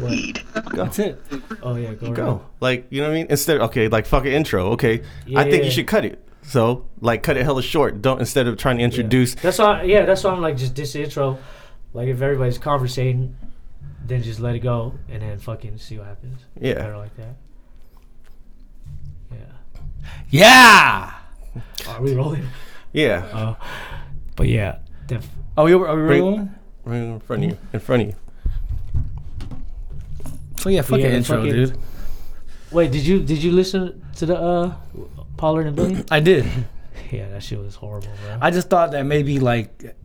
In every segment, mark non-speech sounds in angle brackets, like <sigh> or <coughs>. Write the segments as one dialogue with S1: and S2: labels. S1: need.
S2: Go.
S3: That's it. Oh yeah, go.
S2: Go.
S3: around.
S2: Like, you know what I mean? Instead okay, like fuck an intro. Okay. I think
S3: Yeah.
S2: you should cut it. So, like cut it hella short. Don't instead of trying to introduce
S3: That's why. Yeah, that's why I'm like just this intro. Like if everybody's conversating, then just let it go and then fucking see what happens.
S2: Yeah.
S3: Better like that. Yeah. <laughs>
S4: Yeah.
S3: Are we rolling?
S2: Yeah.
S3: But yeah. Def-
S4: Are we are we
S2: Bring-
S4: rolling?
S2: right in front of you. In front of you.
S4: So yeah, fuck
S3: Yeah,
S4: an intro,
S3: fuck it.
S4: dude.
S3: Wait, did you did you listen to the uh Pollard and
S4: <coughs>
S3: Billy?
S4: I did.
S3: yeah, that shit was horrible, bro.
S4: I just thought that maybe like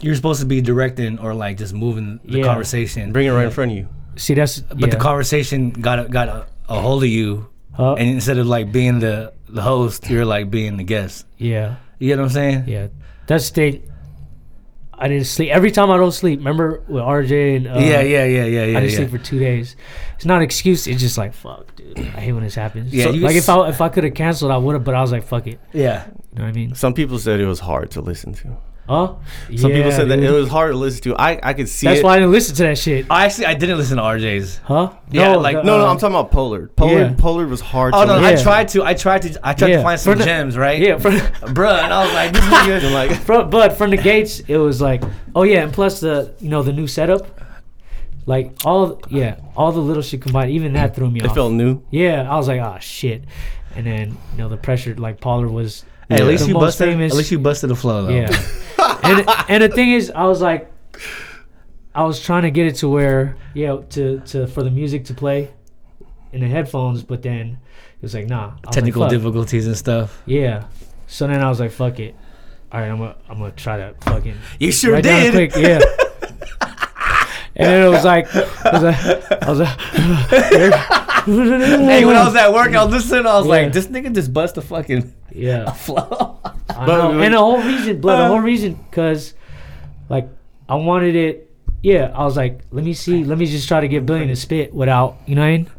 S4: you're supposed to be directing or like just moving the
S3: Yeah.
S4: conversation.
S2: Bring it right in front of you.
S3: See, that's
S4: but the conversation got a, got a, a hold of you,
S3: Huh?
S4: and instead of like being the the host, you're like being the guest.
S3: yeah,
S4: You know what I'm saying?
S3: yeah. That's the thing. I didn't sleep. Every time I don't sleep, remember with RJ and uh,
S4: yeah, yeah, yeah, yeah, yeah.
S3: I didn't
S4: yeah.
S3: sleep for two days. It's not an excuse. It's just like fuck, dude. I hate when this happens.
S4: Yeah,
S3: So,
S4: you
S3: like
S4: s-
S3: if I if I could have canceled, I would have. But I was like, fuck it.
S4: yeah.
S3: You know what I mean?
S2: Some people said it was hard to listen to.
S3: Huh?
S2: Some
S3: Yeah,
S2: people said that
S3: dude.
S2: it was hard to listen to. I I could see
S3: That's
S2: it.
S3: why I didn't listen to that shit.
S4: I actually I didn't listen to RJ's.
S3: Huh?
S4: Yeah, like-
S3: the,
S2: no, no,
S3: uh,
S2: I'm talking about Pollard. Pollard,
S3: Yeah.
S2: Pollard was hard.
S4: Oh
S2: to
S4: no,
S2: listen
S4: I
S3: Yeah.
S4: tried to I tried to I tried to
S3: Yeah.
S4: find some
S3: For the-
S4: gems, right?
S3: Yeah, from,
S4: Bruh, and I was like, this nigga
S2: to. Like,
S3: from but from the gates, it was like, oh yeah, and plus the you know the new setup, like all yeah, all the little shit combined, even that threw me
S2: it
S3: off.
S2: felt new.
S3: yeah, I was like, ah shit, and then you know the pressure, like Pollard was.
S4: Hey,
S2: Yeah.
S4: at least
S3: the
S4: you
S3: most
S4: busted.
S3: famous-
S4: At least you busted the flow though.
S3: Yeah. and and the thing is, I was like, I was trying to get it to where yeah, to to for the music to play in the headphones, but then it was like, nah, I was like,
S4: Technical
S3: fuck.
S4: difficulties and stuff.
S3: Yeah. So then I was like, fuck it. All right, I'm gonna I'm gonna try to fucking
S4: You sure
S3: write down quick, yeah. And then it was like, I was like, I was like <laughs>
S4: <laughs> hey, when I was at work, I was listening. I was
S3: Yeah.
S4: like, this nigga just bust the fucking <laughs>
S3: yeah.
S4: flow.
S3: I
S2: But
S3: know.
S2: we-
S3: and the whole reason, but the
S2: <laughs>
S3: whole reason, because like I wanted it. Yeah, I was like, let me see, let me just try to get Billy to spit without, you know what I mean?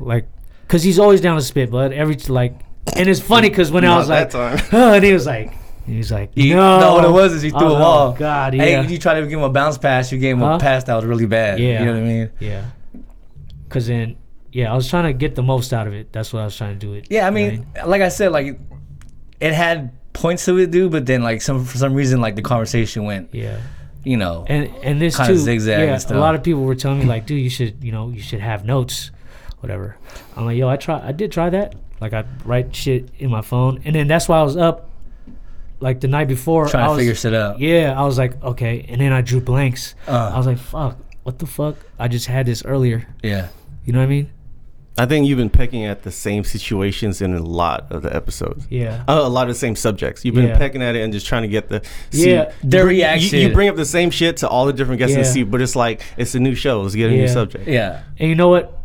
S3: Like, cause he's always down to spit, but every like, and it's funny because when I
S2: Not
S3: was like,
S2: that
S3: <laughs>
S2: time.
S3: and he was like, he was like,
S4: You
S3: no,
S4: know what it was is you
S3: I
S4: threw a
S3: like,
S4: wall.
S3: Oh, God, yeah,
S4: Hey, you tried to give him a bounce pass. You gave him
S3: Huh?
S4: a pass that was really bad.
S3: Yeah.
S4: You know what I mean?
S3: yeah. Cause then, yeah, I was trying to get the most out of it. That's what I was trying to do. It.
S4: Yeah, I
S3: you know what
S4: mean, like I said, like it had points to it, dude. But then, like some for some reason, like the conversation went,
S3: yeah.
S4: you know.
S3: and and this
S4: Kinda
S3: too,
S4: zigzag and
S3: yeah,
S4: stuff.
S3: a lot of people were telling me like, dude, you should, you know, you should have notes, whatever. I'm like, yo, I try, I did try that. Like, I write shit in my phone, and then that's why I was up, like the night before,
S4: Trying
S3: I
S4: to
S3: was,
S4: figure shit out.
S3: Yeah, I was like, okay, and then I drew blanks.
S4: Uh.
S3: I was like, fuck, what the fuck? I just had this earlier.
S4: yeah.
S3: You know what I mean?
S2: I think you've been pecking at the same situations in a lot of the episodes.
S3: Yeah.
S2: Uh, a lot of the same subjects. You've been
S3: Yeah.
S2: pecking at it and just trying to get the
S3: Yeah,
S4: their
S2: you bring- you-
S4: reaction.
S2: You, bring up the same shit to all the different guests and
S3: Yeah.
S2: see, but it's like it's a new show. Let's get a new
S3: Yeah.
S2: subject.
S4: Yeah.
S3: And you know what?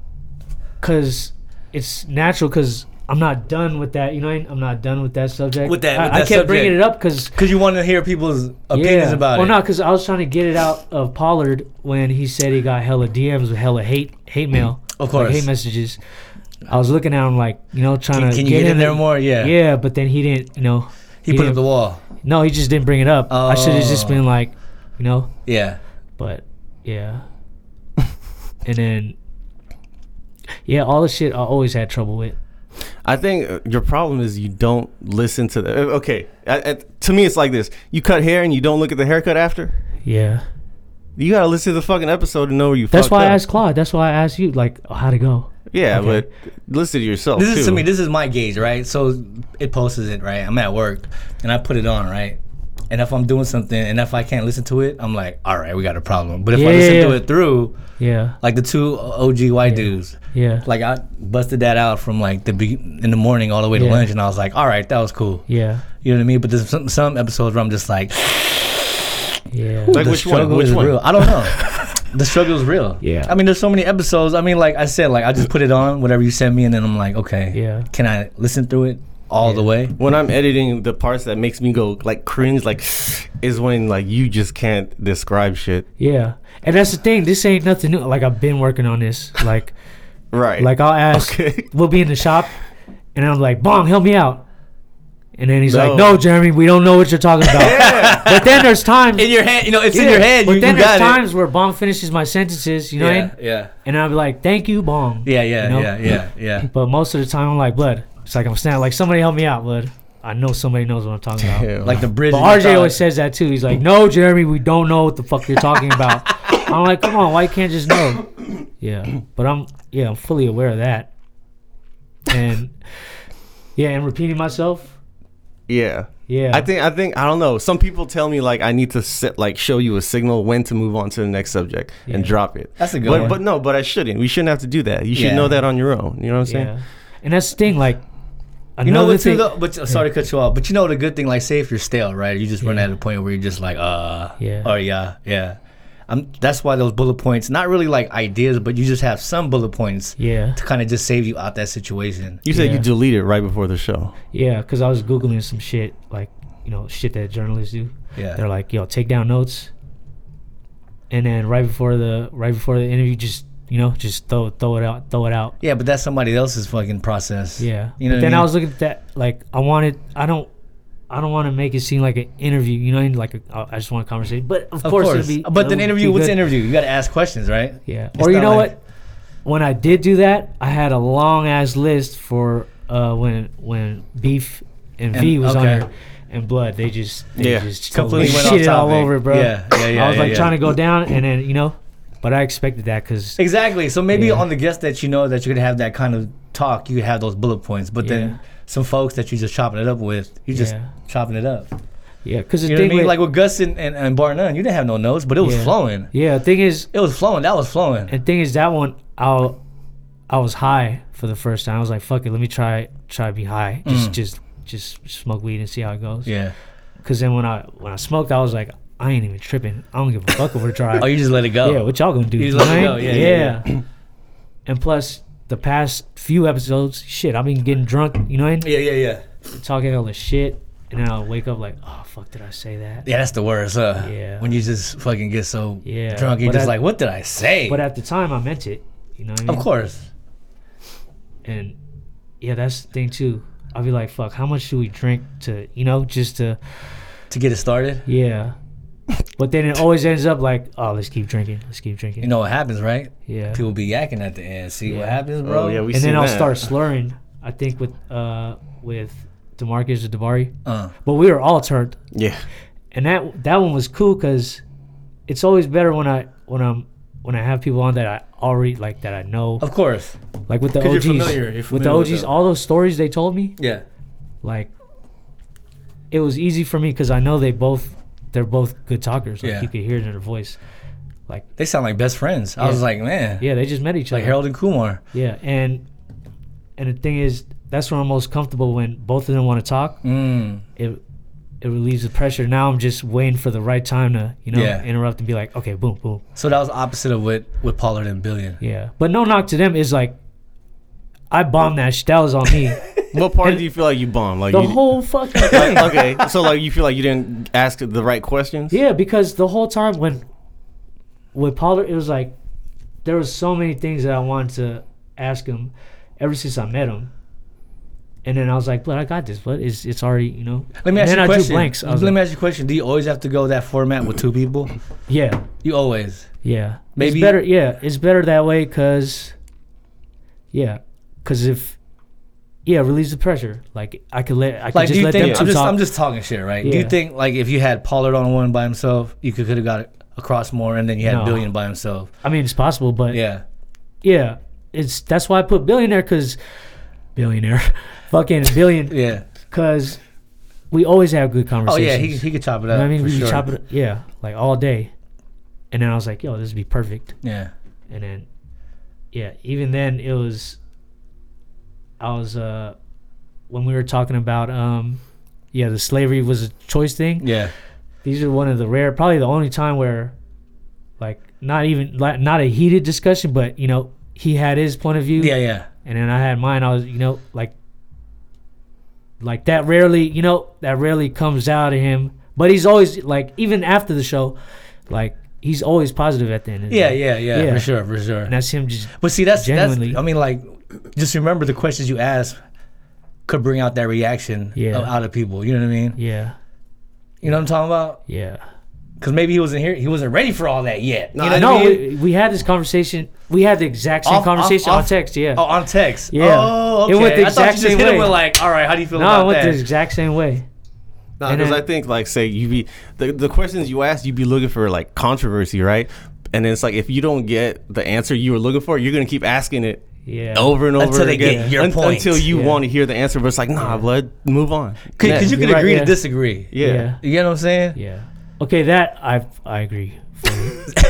S3: Cause it's natural. Cause I'm not done with that. You know, what I mean? I'm not done with that subject.
S4: With that-
S3: I,
S4: with
S3: I
S4: that
S3: kept bringing
S4: subject.
S3: it up because
S4: Cause you want to hear people's opinions about
S3: well,
S4: it.
S3: no, because I was trying to get it out of Pollard when he said he got hella DMs with hella hate hate mail,
S4: Mm. Of
S3: like,
S4: course.
S3: hate messages. I was looking at him like, you know, trying
S4: Can,
S3: to
S4: can you get in
S3: him-
S4: there more? Yeah.
S3: Yeah, but then he didn't. You know,
S4: He put up
S3: didn't-
S4: the wall.
S3: No, he just didn't bring it up. I should have just
S4: Oh.
S3: been like, you know,
S4: Yeah.
S3: but
S4: <laughs>
S3: yeah. and then, yeah, all the shit I always had trouble with.
S2: I think uh, your problem is you don't listen to the. uh, Okay, I, I, to me it's like this: you cut hair and you don't look at the haircut after.
S3: Yeah,
S2: You gotta listen to the fucking episode to know where you.
S3: that's
S2: fucked
S3: why I
S2: up.
S3: asked Claude. That's why I asked you like how to go.
S2: Yeah,
S3: Okay.
S2: but listen to yourself.
S4: This is to
S2: too.
S4: me. This is my gauge, right? So it posts it, right? I'm at work, and I put it on, right? And if I'm doing something, and if I can't listen to it, I'm like, all right, we got a problem. But if I listen to
S3: Yeah.
S4: it through,
S3: Yeah,
S4: like the two OG white dudes,
S3: yeah,
S4: like I busted that out from like the be- in the morning all the way to
S3: Yeah.
S4: lunch, and I was like, all right, that was cool.
S3: yeah,
S4: You know what I mean? But there's some, some episodes where I'm just like,
S3: yeah.
S2: Like
S4: the
S2: which one?
S4: struggle
S2: Which
S4: is
S2: one?
S4: real. I don't <laughs> know. the struggle is real.
S3: Yeah.
S4: I mean, there's so many episodes. I mean, like I said, like I just put it on whatever you send me, and then I'm like, okay,
S3: Yeah.
S4: Can I listen through it all the way?
S2: when I'm editing the parts that makes me go like cringe, like is when like you just can't describe shit.
S3: Yeah, and that's the thing. This ain't nothing new. Like I've been working on this. Like,
S2: Right.
S3: like I'll ask.
S2: Okay.
S4: <laughs>
S3: We'll be in the shop, and I'm like, "Bong, help me out," And then he's
S2: No.
S3: like, "No, Jeremy, we don't know what you're talking
S4: <laughs>
S3: about." But then there's times
S4: in your head, you know, it's in
S3: Yeah,
S4: your head.
S3: But
S4: you,
S3: then
S4: you
S3: there's
S4: got it.
S3: times where Bong finishes my sentences, you know, what I mean?
S4: yeah, yeah,
S3: and I'll be like, "Thank you, Bong."
S4: yeah, yeah,
S3: You know?
S4: yeah, yeah, <laughs> yeah.
S3: But most of the time, I'm like, "Blood." It's like I'm standing, like somebody help me out, blood. I know somebody knows what I'm talking about.
S2: Damn.
S4: Like the bridge.
S3: But
S4: in your
S3: RJ
S4: thought.
S3: always says that too. He's like, "No, Jeremy, we don't know what the fuck you're
S4: <laughs>
S3: talking about." I'm like, "Come on, why you can't just know?"
S4: <clears throat>
S3: Yeah, but I'm yeah, I'm fully aware of that. And yeah, and repeating myself.
S2: yeah.
S3: Yeah,
S2: I think I think I don't know. Some people tell me like I need to sit, like show you a signal when to move on to the next subject and
S3: Yeah.
S2: drop it.
S4: That's a good
S2: but,
S4: one.
S2: But no, but I shouldn't. We shouldn't have to do that. You should
S4: Yeah.
S2: know that on your own. You know what I'm saying?
S3: yeah, and that's the thing. Like another
S4: You know what too
S3: thing.
S4: though? But uh, sorry to cut you off. But you know the good thing, like say if you're stale, right? You just run
S3: Yeah.
S4: at a point where you're just like, uh,
S3: Yeah.
S4: or yeah, yeah. Um, that's why those bullet points, not really like ideas, but you just have some bullet points
S3: yeah,
S4: to kind of just save you out that situation.
S2: You said you
S3: Yeah.
S2: delete it right before the show.
S3: yeah, because I was googling some shit, like you know, shit that journalists do.
S4: Yeah.
S3: They're like, "Yo, take down notes," and then right before the right before the interview, just you know, just throw throw it out, throw it out.
S4: yeah, but that's somebody else's fucking process.
S3: Yeah.
S4: You
S3: but
S4: know. what
S3: then I
S4: mean?
S3: was looking at that like I wanted I don't I don't want to make it seem like an interview, you know, like a, I I just want a conversation. But of,
S4: of
S3: course,
S4: course. Uh,
S3: it'd be
S4: but then
S3: it'll
S4: interview,
S3: be
S4: what's
S3: good.
S4: interview? You got to ask questions, right?
S3: Yeah.
S4: It's
S3: or you
S4: not
S3: know
S4: like-
S3: what? When I did do that, I had a long ass list for uh, when when beef and, V
S4: And-
S3: was
S4: okay.
S3: on there and blood. They just they
S2: Yeah.
S3: just
S4: Completely
S3: completely
S4: went off
S3: shit all
S4: topic.
S3: over, it, bro.
S4: Yeah, yeah, yeah,
S3: I was
S4: yeah,
S3: like
S4: yeah.
S3: trying to go down and then you know, but I expected that because
S4: Exactly. So maybe
S3: Yeah.
S4: on the guests that you know that you're gonna have that kind of talk, you could have those bullet points. But
S3: Yeah.
S4: then some folks that you're just chopping it up with, you're just
S3: Yeah.
S4: chopping it up.
S3: yeah, because the
S4: You know
S3: thing
S4: what I mean?
S3: with-
S4: Like with Gus and, and, and Bar None, you didn't have no notes, but it was
S3: Yeah.
S4: flowing.
S3: yeah, the thing is
S4: It was flowing. That was flowing.
S3: And thing is, that one, I, I was high for the first time. I was like, "Fuck it, let me try try to be high. Just just just smoke weed and see how it goes."
S4: Mm. yeah.
S3: Cause then when I when I smoked, I was like, "I ain't even tripping. I don't give a fuck if we're dry."
S4: <laughs> Oh, you just let it go.
S3: yeah, what y'all gonna do?
S4: You just let it
S3: right?
S4: go, yeah, yeah,
S3: <clears throat> and plus, the past few episodes, shit, I've been getting drunk. You know, what I mean?
S4: yeah, yeah, yeah.
S3: talking all this shit, and then I'll wake up like, "Oh fuck, did I say that?"
S4: Yeah, that's the worst. Uh,
S3: Yeah.
S4: When you just fucking get so
S3: Yeah,
S4: drunk, you're
S3: but
S4: just
S3: at-
S4: like, what did I say?
S3: But at the time, I meant it. You know, what I mean?
S4: of course.
S3: and yeah, that's the thing too. I'll be like, fuck, how much do we drink to, you know, just to,
S4: To get it started, <laughs>
S3: yeah. But then it always ends up like, oh, let's keep drinking, let's keep drinking.
S4: you know what happens, right?
S3: yeah.
S4: People be yakking at the end. See what
S3: Yeah.
S4: happens, bro?
S2: Oh, yeah, we
S3: and
S2: seen
S3: then I'll
S2: that.
S3: start slurring. I think with uh with Demarcus or Debari,
S4: Uh,
S3: but we were all turned, <laughs>
S2: Yeah.
S3: and that that one was cool because it's always better when I when I'm when I have people on that I already like that I know,
S4: of course.
S3: like with the
S4: 'Cause you're
S3: OGs,
S4: familiar, you're
S3: with the
S4: familiar with
S3: OGs,
S4: them.
S3: all those stories they told me,
S4: Yeah.
S3: like it was easy for me because I know they both they're both good talkers. Like
S4: Yeah.
S3: you could hear it in their voice.
S4: They sound like best friends. I
S3: Yeah.
S4: was like, man,
S3: Yeah, they just met each
S4: like
S3: other.
S4: Harold and Kumar.
S3: Yeah, and and the thing is, that's where I'm most comfortable when both of them want to talk.
S4: Mm.
S3: It it relieves the pressure. Now I'm just waiting for the right time to you know
S4: Yeah.
S3: interrupt and be like, okay, boom, boom.
S4: So that was opposite of what with Pollard and Billion.
S3: Yeah, but no knock to them is like, I bombed that. Sh- that was on
S4: <laughs>
S3: me.
S2: What part
S3: And-
S2: do you feel like you bombed? Like
S3: the
S2: you,
S3: whole fucking thing.
S2: okay, so like you feel like you didn't ask the right questions.
S3: Yeah, because the whole time when with Pollard, it was like there was so many things that I wanted to ask him ever since I met him. And then I was like, "But I got this. But it's it's already, you know."
S4: Let
S3: and
S4: me ask
S3: then
S4: you a
S3: I
S4: question.
S3: drew blanks. I
S4: Let
S3: was
S4: me
S3: like,
S4: ask you a question. Do you always have to go that format with two people?
S3: yeah,
S4: You always.
S3: yeah.
S4: Maybe-
S3: it's better. Yeah, it's better that way because, yeah, because if yeah, it relieves the pressure. Like I could let I could
S4: Like,
S3: just
S4: do you
S3: let
S4: think
S3: them
S4: I'm
S3: two
S4: just,
S3: talk.
S4: I'm just talking shit, right? Do you
S3: Yeah.
S4: think like if you had Pollard on one by himself, you could could have got across more, and then you had
S3: No.
S4: Billion by himself?
S3: I mean, it's possible, but
S4: Yeah.
S3: yeah, it's that's why I put billionaire because billionaire, <laughs> fucking billion.
S4: Yeah.
S3: because we always have good
S4: Oh
S3: conversations.
S4: yeah, he, he could chop it
S3: You
S4: up.
S3: know what I mean,
S4: for
S3: we
S4: sure.
S3: could chop it, up, yeah, like all day. And then I was like, "Yo, this would be perfect."
S4: Yeah.
S3: And then, yeah, even then it was. I was uh, when we were talking about um, yeah, the slavery was a choice thing.
S4: Yeah.
S3: These are one of the rare, probably the only time where, like, not even like, not a heated discussion, but you know, he had his point of view
S4: Yeah. Yeah.
S3: and then I had mine. I was, you know, like, like that rarely, you know, that rarely comes out of him. But he's always like, even after the show, like he's always positive at the end. Of the
S4: Yeah.
S3: day.
S4: Yeah. Yeah.
S3: Yeah.
S4: For sure. For sure.
S3: And that's him. Just
S4: But see, that's
S3: Genuinely.
S4: that's. I mean, like, just remember the questions you ask could bring out that reaction
S3: Yeah.
S4: of, out of people. You know what I mean?
S3: Yeah.
S4: You know what I'm talking about?
S3: Yeah.
S4: Because maybe he wasn't here. He wasn't ready for all that yet.
S2: No,
S4: you know
S2: I
S4: what
S3: No,
S4: I mean?
S3: we, we had this conversation. We had the exact same
S4: Off- off-
S3: conversation on
S4: off-
S3: text. Yeah.
S4: Oh, on text.
S3: Yeah.
S4: Oh, okay.
S3: It went the
S4: I thought
S3: exact
S4: you
S3: same
S4: just hit him
S3: way.
S4: with like, all right, how do you feel
S3: no, I
S4: about
S3: went
S4: that?
S3: the exact same way.
S2: No,
S3: And
S2: because
S3: then-
S2: I think like say you be the, the questions you ask, you be looking for like controversy, right? And it's like if you don't get the answer you were looking for, you're gonna keep asking it
S3: Yeah.
S2: over and over
S4: Until they
S2: again
S4: get your
S2: un-
S4: point.
S2: until you
S3: Yeah.
S2: want to hear the answer. But it's like, nah, blood, move on.
S4: Because you
S3: You're
S4: could
S3: right,
S4: agree
S3: yeah.
S4: to disagree.
S2: yeah.
S3: Yeah.
S4: You get what I'm saying?
S3: Yeah. Okay, that I I
S4: <laughs>
S3: agree. fully.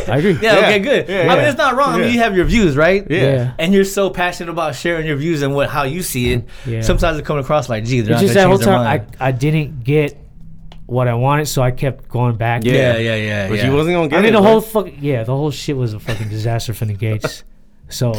S3: I agree.
S2: Yeah.
S4: Yeah, okay, good.
S2: Yeah,
S4: I mean,
S2: yeah.
S4: it's not wrong. I mean,
S2: Yeah.
S4: you have your views, right?
S2: Yeah.
S3: Yeah.
S4: And you're so passionate about sharing your views and what how you see it.
S3: Yeah.
S4: Sometimes it comes across like, gee, they're
S3: It's
S4: not
S3: just
S4: gonna
S3: that whole
S4: change their
S3: time
S4: mind.
S3: I, I didn't get what I wanted, so I kept going back.
S2: Yeah.
S4: yeah, yeah, yeah.
S2: But
S4: yeah.
S2: you wasn't gonna get
S3: I
S2: it,
S3: mean the
S2: bro.
S3: whole fuck yeah, the whole shit was a fucking disaster for the
S4: <laughs>
S3: Gates. so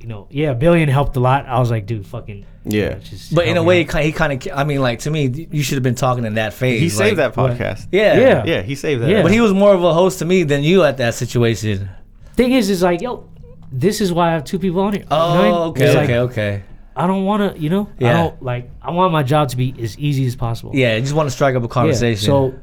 S3: you know, yeah, Billion helped a lot. I was like, dude, fucking
S2: yeah.
S3: just
S4: But in
S3: help
S4: a
S3: me
S4: way,
S3: out.
S4: it kinda- he kind of. I mean, like to me, you should have been talking in that phase.
S2: He saved
S4: like-
S2: that podcast.
S4: Yeah.
S3: Yeah.
S2: Yeah, he saved that.
S3: Yeah.
S4: But he was more of a host to me than you at that situation.
S3: thing is is like, yo, this is why I have two people on here.
S4: Oh, okay,
S3: It's
S4: okay,
S3: like,
S4: okay.
S3: I don't wanna you know, I
S4: Yeah.
S3: don't like I want my job to be as easy as possible.
S4: Yeah, you just want to strike up a
S3: Yeah,
S4: conversation.
S3: So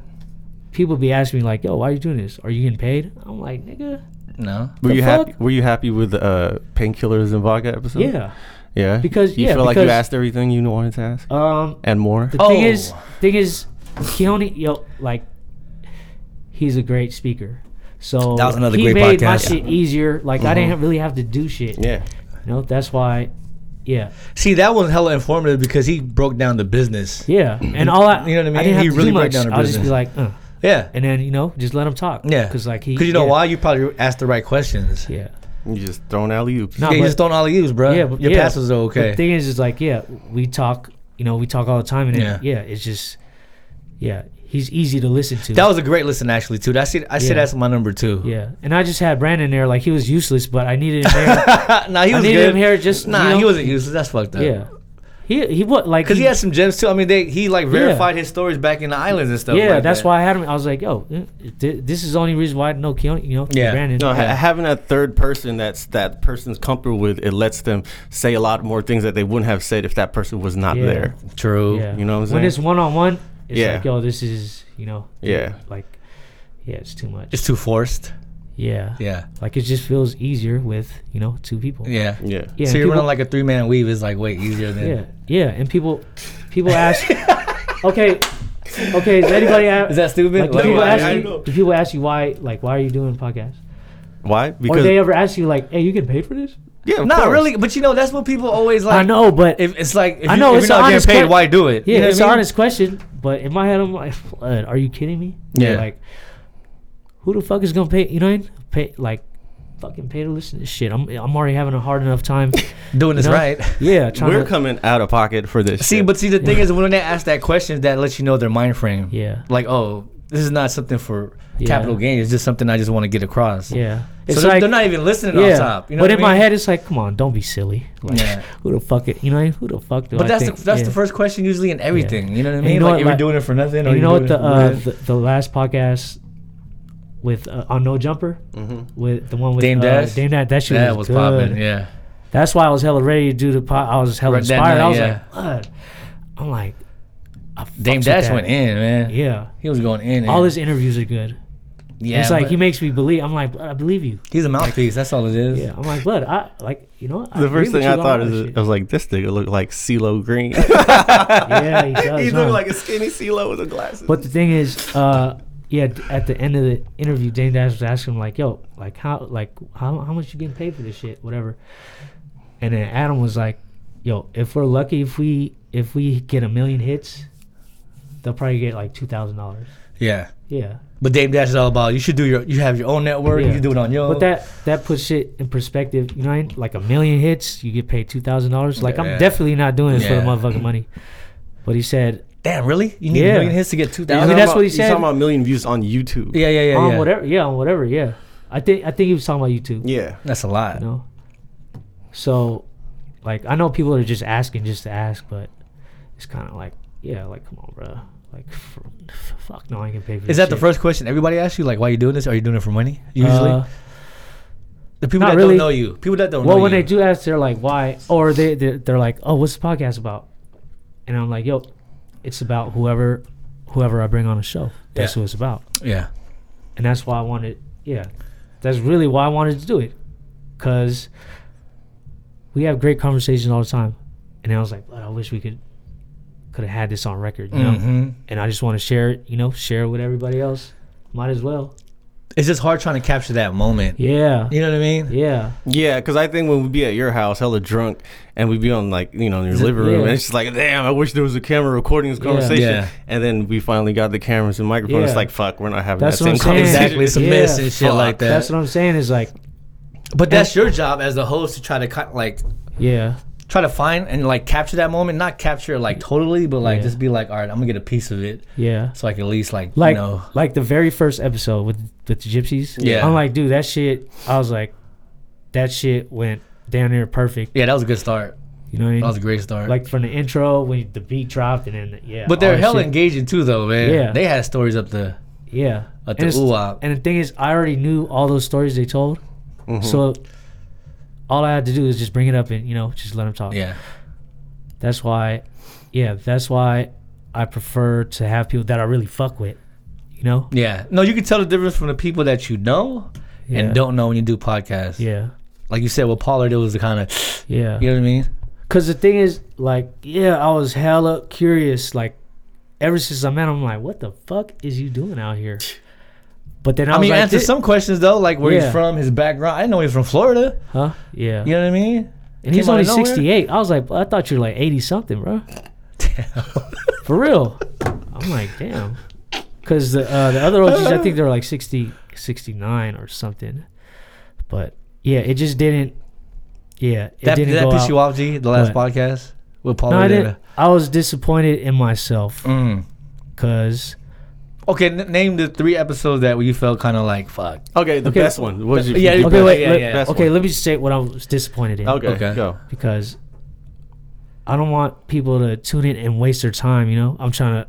S3: people be asking me like, "Yo, why are you doing this? Are you getting paid?" I'm like, "Nigga,
S4: no.
S2: Were
S3: The
S2: you happy?
S3: fuck?
S2: Were you happy with the uh, painkillers and vodka episode?
S3: yeah."
S2: yeah.
S3: Because-
S2: you
S3: yeah,
S2: feel like you
S3: because-
S2: asked everything you wanted to ask
S3: Um,
S2: and more.
S3: the thing
S4: Oh.
S3: is, thing is, Keone, yo, like, he's a great speaker. So
S4: That was another
S3: he
S4: great
S3: made my
S4: podcast. Mm-hmm.
S3: shit easier. Like I didn't really have to do shit.
S2: yeah.
S3: You know, that's why. Yeah,
S4: See, that was hella informative because he broke down the business.
S3: yeah, and all I
S4: You know what I mean?
S3: I didn't have
S4: He
S3: to
S4: really
S3: do
S4: broke
S3: much.
S4: down the
S3: I'll just be
S4: business.
S3: like, uh,
S4: Yeah.
S3: and then you know, just let him talk.
S4: Yeah.
S3: because like he,
S4: Because you know
S3: yeah,
S4: why? You probably asked the right questions. Yeah,
S3: Yeah,
S2: You just throwing alley oops.
S3: No,
S4: you
S3: but-
S4: just don't all use, bro.
S3: Yeah,
S4: Yeah,
S3: but-
S4: Your
S3: yeah.
S4: passes are
S3: The
S4: okay.
S3: thing is, is like, yeah, we talk. You know, we talk all the time, and yeah,
S4: Yeah.
S3: yeah it's just, yeah, he's easy to listen to.
S4: That was a great listen, actually, too. That's it. I
S3: Yeah.
S4: said that's my number two.
S3: yeah, and I just had Brandon there, like he was useless, but I needed him there.
S4: <laughs> nah, he
S3: I
S4: was
S3: needed
S4: good.
S3: him here just
S4: Nah,
S3: you know,
S4: he wasn't useless. That's fucked up.
S3: Yeah, he he what like
S4: Because he had some gems too. I mean, they he like verified his stories back in the islands and stuff.
S3: yeah,
S4: like
S3: that's
S4: that.
S3: why I had him. I was like, yo, th- this is the only reason why I know Keon, you know,
S4: Yeah.
S3: Brandon.
S2: No, ha-
S4: Yeah.
S2: having that third person that's that person's comfortable with it lets them say a lot more things that they wouldn't have said if that person was not
S3: Yeah.
S2: there.
S4: True.
S3: yeah.
S2: you know what I'm
S3: When
S2: saying?
S3: it's one on one, it's
S2: Yeah.
S3: like, yo, this is you know,
S2: Yeah.
S3: like, yeah, it's too much.
S4: It's too forced.
S3: yeah,
S4: Yeah.
S3: like it just feels easier with you know two people.
S4: Yeah.
S2: Yeah.
S3: Yeah,
S4: so
S3: and
S4: you're
S3: people-
S4: running like a three man weave is like way easier than.
S3: Yeah, yeah, and people, people ask. okay, okay. Is anybody a-
S4: Is that stupid?
S3: like, do
S4: Like,
S3: people
S2: why-
S3: ask
S2: I
S3: you?
S2: know.
S3: Do people ask you why? Like, why are you doing podcasts?
S2: Why?
S3: Or
S2: Because
S3: they ever ask you like, "Hey, you get paid for this?"
S2: yeah, of
S4: Not
S2: course.
S4: really, but you know that's what people always like.
S3: I know, but
S4: If it's like, if
S3: I
S4: you-
S3: know,
S4: if
S3: it's
S4: you're
S3: an
S4: not
S3: honest
S4: getting paid,
S3: que-
S4: why do it?
S3: yeah,
S4: You know
S3: it's
S4: what I
S3: an
S4: mean?
S3: honest question. But in my head, I'm like, "Flood, "Are you kidding me?"
S4: Yeah.
S3: Like, who the fuck is gonna pay? You know what I mean? Pay like, fucking pay to listen to this shit. I'm I'm already having a hard enough
S4: <laughs>
S3: time.
S4: Doing this
S3: you know?
S4: right.
S3: <laughs> yeah,
S4: <laughs>
S3: trying
S2: We're
S3: to.
S2: coming out of pocket for this.
S4: See,
S2: shit.
S4: but see, the thing is, when they ask that question, that lets you know their mind frame.
S3: yeah.
S4: Like, oh, this is not something for
S3: Yeah.
S4: capital gain. It's just something I just want to get across.
S3: Yeah.
S4: So they're, they're not even listening on top. You know
S3: but
S4: what
S3: in
S4: I
S3: my
S4: mean?
S3: head, it's like, come on, don't be silly. Like,
S4: Yeah.
S3: <laughs> who the fuck? It, you know, who the fuck do I
S4: But that's
S3: think?
S4: the, that's
S3: yeah.
S4: the first question usually in everything. You know what I
S3: And
S4: mean?
S3: you know
S4: like
S3: what,
S4: if you're
S3: like-
S4: doing it for nothing,
S3: And
S4: or
S3: you
S4: you're
S3: know what
S4: doing
S3: the,
S4: it
S3: uh,
S4: for
S3: the the last podcast with uh, on No Jumper with the one with
S4: Mm-hmm. Dame
S3: uh,
S4: Dash?
S3: Dame Dash, that shit
S4: that
S3: was,
S4: was
S3: good.
S4: popping. Yeah,
S3: That's why I was hella ready to do the pod. I was hella
S4: Right, that
S3: inspired.
S4: night,
S3: I was
S4: yeah.
S3: like, "Blood." I'm like, I fucks
S4: Dame
S3: with
S4: Dash
S3: that.
S4: went in, man.
S3: Yeah,
S4: He was going in.
S3: all
S4: and-
S3: his interviews are good.
S4: yeah,
S3: it's like
S4: but
S3: he makes me believe. I'm like, "Blood, I believe you.
S4: he's a mouthpiece. That's all it is.
S3: Yeah, I'm like, blood. I like, you know. I
S2: the
S3: agree
S2: first thing
S3: with you
S2: I
S3: on
S2: thought
S3: all
S2: is
S3: this
S2: I
S3: shit."
S2: was like, this nigga look like CeeLo Green. <laughs>
S3: yeah, he does.
S2: he
S3: huh?
S2: looked like a skinny CeeLo with a glasses.
S3: But the thing is, uh, yeah, d- at the end of the interview, Dame Dash was asking him like, "Yo, like how, like how, how much you getting paid for this shit, whatever." And then Adam was like, "Yo, if we're lucky, if we if we get a million hits, they'll probably get like two thousand dollars."
S4: yeah.
S3: Yeah,
S4: But Dame Dash is all about you should do your you have your own network. You
S3: Yeah.
S4: can do it on your. own.
S3: but that that puts shit in perspective. You know, what I mean? like a million hits, you get paid two thousand dollars. Like I'm
S4: Yeah.
S3: definitely not doing this for the
S4: Yeah.
S3: motherfucking money. But he said,
S4: damn really you need
S3: Yeah.
S4: a million hits to get two
S2: You're
S3: I mean,
S4: thousand.
S2: talking
S3: that's
S2: about-
S3: what he
S2: You're
S3: said.
S2: talking about a million views on YouTube.
S4: yeah, yeah, yeah,
S3: on
S4: yeah.
S3: "Um, whatever, yeah, on whatever, yeah. I think I think he was talking about YouTube.
S2: Yeah.
S4: That's a lot.
S3: you know so like i know people are just asking just to ask but it's kind of like yeah like come on bro like f- f- fuck no i can pay for
S4: Is
S3: this
S4: that the
S3: shit.
S4: first question everybody asks you? Like, why are you doing this? Are you doing it for money? Usually,
S3: Uh,
S4: the people
S3: not
S4: that
S3: really.
S4: don't know you, people that don't
S3: well
S4: know
S3: when
S4: you.
S3: they do ask they're like why or they they're, they're like oh what's the podcast about and I'm like, yo, it's about whoever whoever I bring on the show. That's
S4: Yeah.
S3: what it's about,
S4: Yeah.
S3: and that's why I wanted. Yeah, that's really why I wanted to do it, because we have great conversations all the time, and I was like, "But I wish we could could have had this on record, you know.
S4: hmm
S3: And I just want to share it, you know, share it with everybody else. Might as well.
S4: It's just hard trying to capture that moment.
S3: Yeah,
S4: You know what I mean?
S3: yeah.
S2: Yeah, because I think when we'd be at your house, hella drunk, and we'd be on like you know in your living room,
S3: yeah.
S2: and it's just like, damn, I wish there was a camera recording this conversation.
S4: Yeah.
S2: And then we finally got the cameras and microphones. It's
S3: Yeah.
S2: like, fuck, we're not having
S3: That's
S2: that
S3: what
S2: same
S3: I'm saying.
S2: conversation.
S4: Exactly. It's a
S3: Yeah.
S4: miss and shit like that.
S3: That's what I'm saying. Is like,
S4: but that's your job as the host to try to cut like
S3: yeah,
S4: try to find and like capture that moment. Not capture it like totally, but like
S3: Yeah.
S4: just be like, all right, I'm gonna get a piece of it,
S3: yeah.
S4: so I can at least like,
S3: like
S4: you know,
S3: like the very first episode with with the gypsies.
S4: Yeah.
S3: I'm like, dude, that shit. I was like, that shit went down there perfect.
S4: yeah, that was a good start.
S3: You know what I mean?
S4: That was a great start.
S3: like from the intro when the beat dropped and then yeah.
S4: but they're
S3: all that Oh,
S4: hella
S3: shit.
S4: engaging too, though, man.
S3: Yeah.
S4: they had stories up the
S3: yeah.
S4: at the
S3: and, it's-
S4: ooh
S3: and the thing is, I already knew all those stories they told,
S4: Mm-hmm.
S3: so all I had to do is just bring it up and you know just let them talk.
S4: Yeah,
S3: That's why, yeah. That's why I prefer to have people that I really fuck with. You know.
S4: yeah. No, you can tell the difference from the people that you know
S3: Yeah.
S4: and don't know when you do podcasts.
S3: Yeah.
S4: Like you said with Pollard, it was the kind of,
S3: Yeah.
S4: you know what I mean?
S3: Cause the thing is, like, yeah, I was hella curious. Like, ever since I met him, I'm like, what the fuck is you doing out
S4: <laughs>
S3: here? But then I,
S4: I,
S3: was
S4: mean,
S3: like,
S4: answer
S3: "Thi-
S4: some questions though, like where
S3: Yeah.
S4: he's from, his background. I didn't know he was from Florida.
S3: huh? Yeah.
S4: You know what I mean?
S3: and he's
S4: came out
S3: only
S4: of nowhere?
S3: 68. I was like, I thought you were like 80 something, bro.
S4: <laughs>
S3: For real. I'm like, damn. Cause the uh, the other OGs, I think they were like 60, 69 or something. But yeah, it just didn't. Yeah, it
S4: That, did
S3: didn't go
S4: that piss
S3: out.
S4: you off, G? The last
S3: What?
S4: podcast with
S3: No, I
S4: Pollard.
S3: didn't. I was disappointed in myself
S4: Mm.
S3: because.
S4: Okay, n- name the three episodes that you felt kind of like fuck.
S2: <laughs> Okay, the
S3: Okay.
S2: best one. What was your
S4: Yeah,
S2: your
S3: Okay,
S4: Yeah,
S2: best-
S3: wait.
S4: yeah,
S3: let-
S4: yeah. Best
S3: Okay,
S2: one.
S3: let me just say what I was disappointed in.
S2: Okay,
S4: Okay.
S2: go.
S3: Because I don't want people to tune in and waste their time. You know, I'm trying to,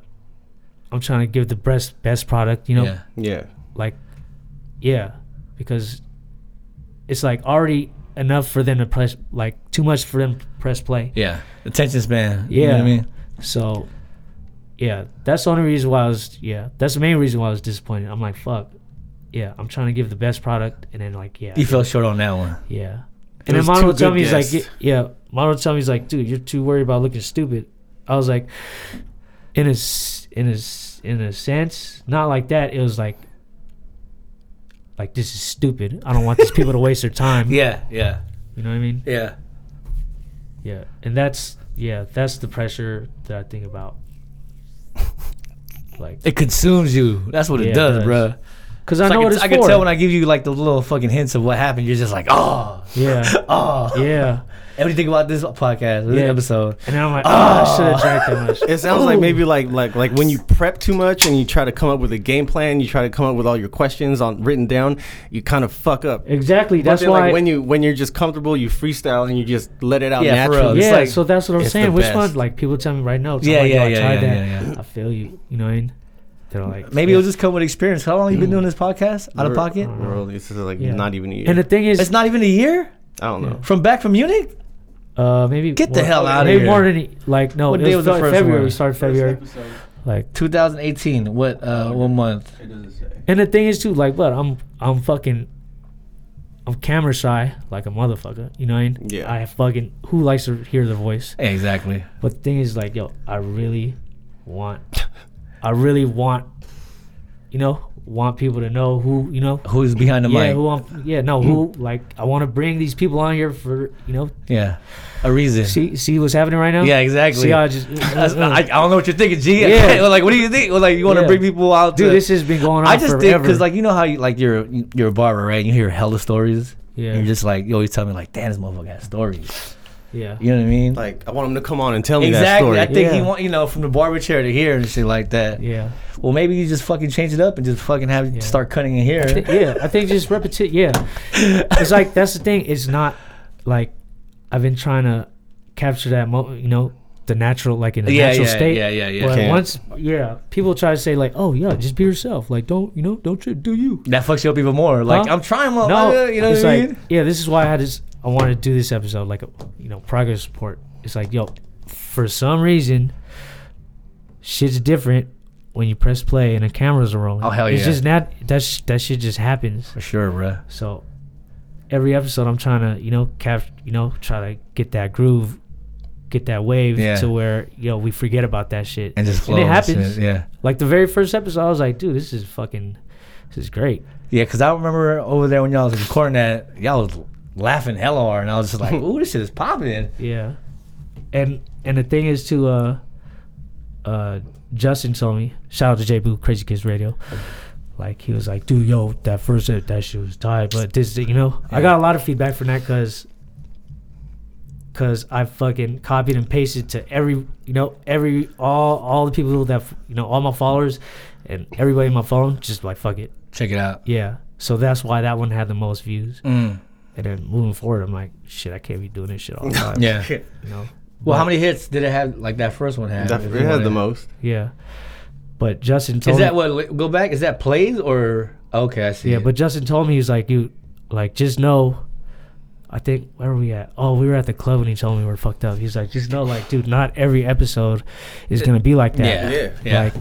S3: I'm trying to give the best best product. You know,
S4: Yeah.
S2: Yeah,
S3: like, yeah, because it's like already enough for them to press like too much for them to press play.
S4: Yeah. Attention span. You know what I
S3: Yeah.
S4: mean?
S3: So, yeah, that's the only reason why I was. Yeah, that's the main reason why I was disappointed. I'm like, fuck. Yeah, I'm trying to give the best product, and then like, yeah,
S4: You fell short on that one.
S3: Yeah. And then
S2: There was
S3: Mono
S2: two
S3: told
S2: good
S3: me he's like,
S2: guests.
S3: yeah. Mono told me he's like, dude, you're too worried about looking stupid. I was like, in a s- in a s- in a sense, not like that. It was like, like this is stupid. I don't want these people to waste their time.
S4: Yeah, yeah,
S3: You know what I mean?
S4: yeah.
S3: Yeah. And that's yeah, that's the pressure that I think about. Like,
S4: It consumes you. That's what
S3: Yeah,
S4: it
S3: it
S4: does,
S3: does.
S4: bro.
S3: cause I know
S4: I,
S3: what
S4: can,
S3: it's
S4: I
S3: for.
S4: can tell when I give you like the little fucking hints of what happened. You're just like, oh,
S3: yeah,
S4: oh.
S3: yeah.
S4: And what do you think about this podcast, this
S3: Yeah.
S4: episode?
S3: And then I'm like, oh, I should have drank that much.
S2: it sounds like maybe like like like when you prep too much and you try to come up with a game plan, you try to come up with all your questions on written down, you kind of fuck up.
S3: Exactly.
S2: But
S3: That's
S2: then,
S3: why.
S2: like when you when you're just comfortable, you freestyle and you just let it out
S4: Yeah, for real.
S2: naturally.
S4: It's
S3: yeah,
S4: like-
S3: so that's what I'm
S4: it's the
S3: saying. Which
S4: best.
S3: one? Like people tell me right now. it's
S4: Yeah,
S3: like, yo,
S4: yeah,
S3: I
S4: yeah,
S3: tried
S4: yeah,
S3: that.
S4: yeah,
S3: I feel you. You know what I mean? They're like
S4: Maybe
S3: yeah. Mm.
S4: it'll just come with experience. How long you been doing this podcast? Out of
S2: We're-
S4: pocket?
S2: we're only- This is like
S3: Yeah.
S2: not even a year.
S3: And the thing
S4: It's
S3: is,
S4: not even a year
S2: I don't know.
S4: from back from Munich.
S3: uh, maybe
S4: Get the
S3: well,
S4: hell outta
S3: maybe
S4: here.
S3: more than any- like no.
S4: What
S3: it
S4: day
S3: was,
S4: was the
S3: fe-
S4: first
S3: February.
S4: one?
S3: We started February. Like
S4: 2018. What? Uh, one month.
S3: and the thing is too, like, but I'm I'm fucking. I'm camera shy like a motherfucker. You know what I mean?
S2: Yeah.
S3: I fucking who likes to hear their voice.
S4: Yeah, exactly.
S3: But the thing is, like, yo, I really
S4: <laughs>
S3: want, I really want, you know, want people to know who you know
S4: Who's behind the
S3: Yeah,
S4: mic?
S3: who I'm, yeah, no, who
S4: Mm.
S3: like I want to bring these people on here for you know
S4: yeah, a reason.
S3: see see what's happening right now.
S4: yeah, exactly.
S3: See how I just
S4: <laughs> That's- I, I don't know what you're thinking, G.
S3: uh, Yeah.
S4: <laughs> like, what do you think? Well, like, you want to
S3: Yeah.
S4: bring people out?
S3: dude,
S4: to,
S3: this has been going on.
S4: I just think
S3: forever.
S4: because, like, you know how you like you're you're a barber, right? You hear hella stories.
S3: yeah,
S4: And you're just like, you always tell me like, damn, this motherfucker has stories.
S3: yeah,
S4: You know what I mean?
S2: Like I want him to come on and tell me that
S4: exactly.
S2: story.
S4: I think he
S3: Yeah.
S4: want you know from the barber chair to here and shit like that.
S3: yeah,
S4: Well, maybe you just fucking change it up and just fucking have
S3: Yeah.
S4: start cutting in
S3: I thi-
S4: here.
S3: yeah. I think just repetition.
S4: <laughs>
S3: Yeah, it's like that's the thing. It's not like I've been trying to capture that moment. You know, the natural, like in <laughs> the
S4: Yeah,
S3: natural
S4: yeah,
S3: state.
S4: yeah, yeah, yeah.
S3: But
S2: Can't.
S3: once, yeah, people try to say like, oh yeah, just be yourself. Like don't you know, don't you do you.
S4: That fucks you up even more. Like,
S3: Huh?
S4: I'm trying, well,
S3: No,
S4: you know
S3: it's
S4: what Oh, I
S3: like,
S4: mean?
S3: yeah, this is why I had this. I wanted to do this episode, like a, you know, progress report. It's like, yo, for some reason, shit's different when you press play and the cameras are rolling.
S4: Oh, hell
S3: It's
S4: yeah.
S3: just not that sh- that shit just happens.
S4: For sure, bro.
S3: So every episode, I'm trying to you know cap you know try to get that groove, get that wave
S4: Yeah.
S3: to where you know we forget about that shit
S4: And just flow.
S3: it
S4: and shit,
S3: happens.
S4: Yeah.
S3: Like the very first episode, I was like, dude, this is fucking, this is great.
S4: Yeah, because I remember over there when y'all was recording that, y'all was laughing hella hard, and I was
S3: <laughs>
S4: just like, "Ooh, this shit is popping."
S3: Yeah. And and the thing is too uh uh Justin told me, shout out to J Boo, Crazy Kids Radio. Like he was like, dude, yo, that first hit, that shit was tight. But this you know, I got a lot of feedback from that because Cause I fucking copied and pasted to every, you know, every all all the people that f- you know, all my followers, and everybody in my phone, just like fuck it,
S4: Check it out.
S3: yeah. So that's why that one had the most views.
S4: Mm.
S3: And then moving forward, I'm like, shit, I can't be doing this shit all
S4: <laughs>
S3: the time.
S4: Yeah.
S3: You know?
S4: Well, how many hits did it have? Like that first one had.
S2: That,
S4: if
S2: it
S4: you
S2: has
S4: wanna-
S2: the most.
S3: Yeah. But Justin told
S4: Is that
S3: me,
S4: what? Go back. Is that plays or? Okay, I see.
S3: Yeah,
S4: it.
S3: but Justin told me he's like, you like just know I think where were we at? Oh, we were at the club and he told me we are fucked up. He's like, just know like, dude, not every episode is gonna be like
S4: yeah,
S3: that.
S2: Yeah.
S4: yeah,
S3: Like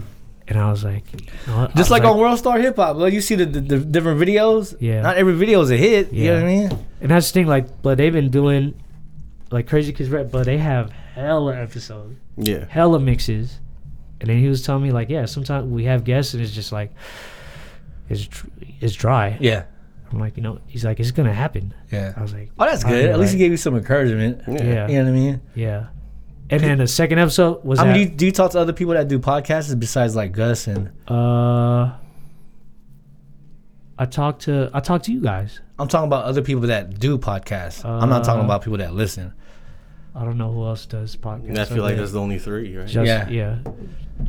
S3: and I was like, you know what? I
S4: Just
S3: was
S4: like, on World Star Hip Hop, like you see the, the, the different videos.
S3: Yeah.
S4: Not every video is a hit. You know
S3: Yeah.
S4: what I mean?
S3: And that's the thing, like, but they've been doing like Crazy Kids Rap, but they have hella episodes.
S2: Yeah.
S3: hella mixes. And then he was telling me like, yeah, sometimes we have guests and it's just like, it's dr- it's dry.
S4: Yeah.
S3: I'm like, you know, he's like, it's gonna happen. I
S4: Yeah.
S3: was like,
S4: Oh, that's
S3: I
S4: good.
S3: know,
S4: At least he
S3: right?
S4: gave you some encouragement.
S2: Yeah.
S3: yeah,
S4: You
S3: yeah.
S4: know what I mean?
S3: And then the second episode was
S4: I mean,
S3: at,
S4: do you, do you talk to other people that do podcasts besides like Gus and?
S3: uh, I talked to I talked to you guys.
S4: I'm talking about other people that do podcasts. I'm not talking
S3: Uh,
S4: about people that listen.
S3: I don't know who else does podcasts.
S2: And I feel like
S3: other
S2: that's the only three, right?
S3: than
S4: Yeah.
S3: Just, yeah,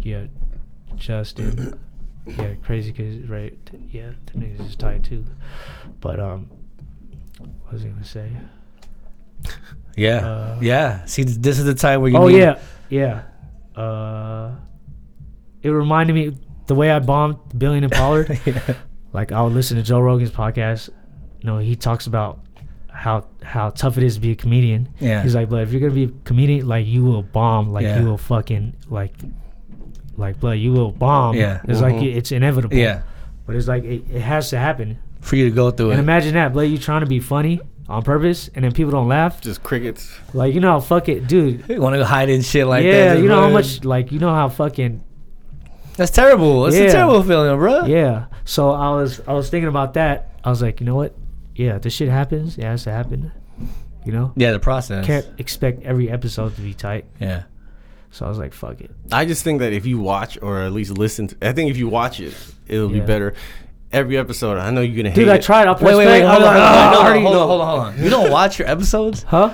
S3: yeah,
S2: <clears throat>
S3: Justin. yeah, crazy kids, right? Yeah, the niggas is tight too. But um, what was I gonna say?
S4: Yeah,
S3: Uh,
S4: yeah. See, th- this is the time where you.
S3: Oh
S4: need-
S3: yeah, yeah. Uh, it reminded me the way I bombed Billion and
S2: <laughs>
S3: Pollard.
S4: yeah.
S3: like I would listen to Joe Rogan's podcast. You know, he talks about how how tough it is to be a comedian.
S4: Yeah.
S3: He's like, but if you're gonna be a comedian, like you will bomb. Like
S4: Yeah.
S3: you will fucking like. Like blood, you will bomb.
S4: Yeah.
S3: it's like it's inevitable.
S4: <laughs> Yeah.
S3: but it's like it, it has to happen.
S4: For you to go through
S3: And
S4: it.
S3: imagine that, blood, you trying to be funny on purpose, and then people don't laugh.
S2: Just crickets.
S3: Like you know, fuck it, dude.
S4: You want to hide in shit like that.
S3: yeah,
S4: just
S3: you know how
S4: run.
S3: much, like, you know how fucking,
S4: That's terrible. That's
S3: Yeah.
S4: a terrible feeling, bro.
S3: yeah. So I was, I was thinking about that. I was like, you know what? Yeah, this shit happens. It has to happen. You know,
S4: Yeah, the process.
S3: can't expect every episode to be tight.
S4: Yeah.
S3: So I was like, fuck it.
S2: I just think that if you watch or at least listen, to, I think if you watch it, it'll be
S3: Yeah. better.
S2: better. Every episode, I know you're gonna hate
S3: Dude, I tried. I'll
S4: Wait, wait, wait. Hold on, hold
S3: "Ah."
S4: on, hold on,
S3: already
S4: hold on,
S3: know.
S4: hold on, hold on. You
S3: <laughs>
S4: don't watch your episodes?
S3: Huh?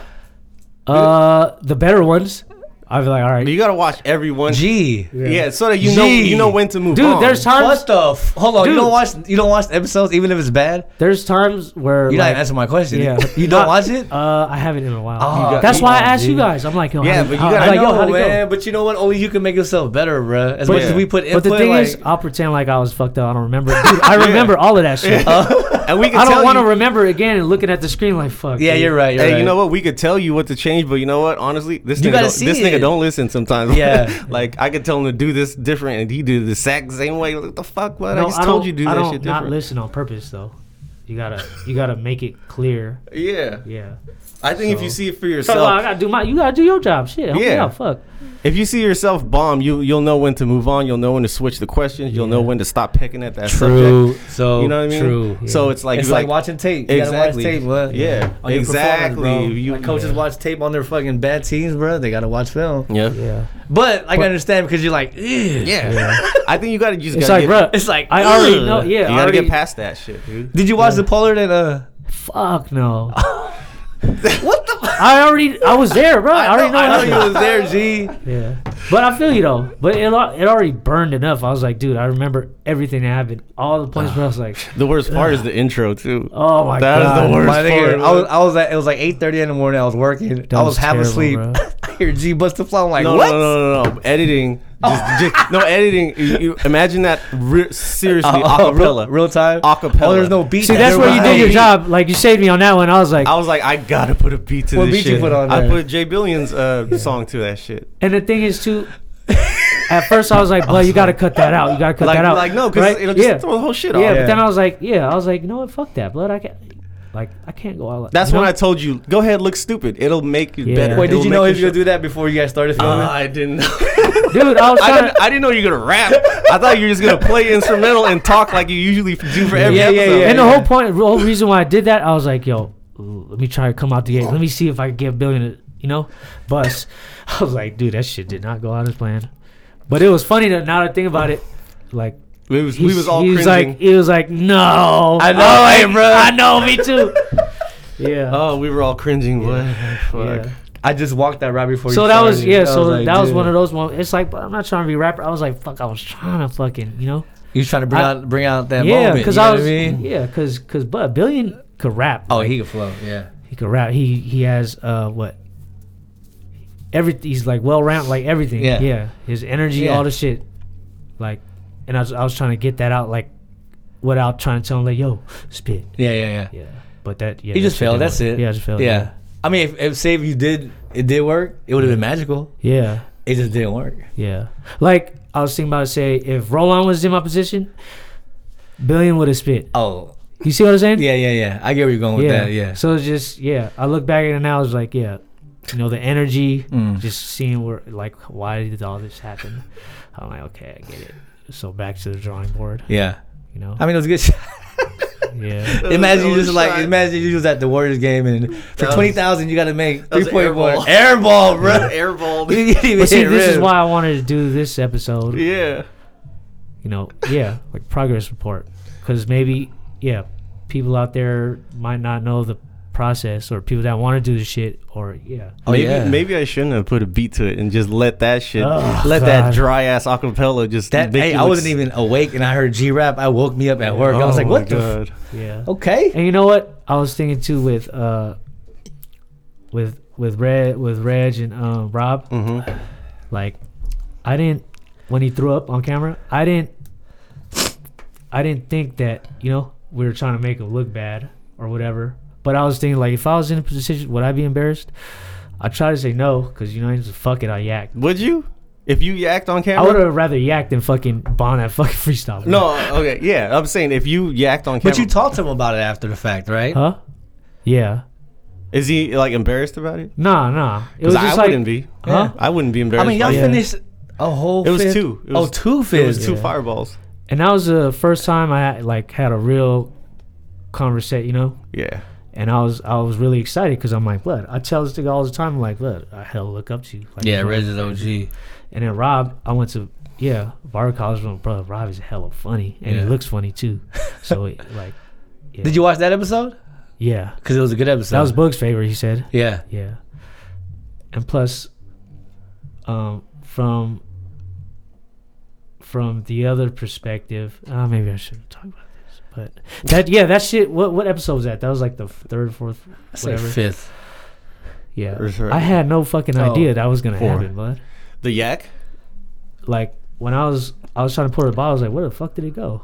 S3: Uh, the better ones. I was like, all right,
S2: You gotta watch everyone.
S4: Gee.
S2: yeah. so that you know
S4: Gee.
S2: you know when to move
S3: dude.
S2: on.
S3: There's times,
S4: What the? F- hold on. You
S3: Dude.
S4: don't watch. You don't watch episodes, even if it's bad.
S3: there's times where
S4: You're not
S3: like,
S4: answering my question.
S3: yeah.
S4: You
S3: <laughs>
S4: don't watch it.
S3: uh, I haven't in a while.
S4: Oh, you got-
S3: That's why I
S4: oh,
S3: asked you
S4: dude.
S3: guys. I'm like, yo,
S2: Yeah,
S3: how,
S2: but you
S3: how- I'm
S2: gotta
S4: I
S3: like, yo,
S4: know,
S3: how to go.
S4: man. But you know what? Only you can make yourself better, bro. As much
S2: Yeah.
S4: as we put input,
S3: But the thing
S4: like,
S3: is, uh, I'll pretend like I was fucked up. I don't remember. Dude,
S4: <laughs>
S3: I remember all of that shit.
S4: Uh,
S2: and we can
S3: I
S2: tell
S3: don't want to
S2: you-
S3: remember again and looking at the screen like fuck.
S4: yeah,
S3: dude.
S4: you're right. You're
S2: Hey,
S4: right.
S2: you know what? We could tell you what to change, but you know what? Honestly, this
S4: You
S2: nigga
S4: gotta
S2: don't,
S4: see
S2: this
S4: it.
S2: nigga don't listen sometimes.
S4: Yeah.
S2: <laughs> like I could tell him to do this different, and he do the exact same way. Like, the fuck, what? I
S3: No,
S2: just told you do
S3: I
S2: that
S3: don't
S2: shit
S3: not
S2: different.
S3: listen on purpose though. You gotta you gotta make it clear.
S2: yeah,
S3: Yeah.
S2: I think if
S3: So-
S2: you see it for
S3: So, I
S2: yourself,
S3: gotta do my. You gotta do your job. Shit. Help me
S2: Yeah.
S3: out. Fuck.
S2: if you see yourself bomb, you you'll know when to move on. You'll know when to switch the questions. You'll know when to stop picking at that
S4: True.
S2: subject.
S4: So
S2: You know what I mean?
S4: True.
S2: So it's like
S4: it's
S2: you
S4: like,
S2: like,
S4: watching tape. You
S2: exactly.
S4: gotta watch tape, bro.
S2: Yeah,
S4: On your
S2: exactly.
S4: performance, bro.
S2: You-
S4: like coaches
S3: yeah.
S4: watch tape on their fucking bad teams, bro. They gotta watch film.
S2: yeah, yeah.
S3: Yeah.
S4: But like, I understand because you're like, Ew.
S2: I think you gotta you just
S3: It's like,
S2: gotta get, <clears throat>
S3: bro.
S4: It's like
S3: I already
S4: ugh.
S3: know. Yeah.
S2: you
S3: I
S2: gotta
S3: already,
S2: get past that shit, dude.
S4: Did you watch the Pollard and uh?
S3: Fuck
S2: <laughs>
S3: no.
S4: What the?
S3: <laughs> I already. I was there, bro. I, already know.
S4: I
S3: what
S4: know you
S3: happened.
S4: was there, G. <laughs>
S3: Yeah, but I feel you though. But it al- it already burned enough. I was like, dude, I remember everything that happened. All the points where I was
S2: <laughs>
S3: like,
S2: The worst part is the intro too.
S3: oh my
S2: That is
S3: god,
S2: the worst.
S4: My nigga,
S2: part,
S4: I was,
S2: bro.
S4: I was at, it was like 8.30 in the morning. I was working. I was
S3: was
S4: half
S3: terrible,
S4: asleep.
S3: bro.
S4: <laughs> I hear G bust the flow. I'm like,
S2: No,
S4: what?
S2: no, no,
S4: <laughs>
S2: no, no. Editing. Just, just, no editing. You, you imagine that re- seriously,
S4: <laughs> Uh, uh,
S2: acapella.
S4: real, real time.
S2: Acapella.
S4: Oh, there's no beat.
S3: See, that's
S4: There
S3: where
S4: was
S3: you
S4: no
S3: did your
S4: beat.
S3: job. Like you saved me on that one. I was like,
S2: I was like, I gotta put a beat to
S4: What
S2: this
S4: beat you
S2: shit.
S4: put on
S2: I
S4: there?
S2: put Jay Billion's uh, song to that shit.
S3: and the thing is too, at first I was like, "Bro, you gotta cut that out. You gotta cut
S2: Like,
S3: that out."
S2: like no, because
S3: right?
S2: it'll just
S3: yeah.
S2: throw the whole shit off.
S3: yeah, but
S4: Yeah.
S3: then I was like, "Yeah," I was like, "You know what? Fuck that, blood. I can't." Like I can't go out. like-
S2: That's
S3: you know?
S2: when I told you, go ahead, look stupid. It'll make you
S3: Yeah.
S2: better.
S3: Wait,
S4: Wait,
S2: It'll
S4: did you
S2: make
S4: know he was
S2: your
S4: gonna do that before you guys started
S2: show-
S4: filming?
S2: Uh, I didn't know.
S4: <laughs>
S3: dude. I was
S2: <laughs> I
S3: trying.
S2: didn't, I didn't know you were gonna rap. I thought you were just gonna play instrumental and talk like you usually do for every
S4: Yeah, yeah,
S2: episode.
S4: yeah,
S3: and the
S4: yeah.
S3: whole point, the whole reason why I did that, I was like, yo, ooh, let me try to come out the gate. Let me see if I can get a billion, to- you know, bus. <laughs> I was like, dude, that shit did not go out as planned. But it was funny that now that I think about it, like,
S2: We was, we
S3: he's-
S2: was all
S3: he was
S2: cringing.
S3: like, he was like, no,
S4: I know,
S3: Oh,
S4: hey, bro.
S3: I know, me
S4: <laughs>
S3: too. yeah.
S2: oh, we were all cringing. What?
S3: yeah.
S2: Fuck.
S4: I just walked that right before.
S3: So
S4: you
S3: that was
S4: started.
S3: yeah. So
S4: like,
S3: that was
S4: dude.
S3: one of those moments. It's like but I'm not trying to be a rapper. I was like, fuck. I was trying to fucking you know.
S4: You was trying to bring
S3: I-
S4: out bring out that
S3: yeah,
S4: moment.
S3: because
S4: you know
S3: I
S4: what
S3: was
S4: mean?
S3: yeah, because because but billion could rap.
S4: Oh, he could flow. Yeah.
S3: He could rap. He he has uh what? Every he's like well round like everything.
S4: Yeah.
S3: Yeah. His energy,
S4: Yeah.
S3: all the shit. Like, and I was I was trying to get that out like, without trying to tell him like yo spit.
S4: Yeah, yeah, yeah.
S3: Yeah. But that yeah.
S4: He
S3: that
S4: just
S3: shit
S4: failed.
S3: didn't
S4: That's
S3: work.
S4: it.
S3: Yeah, I just failed.
S4: Yeah. I mean, if, if save you did, it did work. It would have been magical.
S3: Yeah.
S4: It just didn't work.
S3: Yeah. Like I was thinking about to say if Roland was in my position, billion would have spit.
S4: Oh,
S3: You see what I'm saying?
S4: yeah, yeah, yeah. I get where you're going with that. Yeah.
S3: So it's just yeah, I look back at it now. It's like yeah, you know the energy,
S4: Mm.
S3: just seeing where like why did all this happen? I'm like okay, I get it. So back to the drawing board,
S4: yeah.
S3: you know.
S4: I mean, it was a good. Shot.
S3: yeah,
S4: <laughs> imagine
S2: that
S4: you
S2: was
S4: just
S2: a
S4: like
S2: shot.
S4: imagine you was at the Warriors game and for
S2: was-
S4: twenty thousand you got to make
S2: was
S4: three
S2: an air
S4: point one
S2: ball.
S4: air ball, bro.
S2: Airball.
S4: <laughs> You didn't even
S3: but see,
S4: hit
S3: this is
S4: rim.
S3: why I wanted to do this episode.
S2: <laughs> yeah.
S3: You know, yeah, like progress report, because maybe yeah, people out there might not know the process, or people that want to do the shit, or yeah.
S4: Oh,
S2: maybe,
S4: yeah.
S2: maybe I shouldn't have put a beat to it and just let that shit,
S3: Oh,
S2: let
S3: God.
S2: that dry ass acapella just.
S4: That
S2: make
S4: hey,
S2: you
S4: I
S2: look
S4: wasn't
S2: s-
S4: even awake and I heard G rap. I woke me up at work. I
S2: Oh
S4: was like,
S2: my
S4: what the? F-
S2: God.
S3: Yeah.
S4: okay.
S3: And you know what? I was thinking too with uh with with Red with Reg and um Rob.
S2: Mm-hmm.
S3: Like I didn't when he threw up on camera, I didn't I didn't think that, you know, we were trying to make him look bad or whatever. But I was thinking like if I was in a position, would I be embarrassed? I try to say no because you know he's fuck it, I yak.
S2: Would you? If you yacked on
S3: I
S2: camera?
S3: would have rather yak than fucking bond that fucking <laughs> freestyle. bro.
S2: No. Okay. Yeah. I'm saying if you yacked on camera,
S4: But you talked to him about it after the fact, right?
S3: Huh? Yeah.
S2: is he like embarrassed about it?
S3: Nah, nah. It was
S2: Because I
S3: just
S2: wouldn't
S3: like
S2: be.
S3: Huh?
S2: I wouldn't be
S4: I
S2: embarrassed.
S4: mean, y'all
S2: by
S3: Yeah.
S4: finished a whole.
S2: It was
S4: fifth-
S2: two. It
S4: oh,
S2: was-
S4: two
S2: it was
S4: fifths.
S2: two
S3: Yeah.
S2: fireballs.
S3: and that was the first time I like had a real conversation, you know.
S2: Yeah.
S3: And I was I was really excited because I'm like, blood. I tell this nigga all the time, I'm like, blood, I hell look up to you. Like,
S4: Yeah,
S3: you know?
S4: Reg is OG.
S3: And then Rob, I went to yeah Bar College with him, bro. Rob is hella funny, and
S4: Yeah.
S3: he looks funny
S4: <laughs>
S3: too. So it, like,
S4: Did you watch that episode?
S3: yeah,
S4: Because it was a good episode.
S3: that was Book's favorite. He said,
S4: yeah.
S3: yeah. And plus, um, from from the other perspective, uh, maybe I shouldn't talk about this, but that yeah, that shit. What what episode was that? That was like the f- third, fourth,
S4: It's like
S3: whatever.
S4: fifth.
S3: yeah,
S2: Or sorry.
S3: I had no fucking
S4: Oh,
S3: idea that was gonna
S2: four.
S3: happen, bud.
S2: The yak.
S3: Like when I was I was trying to pour the bottle, I was like, where the fuck did it go?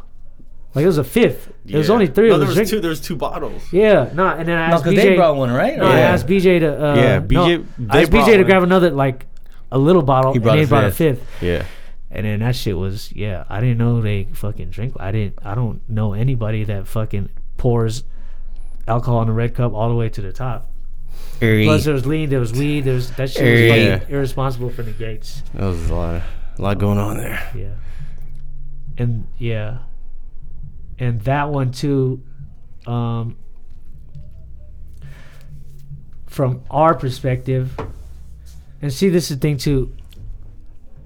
S3: Like it was a fifth. There was
S2: Yeah.
S3: only three
S2: No,
S3: of
S2: there
S3: us
S2: was
S3: drinking.
S2: two. There was two bottles.
S3: Yeah, no, and then I
S4: No,
S3: asked
S4: because
S3: BJ.
S4: they brought one, right?
S3: No, I
S2: Yeah.
S3: asked BJ to. Uh,
S2: Yeah,
S3: BJ.
S2: BJ
S3: No,
S2: they
S3: I asked
S2: brought
S3: BJ to
S2: one.
S3: grab another like a little bottle,
S4: He
S3: and
S4: brought
S3: they
S4: a
S3: brought
S4: fifth.
S3: a fifth.
S2: Yeah.
S3: And then that shit was yeah. I didn't know they fucking drink. I didn't. I don't know anybody that fucking pours alcohol in a red cup all the way to the top. Plus, there was lean, there was weed, there was that shit was
S2: Yeah.
S3: fucking irresponsible for the gates.
S2: That was a lot. A lot going on there.
S3: Yeah. And yeah. And that one too, um from our perspective. And see this is the thing too.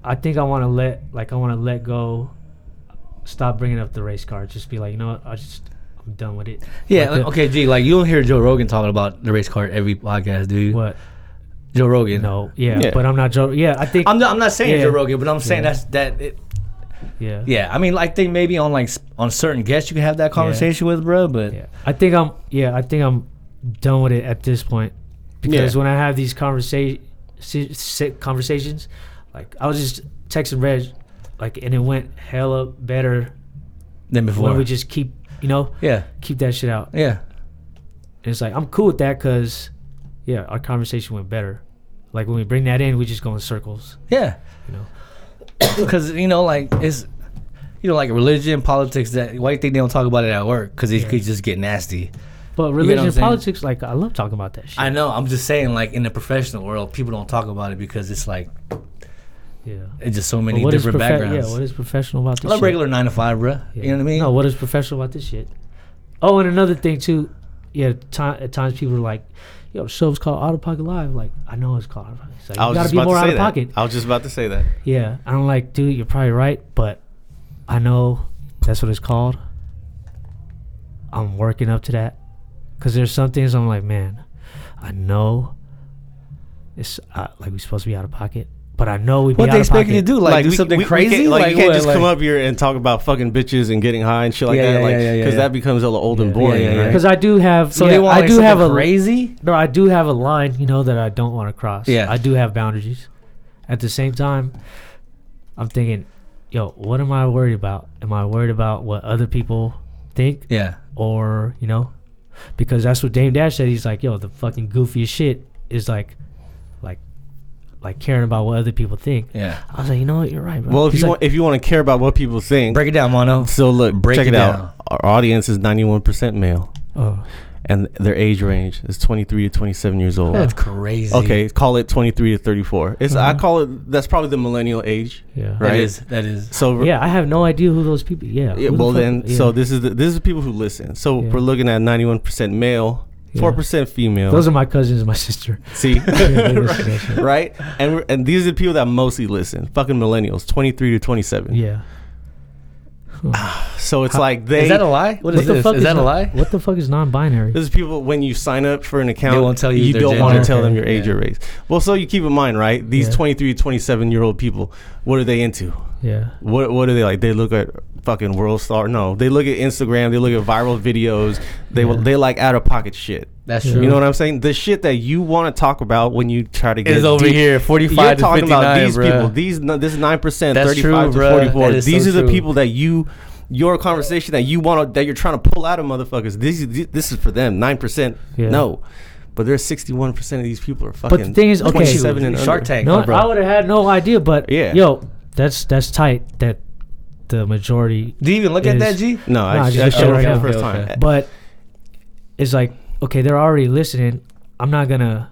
S3: I think I wanna let like I wanna let go stop bringing up the race card. Just be like, you know what, I just I'm done with it.
S4: Yeah.
S3: Like
S4: like,
S3: the-
S4: okay, G. Like you don't hear Joe Rogan talking about the race car every podcast, do you?
S3: What?
S4: Joe Rogan.
S3: No, yeah,
S2: Yeah.
S3: but I'm not joking. Yeah, I think
S4: I'm not, I'm not saying
S3: Yeah.
S4: Joe Rogan, but I'm saying
S3: Yeah.
S4: that's that. It,
S3: yeah.
S4: yeah. I mean, I think maybe on like s- on certain guests you can have that conversation with, bro. But
S3: Yeah, I think I'm. Yeah, I think I'm done with it at this point because
S2: Yeah.
S3: when I have these conversation conversations, like I was just texting Reg, like, and it went hella better
S4: than before.
S3: when we just keep, you know,
S4: yeah.
S3: keep that shit out.
S4: Yeah.
S3: And it's like I'm cool with that because, yeah, our conversation went better. Like when we bring that in, we just go in circles.
S4: Yeah.
S3: You know.
S4: <coughs> because you know, like it's you know, like religion, politics. That why you think they don't talk about it at work? Because it could just get nasty.
S3: But
S4: what
S3: religion,
S4: I'm
S3: and
S4: saying?
S3: politics, like I love talking about that shit.
S4: I know. I'm just saying, like in the professional world, people don't talk about it because it's like
S3: yeah.
S4: it's just so
S3: But
S4: many
S3: what is
S4: different
S3: profe-
S4: backgrounds.
S3: Yeah, what is professional about this?
S4: like
S3: shit?
S4: regular nine to five, bruh.
S3: Yeah.
S4: You know what I mean?
S3: No, what is professional about this shit? Oh, and another thing too. Yeah, ti at times people are like, "Yo, the show's called Out of Pocket Live." Like, I know it's called. Out of Pocket. It's like,
S2: I
S3: you
S2: was
S3: gotta
S2: just
S3: be
S2: about
S3: more
S2: to
S3: out
S2: say
S3: of
S2: that.
S3: pocket.
S2: I was just about to say that.
S3: Yeah, and I'm like, dude, you're probably right, but I know that's what it's called. I'm working up to that because there's some things I'm like, man, I know it's uh, like we're supposed to be out of pocket, but I know we be
S4: what
S3: out
S4: they
S3: of
S4: expect you to
S3: pocket.
S4: do? Like, do
S2: we-
S4: something
S2: we- we
S4: crazy?
S2: can't- like, you can't
S4: what,
S2: just come
S4: like-
S2: up here and talk about fucking bitches and getting high and shit like
S4: Yeah,
S2: that,
S4: yeah,
S2: like
S4: yeah, yeah, yeah.
S2: that becomes a little old and
S3: Yeah.
S2: boring.
S4: Yeah, yeah,
S2: right?
S4: yeah.
S3: Because I do have,
S4: So
S3: yeah,
S4: they want
S3: I
S4: like,
S3: do
S4: something
S3: have a
S4: crazy.
S3: no, I do have a line, you know, that I don't want to cross.
S4: Yeah.
S3: I do have boundaries. At the same time, I'm thinking, yo, what am I worried about? Am I worried about what other people think?
S4: Yeah.
S3: Or, you know, because that's what Dame Dash said. He's like, yo, the fucking goofiest shit is like, like, like caring about what other people think.
S4: Yeah.
S3: I was like, you know what? You're right, bro.
S2: well, if
S3: He's
S2: you
S3: like,
S2: want, if you want to care about what people think,
S4: Break it down, Mono.
S2: so look,
S4: break
S2: check
S4: it
S2: it,
S4: down.
S2: out. Our audience is ninety one percent male,
S3: oh,
S2: and their age range is twenty three to twenty seven years old.
S4: That's crazy.
S2: Okay, call it twenty three to thirty four. It's
S3: Uh-huh.
S2: I call it that's probably the millennial age.
S3: yeah.
S4: That
S2: Right.
S4: is. That is.
S2: So
S3: Yeah, I have no idea who those people. Yeah.
S2: Yeah,
S3: who the
S2: well
S3: fuck-
S2: then,
S3: yeah.
S2: so this is the, this is people who listen. So
S3: Yeah.
S2: we're looking at ninety one percent male,
S3: Yeah.
S2: four percent female.
S3: those are my cousins, and my sister.
S2: <laughs> see,
S3: Yeah, they listen to that shit.
S2: right? And we're, and these are the people that mostly listen. Fucking millennials, twenty three to twenty seven.
S3: Yeah.
S2: So it's like they.
S4: is that a lie? What is
S3: the
S4: this?
S3: fuck
S4: Is that a
S3: non-
S4: lie?
S3: What the fuck is non-binary?
S2: This is people when you sign up for an account,
S4: won't tell you their
S2: don't want
S4: gender.
S2: to tell them your
S4: Okay.
S2: age
S4: Yeah.
S2: or race. Well, so you keep in mind, right? These
S3: Yeah.
S2: 23, 27 year old people, what are they into?
S3: Yeah,
S2: What what are they like? They look at fucking world star. No, they look at Instagram. They look at viral videos. They
S3: Yeah.
S2: they like out of pocket shit.
S4: That's
S3: You
S4: true.
S2: You know what I'm saying? The shit that you want to talk about when you try to get
S4: Is over
S2: deep-
S4: here,
S2: You're
S4: 45 to
S2: talking
S4: 59,
S2: about these
S4: bruh.
S2: people. These no- this nine percent,
S4: That's
S2: thirty five to
S4: true, bruh.
S2: forty four.
S4: That is
S2: These
S4: so
S2: are the
S4: true.
S2: people that you your conversation that you want to that you're trying to pull out of motherfuckers. This is this is for them. Nine percent,
S3: Yeah.
S2: no, but there's sixty one percent of these people are fucking.
S3: but the thing is, okay,
S2: 27 and
S4: Shark
S2: under.
S4: Tank.
S3: no,
S4: huh, bro?
S3: I would have had no idea. But
S2: Yeah.
S3: yo, that's that's tight. That the majority,
S4: Do you even look
S3: It
S4: at
S3: is.
S4: that, G?
S2: no, I,
S3: Nah,
S2: I
S3: just
S2: showed
S3: right
S2: it for
S3: now.
S2: the first
S4: Okay,
S2: time.
S4: okay.
S3: but it's like okay, they're already listening. I'm not gonna,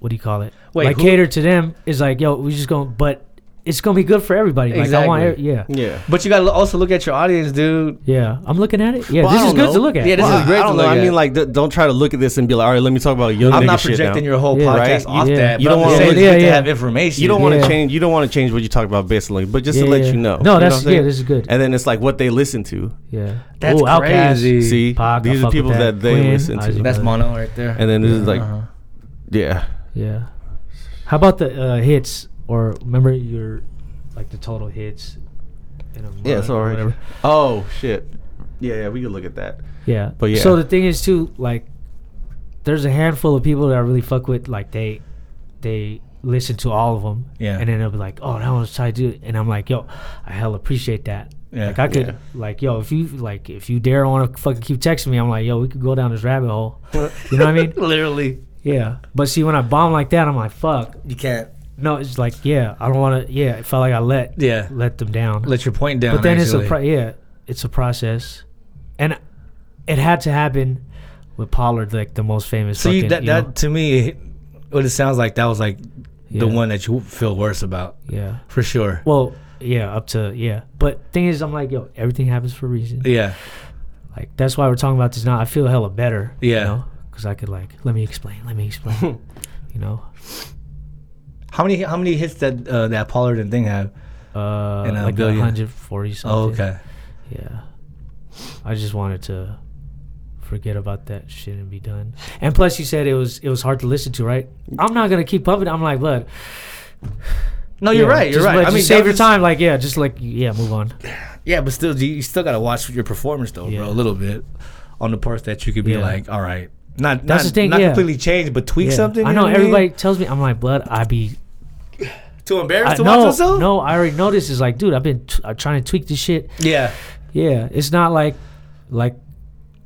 S3: what do you call it?
S4: Wait,
S3: like
S4: who-
S3: cater to them is like yo, we just going, but it's gonna be good for everybody. Like I want, every-
S4: Exactly.
S3: yeah,
S2: Yeah.
S4: But you gotta lo- also look at your audience, dude.
S3: yeah. I'm looking at it. Yeah,
S2: Well, I
S3: this is
S2: don't
S3: good
S2: know.
S3: to look at.
S4: Yeah, this
S3: Well,
S4: is great
S2: I
S4: to
S2: don't know.
S4: look
S2: I
S4: at.
S2: mean, like, th- don't try to look at this and be like, all right, let me talk about young
S4: I'm
S2: nigga
S4: not
S2: shit
S4: projecting
S2: now.
S4: your whole
S3: Yeah.
S2: Right?
S4: podcast off
S3: Yeah.
S4: that.
S2: You
S4: but
S2: don't
S4: I'm
S2: wanna
S4: just
S2: look-
S4: saying it's good
S3: yeah,
S4: to
S3: yeah.
S4: have information.
S2: You don't want
S3: Yeah.
S2: to change. You don't want to change what you talk about basically, but just
S3: yeah,
S2: to let
S3: yeah.
S2: you know.
S3: No,
S2: You know
S3: that's
S2: what I'm
S3: yeah,
S2: saying?
S3: this is good.
S2: And then it's like what they listen to.
S3: yeah,
S4: That's
S3: Ooh, Outkast.
S4: crazy.
S2: See,
S3: Pac, I
S2: these
S3: fuck
S2: are
S3: with
S2: people
S3: that.
S2: that, they
S3: Queen,
S2: listen
S3: Ozzy
S2: to.
S4: That's
S3: Yeah.
S4: mono right there.
S2: And then this is like,
S4: Uh-huh.
S2: yeah,
S3: Yeah. How about the uh, hits? Or remember your like the total hits in a month
S2: yeah, it's
S3: or
S2: alright.
S3: whatever.
S2: Oh shit, yeah, yeah, we could look at that.
S3: Yeah.
S2: But yeah.
S3: So the thing is too, like, there's a handful of people that I really fuck with. Like they, they listen to all of them.
S4: Yeah.
S3: And then they'll be like, "Oh, that was tight, dude," and I'm like, "Yo, I hell appreciate that."
S4: Yeah.
S3: Like I could,
S2: Yeah.
S3: like, yo, if you like, if you dare want to fucking keep texting me, I'm like, yo, we could go down this rabbit hole. You know what I
S2: <laughs>
S3: mean?
S4: <laughs> literally,
S3: Yeah. But see, when I bomb like that, I'm like, fuck.
S4: you can't
S3: No, it's like yeah, I don't want to. Yeah, it felt like I let
S4: Yeah.
S3: let them down.
S4: let your point down.
S3: but then it's
S4: actually.
S3: a pro- yeah, it's a process, and it had to happen with Pollard, like the most famous.
S4: So you,
S3: fucking,
S4: that,
S3: you know?
S4: that to me, what it sounds like that was like
S3: yeah,
S4: the one that you feel worse about
S3: Yeah.
S4: for sure.
S3: Well, yeah, up to yeah. But thing is, I'm like yo, everything happens for a reason.
S4: yeah,
S3: Like that's why we're talking about this now. I feel hella better.
S4: Yeah.
S3: Because I could like let me explain, let me
S4: <laughs>
S3: explain. you know.
S4: how many how many hits that uh, that Pollard and thing have?
S3: Uh,
S4: And a
S3: like
S4: billion.
S3: 140 something.
S4: Oh, okay.
S3: Yeah. I just wanted to forget about that shit and be done. And plus you said it was it was hard to listen to, right? I'm not gonna keep pumping. I'm like, look.
S4: No, Oh, you're
S3: yeah,
S4: right. You're
S3: just
S4: right.
S3: let-
S4: I mean,
S3: just save
S4: that
S3: your
S4: was-
S3: time. Like, yeah, just like yeah, move on.
S4: Yeah, but still, you you still gotta watch your performance though,
S3: Yeah.
S4: bro. A little bit on the parts that you could be
S3: Yeah.
S4: like, all right, not
S3: That's
S4: not,
S3: the thing,
S4: not
S3: yeah.
S4: completely change, but tweak
S3: Yeah.
S4: something.
S3: I
S4: you
S3: know
S4: what mean?
S3: everybody tells me I'm like, blood. I be
S4: too embarrassed
S3: I,
S4: to watch
S3: no,
S4: yourself.
S3: no. I already know this is like, dude. I've been t- I'm trying to tweak this shit.
S4: Yeah,
S3: Yeah, it's not like like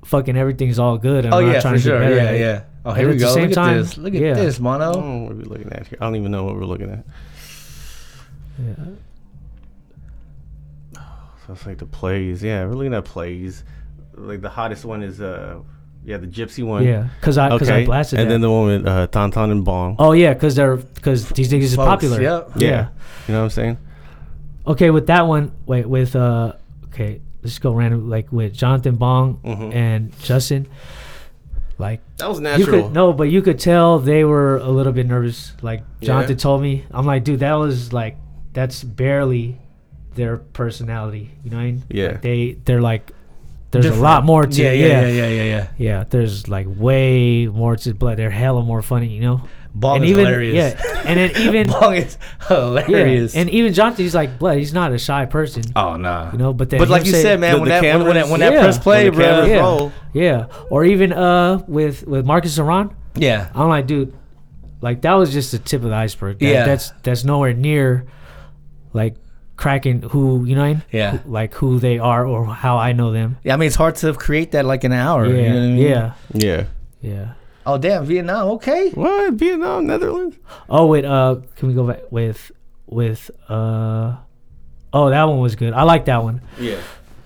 S3: fucking everything's all good. and
S4: Oh
S3: I'm not
S4: yeah,
S3: trying
S4: for
S3: to get
S4: sure.
S3: better
S4: Yeah,
S3: at it.
S4: yeah. Oh,
S3: And
S4: here we
S3: at the
S4: go.
S3: same
S4: Look
S3: time,
S4: at this. Look at
S3: yeah.
S4: this,
S2: I
S3: Oh.
S4: mono.
S2: don't know what we're looking at here. I don't even know what we're looking at.
S3: Yeah.
S2: That's like the plays. Yeah, we're looking at plays. Like the hottest one is uh, yeah, the Gypsy one.
S3: Yeah, because I because I blasted
S2: and
S3: that.
S2: then the one with uh, Tauntaun and Bong.
S3: oh yeah, because they're because these niggas is
S4: Folks,
S3: popular.
S4: yep.
S3: Yeah.
S2: you know what I'm saying?
S3: Okay, with that one, wait with uh, okay, let's go random like with Jonathan Bong
S4: Mm-hmm.
S3: and Justin. Like
S2: That was
S3: you
S2: natural.
S3: could no, but you could tell they were a little bit nervous. Like Jonathan told me, I'm like, dude, that was like that's barely their personality. You know what I mean?
S2: Yeah.
S3: Like, they they're like there's
S4: Different.
S3: a lot more to
S4: Yeah, yeah, yeah, yeah, yeah, yeah.
S3: Yeah, there's like way more to blood. They're hella more funny, you know.
S4: Bong
S3: and
S4: is
S3: even
S4: hilarious.
S3: yeah, and then even
S4: <laughs> Bong is
S3: yeah,
S4: hilarious.
S3: and even Jonathan, he's like blood. He's not a shy person,
S4: oh nah.
S3: you know. But then
S4: but
S3: him
S4: like you
S3: say-
S4: said, man,
S2: The-
S4: when,
S2: the
S4: that, when, when that
S2: cameras-
S4: when that
S3: Yeah.
S4: press play,
S2: When the
S4: bro.
S2: cameras
S4: Yeah.
S3: yeah,
S2: roll.
S3: yeah, or even uh with with Marcus Aran,
S4: yeah.
S3: I'm like, dude, like that was just the tip of the iceberg. That-
S4: Yeah.
S3: that's that's nowhere near like cracking who you know, what I mean?
S4: Yeah.
S3: Who- like who they are or how I know them.
S4: Yeah, I mean, it's hard to create that like in an hour.
S3: Yeah,
S4: you know what I mean?
S3: yeah,
S2: Yeah.
S3: yeah.
S4: Oh damn, Vietnam. Okay.
S2: What? Vietnam, Netherlands?
S3: Oh wait, uh, can we go back with with uh? Oh, that one was good. I like that one
S2: Yeah.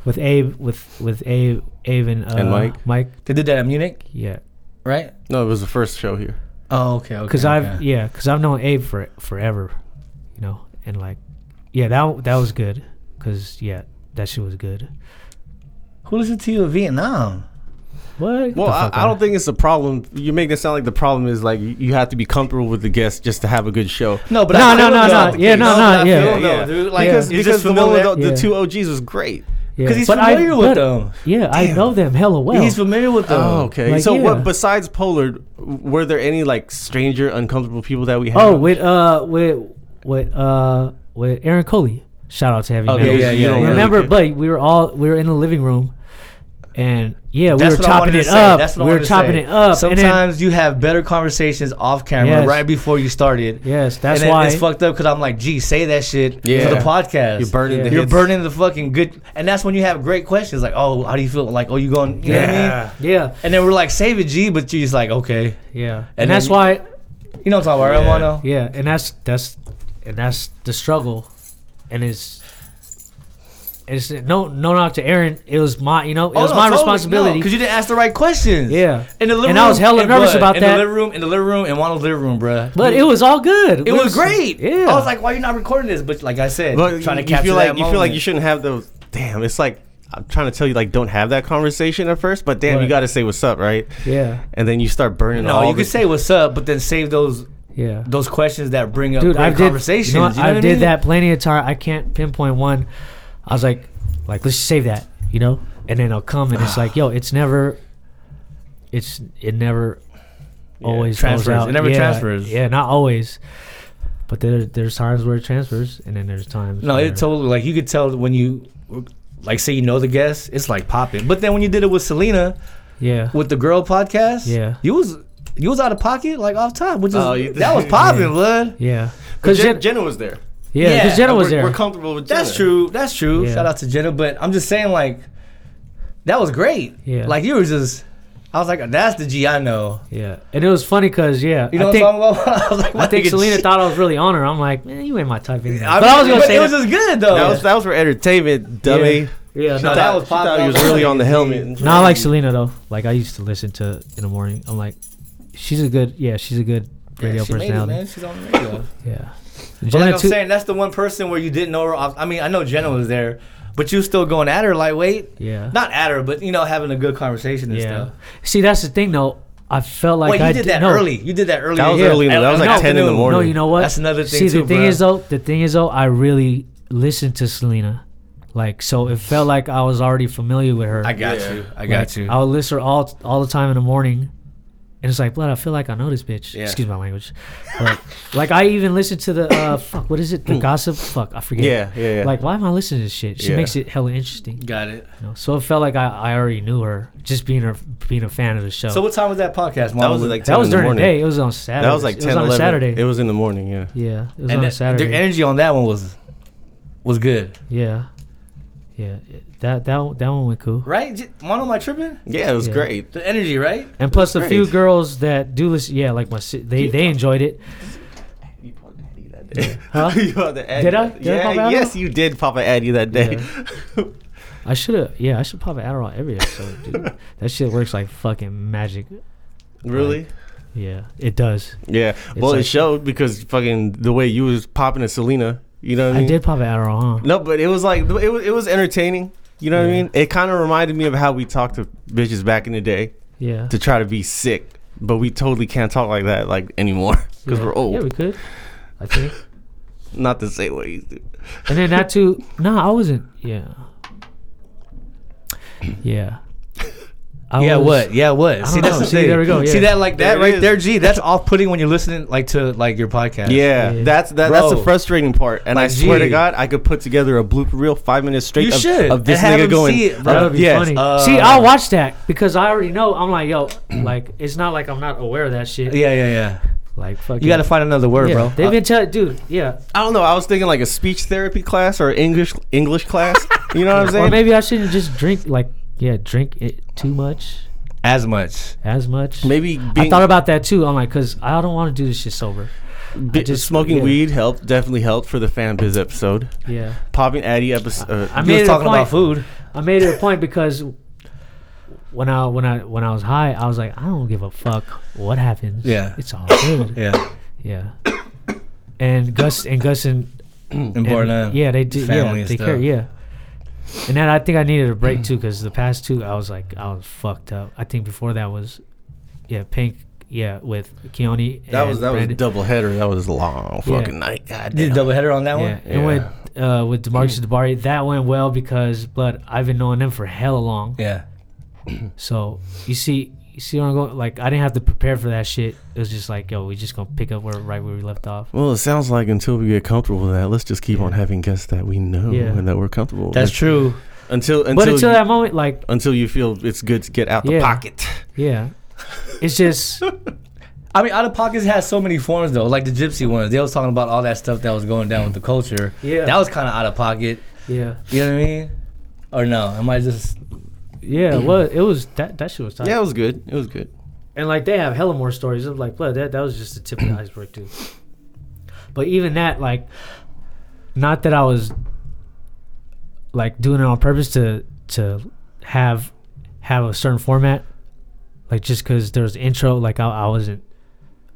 S3: with Abe with with Abe Abe and, uh,
S2: And Mike?
S3: Mike,
S4: They did that in Munich,
S3: yeah.
S4: right?
S2: No, it was the first show here.
S4: Oh, okay. Okay.
S3: Cause I've
S4: okay.
S3: yeah, cause I've known Abe for forever, you know, and like, yeah, that that was good. Cause yeah, that shit was good.
S4: Who listened to you in Vietnam?
S3: What?
S2: Well, I, I don't think it's a problem. You make it sound like the problem is like you- you have to be comfortable with the guests just to have a good show.
S4: No, but
S3: No,
S4: I
S3: no,
S4: feel
S3: no,
S4: that's
S3: no.
S4: not the
S3: Yeah,
S4: case.
S3: no, no,
S4: but I
S3: yeah.
S2: No,
S4: feel though,
S2: dude.
S4: dude.
S2: Like,
S3: Yeah.
S2: cause,
S4: You're
S2: because
S4: just
S2: the one with the,
S4: familiar-
S3: Yeah.
S2: the two OGs was great.
S3: Yeah.
S4: 'cause he's
S3: But I-
S4: familiar with
S3: but-
S4: them.
S3: Yeah, I know them hella well.
S4: He's familiar with them.
S2: Oh, okay.
S3: Like,
S2: so,
S3: yeah.
S2: what besides Pollard, were there any like stranger, uncomfortable people that we had?
S3: oh, with uh, with with uh, with Aaron Coley. Shout out to Heavy
S4: Okay,
S3: Metal.
S4: Oh, yeah, yeah,
S2: yeah.
S3: Remember,
S2: Okay.
S3: but we were all we were in the living room, and yeah, we
S4: That's
S3: were
S4: what I wanted
S3: chopping
S4: to
S3: it
S4: say.
S3: up.
S4: That's
S3: we
S4: what I
S3: were
S4: wanted to
S3: chopping
S4: say.
S3: it up. and then-
S4: Sometimes you have better conversations off camera
S3: Yes.
S4: right before you started.
S3: Yes, that's
S4: and then
S3: why-
S4: it's fucked up because I'm like, gee, say that shit
S2: Yeah.
S4: for the podcast.
S2: You're burning
S3: Yeah.
S2: the
S4: You're
S2: hits.
S4: burning the fucking good, and that's when you have great questions like, "Oh, how do you feel? Like, oh, you going? You know what I mean?"
S2: Yeah.
S3: yeah,
S4: And then we're like, "Save it, G," but you're just like, "Okay,"
S3: yeah, and,
S4: then
S3: that's
S4: you-
S3: why
S4: you know what I'm talking
S2: Yeah.
S4: about, Romano?
S3: Yeah, and that's that's and that's the struggle, and it's it's no no not to Aaron. It was my you know it was my responsibility.
S4: because you didn't ask the right questions.
S3: Yeah.
S4: in the living
S3: And
S4: room,
S3: I was hella nervous
S4: bruh,
S3: about
S4: in
S3: that.
S4: the living room, in the living room, in Wano's living room, bruh.
S3: but it was all good.
S4: it was great.
S3: Yeah,
S4: I was like, "Why you not recording this?" But like I said,
S2: But
S4: trying to
S2: you
S4: capture
S2: feel
S4: that
S2: like you feel like
S4: moment.
S2: you shouldn't have those. Damn, it's like I'm trying to tell you like don't have that conversation at first, but damn,
S3: Right.
S2: you got to say what's up, right?
S3: yeah,
S2: And then you start burning.
S4: No,
S2: all
S4: you
S2: the-
S4: could say what's up, but then save those
S3: yeah.
S4: those questions that bring up
S3: Dude,
S4: great
S3: I did
S4: conversations.
S3: You know,
S4: you know
S3: I
S4: what
S3: did
S4: mean?
S3: that plenty of time. I can't pinpoint one. I was like, like let's save that, you know, and then I'll come and it's like, yo, it's never, it's it never always
S4: transfers.
S3: Goes out.
S4: It never
S3: yeah,
S4: transfers.
S3: Yeah, not always. But there, there's times where it transfers, and then there's times.
S4: No,
S3: where,
S4: it totally like you could tell when you like say you know the guest, it's like popping. But then when you did it with Selena
S3: Yeah,
S4: with the girl podcast,
S3: Yeah.
S4: you was you was out of pocket like off top, which is
S2: Oh, you- <laughs>
S4: that was popping, blood.
S3: yeah. Because
S2: Jen-
S3: Jen,
S2: Jenna was there.
S3: yeah,
S4: yeah,
S3: because Jenna
S4: and
S3: was
S2: we're,
S3: there.
S2: We're comfortable with Jenna.
S4: That's true. That's true.
S3: Yeah.
S4: Shout out to Jenna, but I'm just saying like that was great.
S3: Yeah.
S4: like you were just. I was like, that's the G I know.
S3: yeah, and it was funny because yeah,
S4: You know
S3: I think
S4: what I'm talking about? <laughs> I was like,
S3: I think
S4: nigga,
S3: Selena
S4: shit.
S3: thought I was really on her. I'm like, man, you ain't my type anymore.
S4: I
S3: but I was gonna
S4: but
S3: say
S4: it was
S3: that.
S4: just good
S3: Oh,
S4: though.
S2: That was that was for entertainment, dummy.
S3: yeah, yeah.
S4: No,
S2: She
S4: that
S2: thought-
S4: was
S2: she thought
S4: popping
S2: he
S4: up.
S2: was really on the helmet.
S3: No, I like Selena though. Like I used to listen to in the morning. I'm like, she's a good, yeah, she's a good radio
S4: she made it,
S3: personality.
S4: man. She's on the radio.
S3: yeah,
S4: But
S3: Jenna
S4: like I'm
S3: too-
S4: saying, that's the one person where you didn't know her. Off, I mean, I know Jenna was there, but you still going at her lightweight.
S3: yeah,
S4: Not at her, but you know, having a good conversation and
S3: yeah.
S4: stuff.
S3: See, that's the thing though. I felt like
S4: Wait,
S3: I
S4: you did that
S3: no,
S4: early. You did that early.
S2: That was
S3: Yeah.
S2: early. in the- That was like
S3: No,
S2: ten in the
S4: no,
S2: morning.
S3: No, you know what?
S4: That's another thing
S3: See,
S4: too,
S3: the thing
S4: bruh.
S3: is though, the thing is though, I really listened to Selena. Like, so it felt like I was already familiar with her.
S4: I got
S2: Yeah.
S4: you. I got
S3: Like,
S4: you.
S3: I would listen to her all all the time in the morning, and it's like, blood. I feel like I know this bitch.
S4: Yeah.
S3: Excuse my language. But, like I even listened to the uh, fuck. What is it? The gossip. Fuck, I forget.
S2: Mm. Yeah, yeah, yeah.
S3: Like, why am I listening to this shit? She
S2: Yeah.
S3: makes it hella interesting. You
S4: got it.
S3: know? So it felt like I, I already knew her just being her being a fan of the show.
S4: So what time was that podcast? Mom?
S2: that was like 10
S3: that was
S2: in the
S3: during the,
S2: morning.
S3: day. It was on Saturday.
S2: That was like 10,
S3: it was on
S2: 11.
S3: a Saturday.
S2: It was in the morning. Yeah.
S3: yeah, it was
S4: and
S3: on a
S4: that-
S3: Saturday.
S4: their energy on that one was was good,
S3: yeah, yeah. it- That that one- that one went cool.
S4: right? J- Mono, am I tripping?
S2: Yeah, it was
S3: Yeah.
S2: great.
S4: The energy, right?
S3: And plus, the
S2: great.
S3: few girls that do listen, yeah, like my si- they they enjoyed it. Huh?
S2: <laughs> you had to add
S3: Did I?
S2: that.
S3: Did I pop
S2: yeah,
S3: Adderall?
S2: yes, you did pop an Addy that day.
S3: I should have. Yeah, I should pop an Adderall every episode,
S2: <laughs>
S3: dude. that shit works like fucking magic.
S2: <laughs> really?
S3: Yeah, it does.
S2: Yeah. Well,
S3: like-
S2: it showed because fucking the way you was popping at Selena. You know what I
S3: I
S2: mean?
S3: did pop an Adderall, huh?
S2: No, but it was like it was, it was entertaining. You know what
S3: Yeah.
S2: I mean? It kind of reminded me of how we talked to bitches back in the day
S3: Yeah.
S2: to try to be sick, but we totally can't talk like that like anymore <laughs> because
S3: Yeah.
S2: we're old.
S3: Yeah, we could. I think.
S2: Not the same way. you do.
S3: And then that too. <laughs> No, I wasn't. Yeah. Yeah. I
S4: yeah,
S3: was-
S4: what? Yeah, what?
S3: don't
S4: See, that's
S3: know.
S4: the
S3: See,
S4: thing.
S3: there we go,
S4: See
S3: yeah.
S4: that like
S2: There
S4: that
S2: it
S4: right
S2: is.
S4: there, G. That's off-putting when you're listening like to like your podcast.
S2: Yeah,
S3: Yeah.
S2: that's that, that's the
S4: Bro.
S2: frustrating part, and I
S4: Like,
S2: swear to
S4: gee.
S2: God, I could put together a blooper reel five minutes straight
S4: You
S2: of,
S4: should,
S2: of this
S4: and have
S2: nigga
S4: him
S2: going.
S4: see it, bro.
S2: uh,
S3: That would be
S2: yes.
S3: funny.
S4: uh,
S3: See, I'll watch that because I already know. I'm like, yo, like it's not like I'm not aware of that shit.
S4: yeah, yeah, yeah.
S3: Like fucking.
S4: You got to find another word,
S3: yeah,
S4: bro.
S3: They've been telling, dude. Yeah.
S2: I don't know. I was thinking like a speech therapy class or English English class. you know what I'm
S3: Or
S2: saying? Maybe,
S3: maybe I shouldn't just drink like yeah, drink it too much,
S4: Uh, as much.
S3: as much. I
S2: being,
S3: thought about that too. I'm like, cause I don't want to do this shit sober.
S2: bi-
S3: just-
S2: smoking
S3: yeah.
S2: weed helped definitely helped for the fan biz episode.
S3: Yeah.
S2: Popping Addy episode. Uh,
S3: I
S4: You
S3: made
S4: was
S3: it
S4: talking
S3: a point.
S4: about food.
S3: I made it a point because when I when I when I was high, I was like, I don't give a fuck what happens.
S4: Yeah.
S3: It's all good.
S4: <coughs> Yeah,
S3: yeah. And Gus and Gus and
S4: important. uh,
S3: Yeah, they do. yeah,
S4: family and
S3: they care.
S4: stuff.
S3: Yeah. And then I think I needed a break too, because the past two I was like I was fucked up. I think before that was, yeah, pink, yeah, with Keone.
S2: That was that was
S3: Brandon.
S2: a double header. That was a long
S3: Yeah.
S2: fucking night. God
S4: Did a
S2: damn.
S4: double header on that
S3: Yeah,
S4: one.
S3: and with uh, with Demarcus Debari, that went well because, but I've been knowing them for hella long.
S4: Yeah,
S3: So you see, you see where I'm going. Like I didn't have to prepare for that shit. It was just like, yo, we just gonna pick up where right where we left off.
S2: Well, it sounds like until we get comfortable with that, let's just keep on having guests that we know
S3: Yeah.
S2: and that we're comfortable.
S4: that's
S2: with.
S4: true.
S2: Until until
S3: but until
S2: you,
S3: that moment, like,
S2: until you feel it's good to get out
S3: Yeah.
S2: the pocket.
S3: yeah, it's
S4: <laughs>
S3: just
S4: I mean, out of pockets has so many forms though. Like the gypsy ones, they was talking about all that stuff that was going down with the culture.
S3: Yeah.
S4: that was kind of out of pocket.
S3: yeah,
S4: You know what I mean? Or no? Am I just?
S3: yeah. Well, it was that that shit was tight.
S2: Yeah, it was good. It was good.
S3: and like they have hella more stories. I'm like, blood, that that was just the tip of
S2: <clears throat>
S3: the iceberg too. But even that, like, not that I was like doing it on purpose to to have have a certain format. Like just because there was intro, like I, I wasn't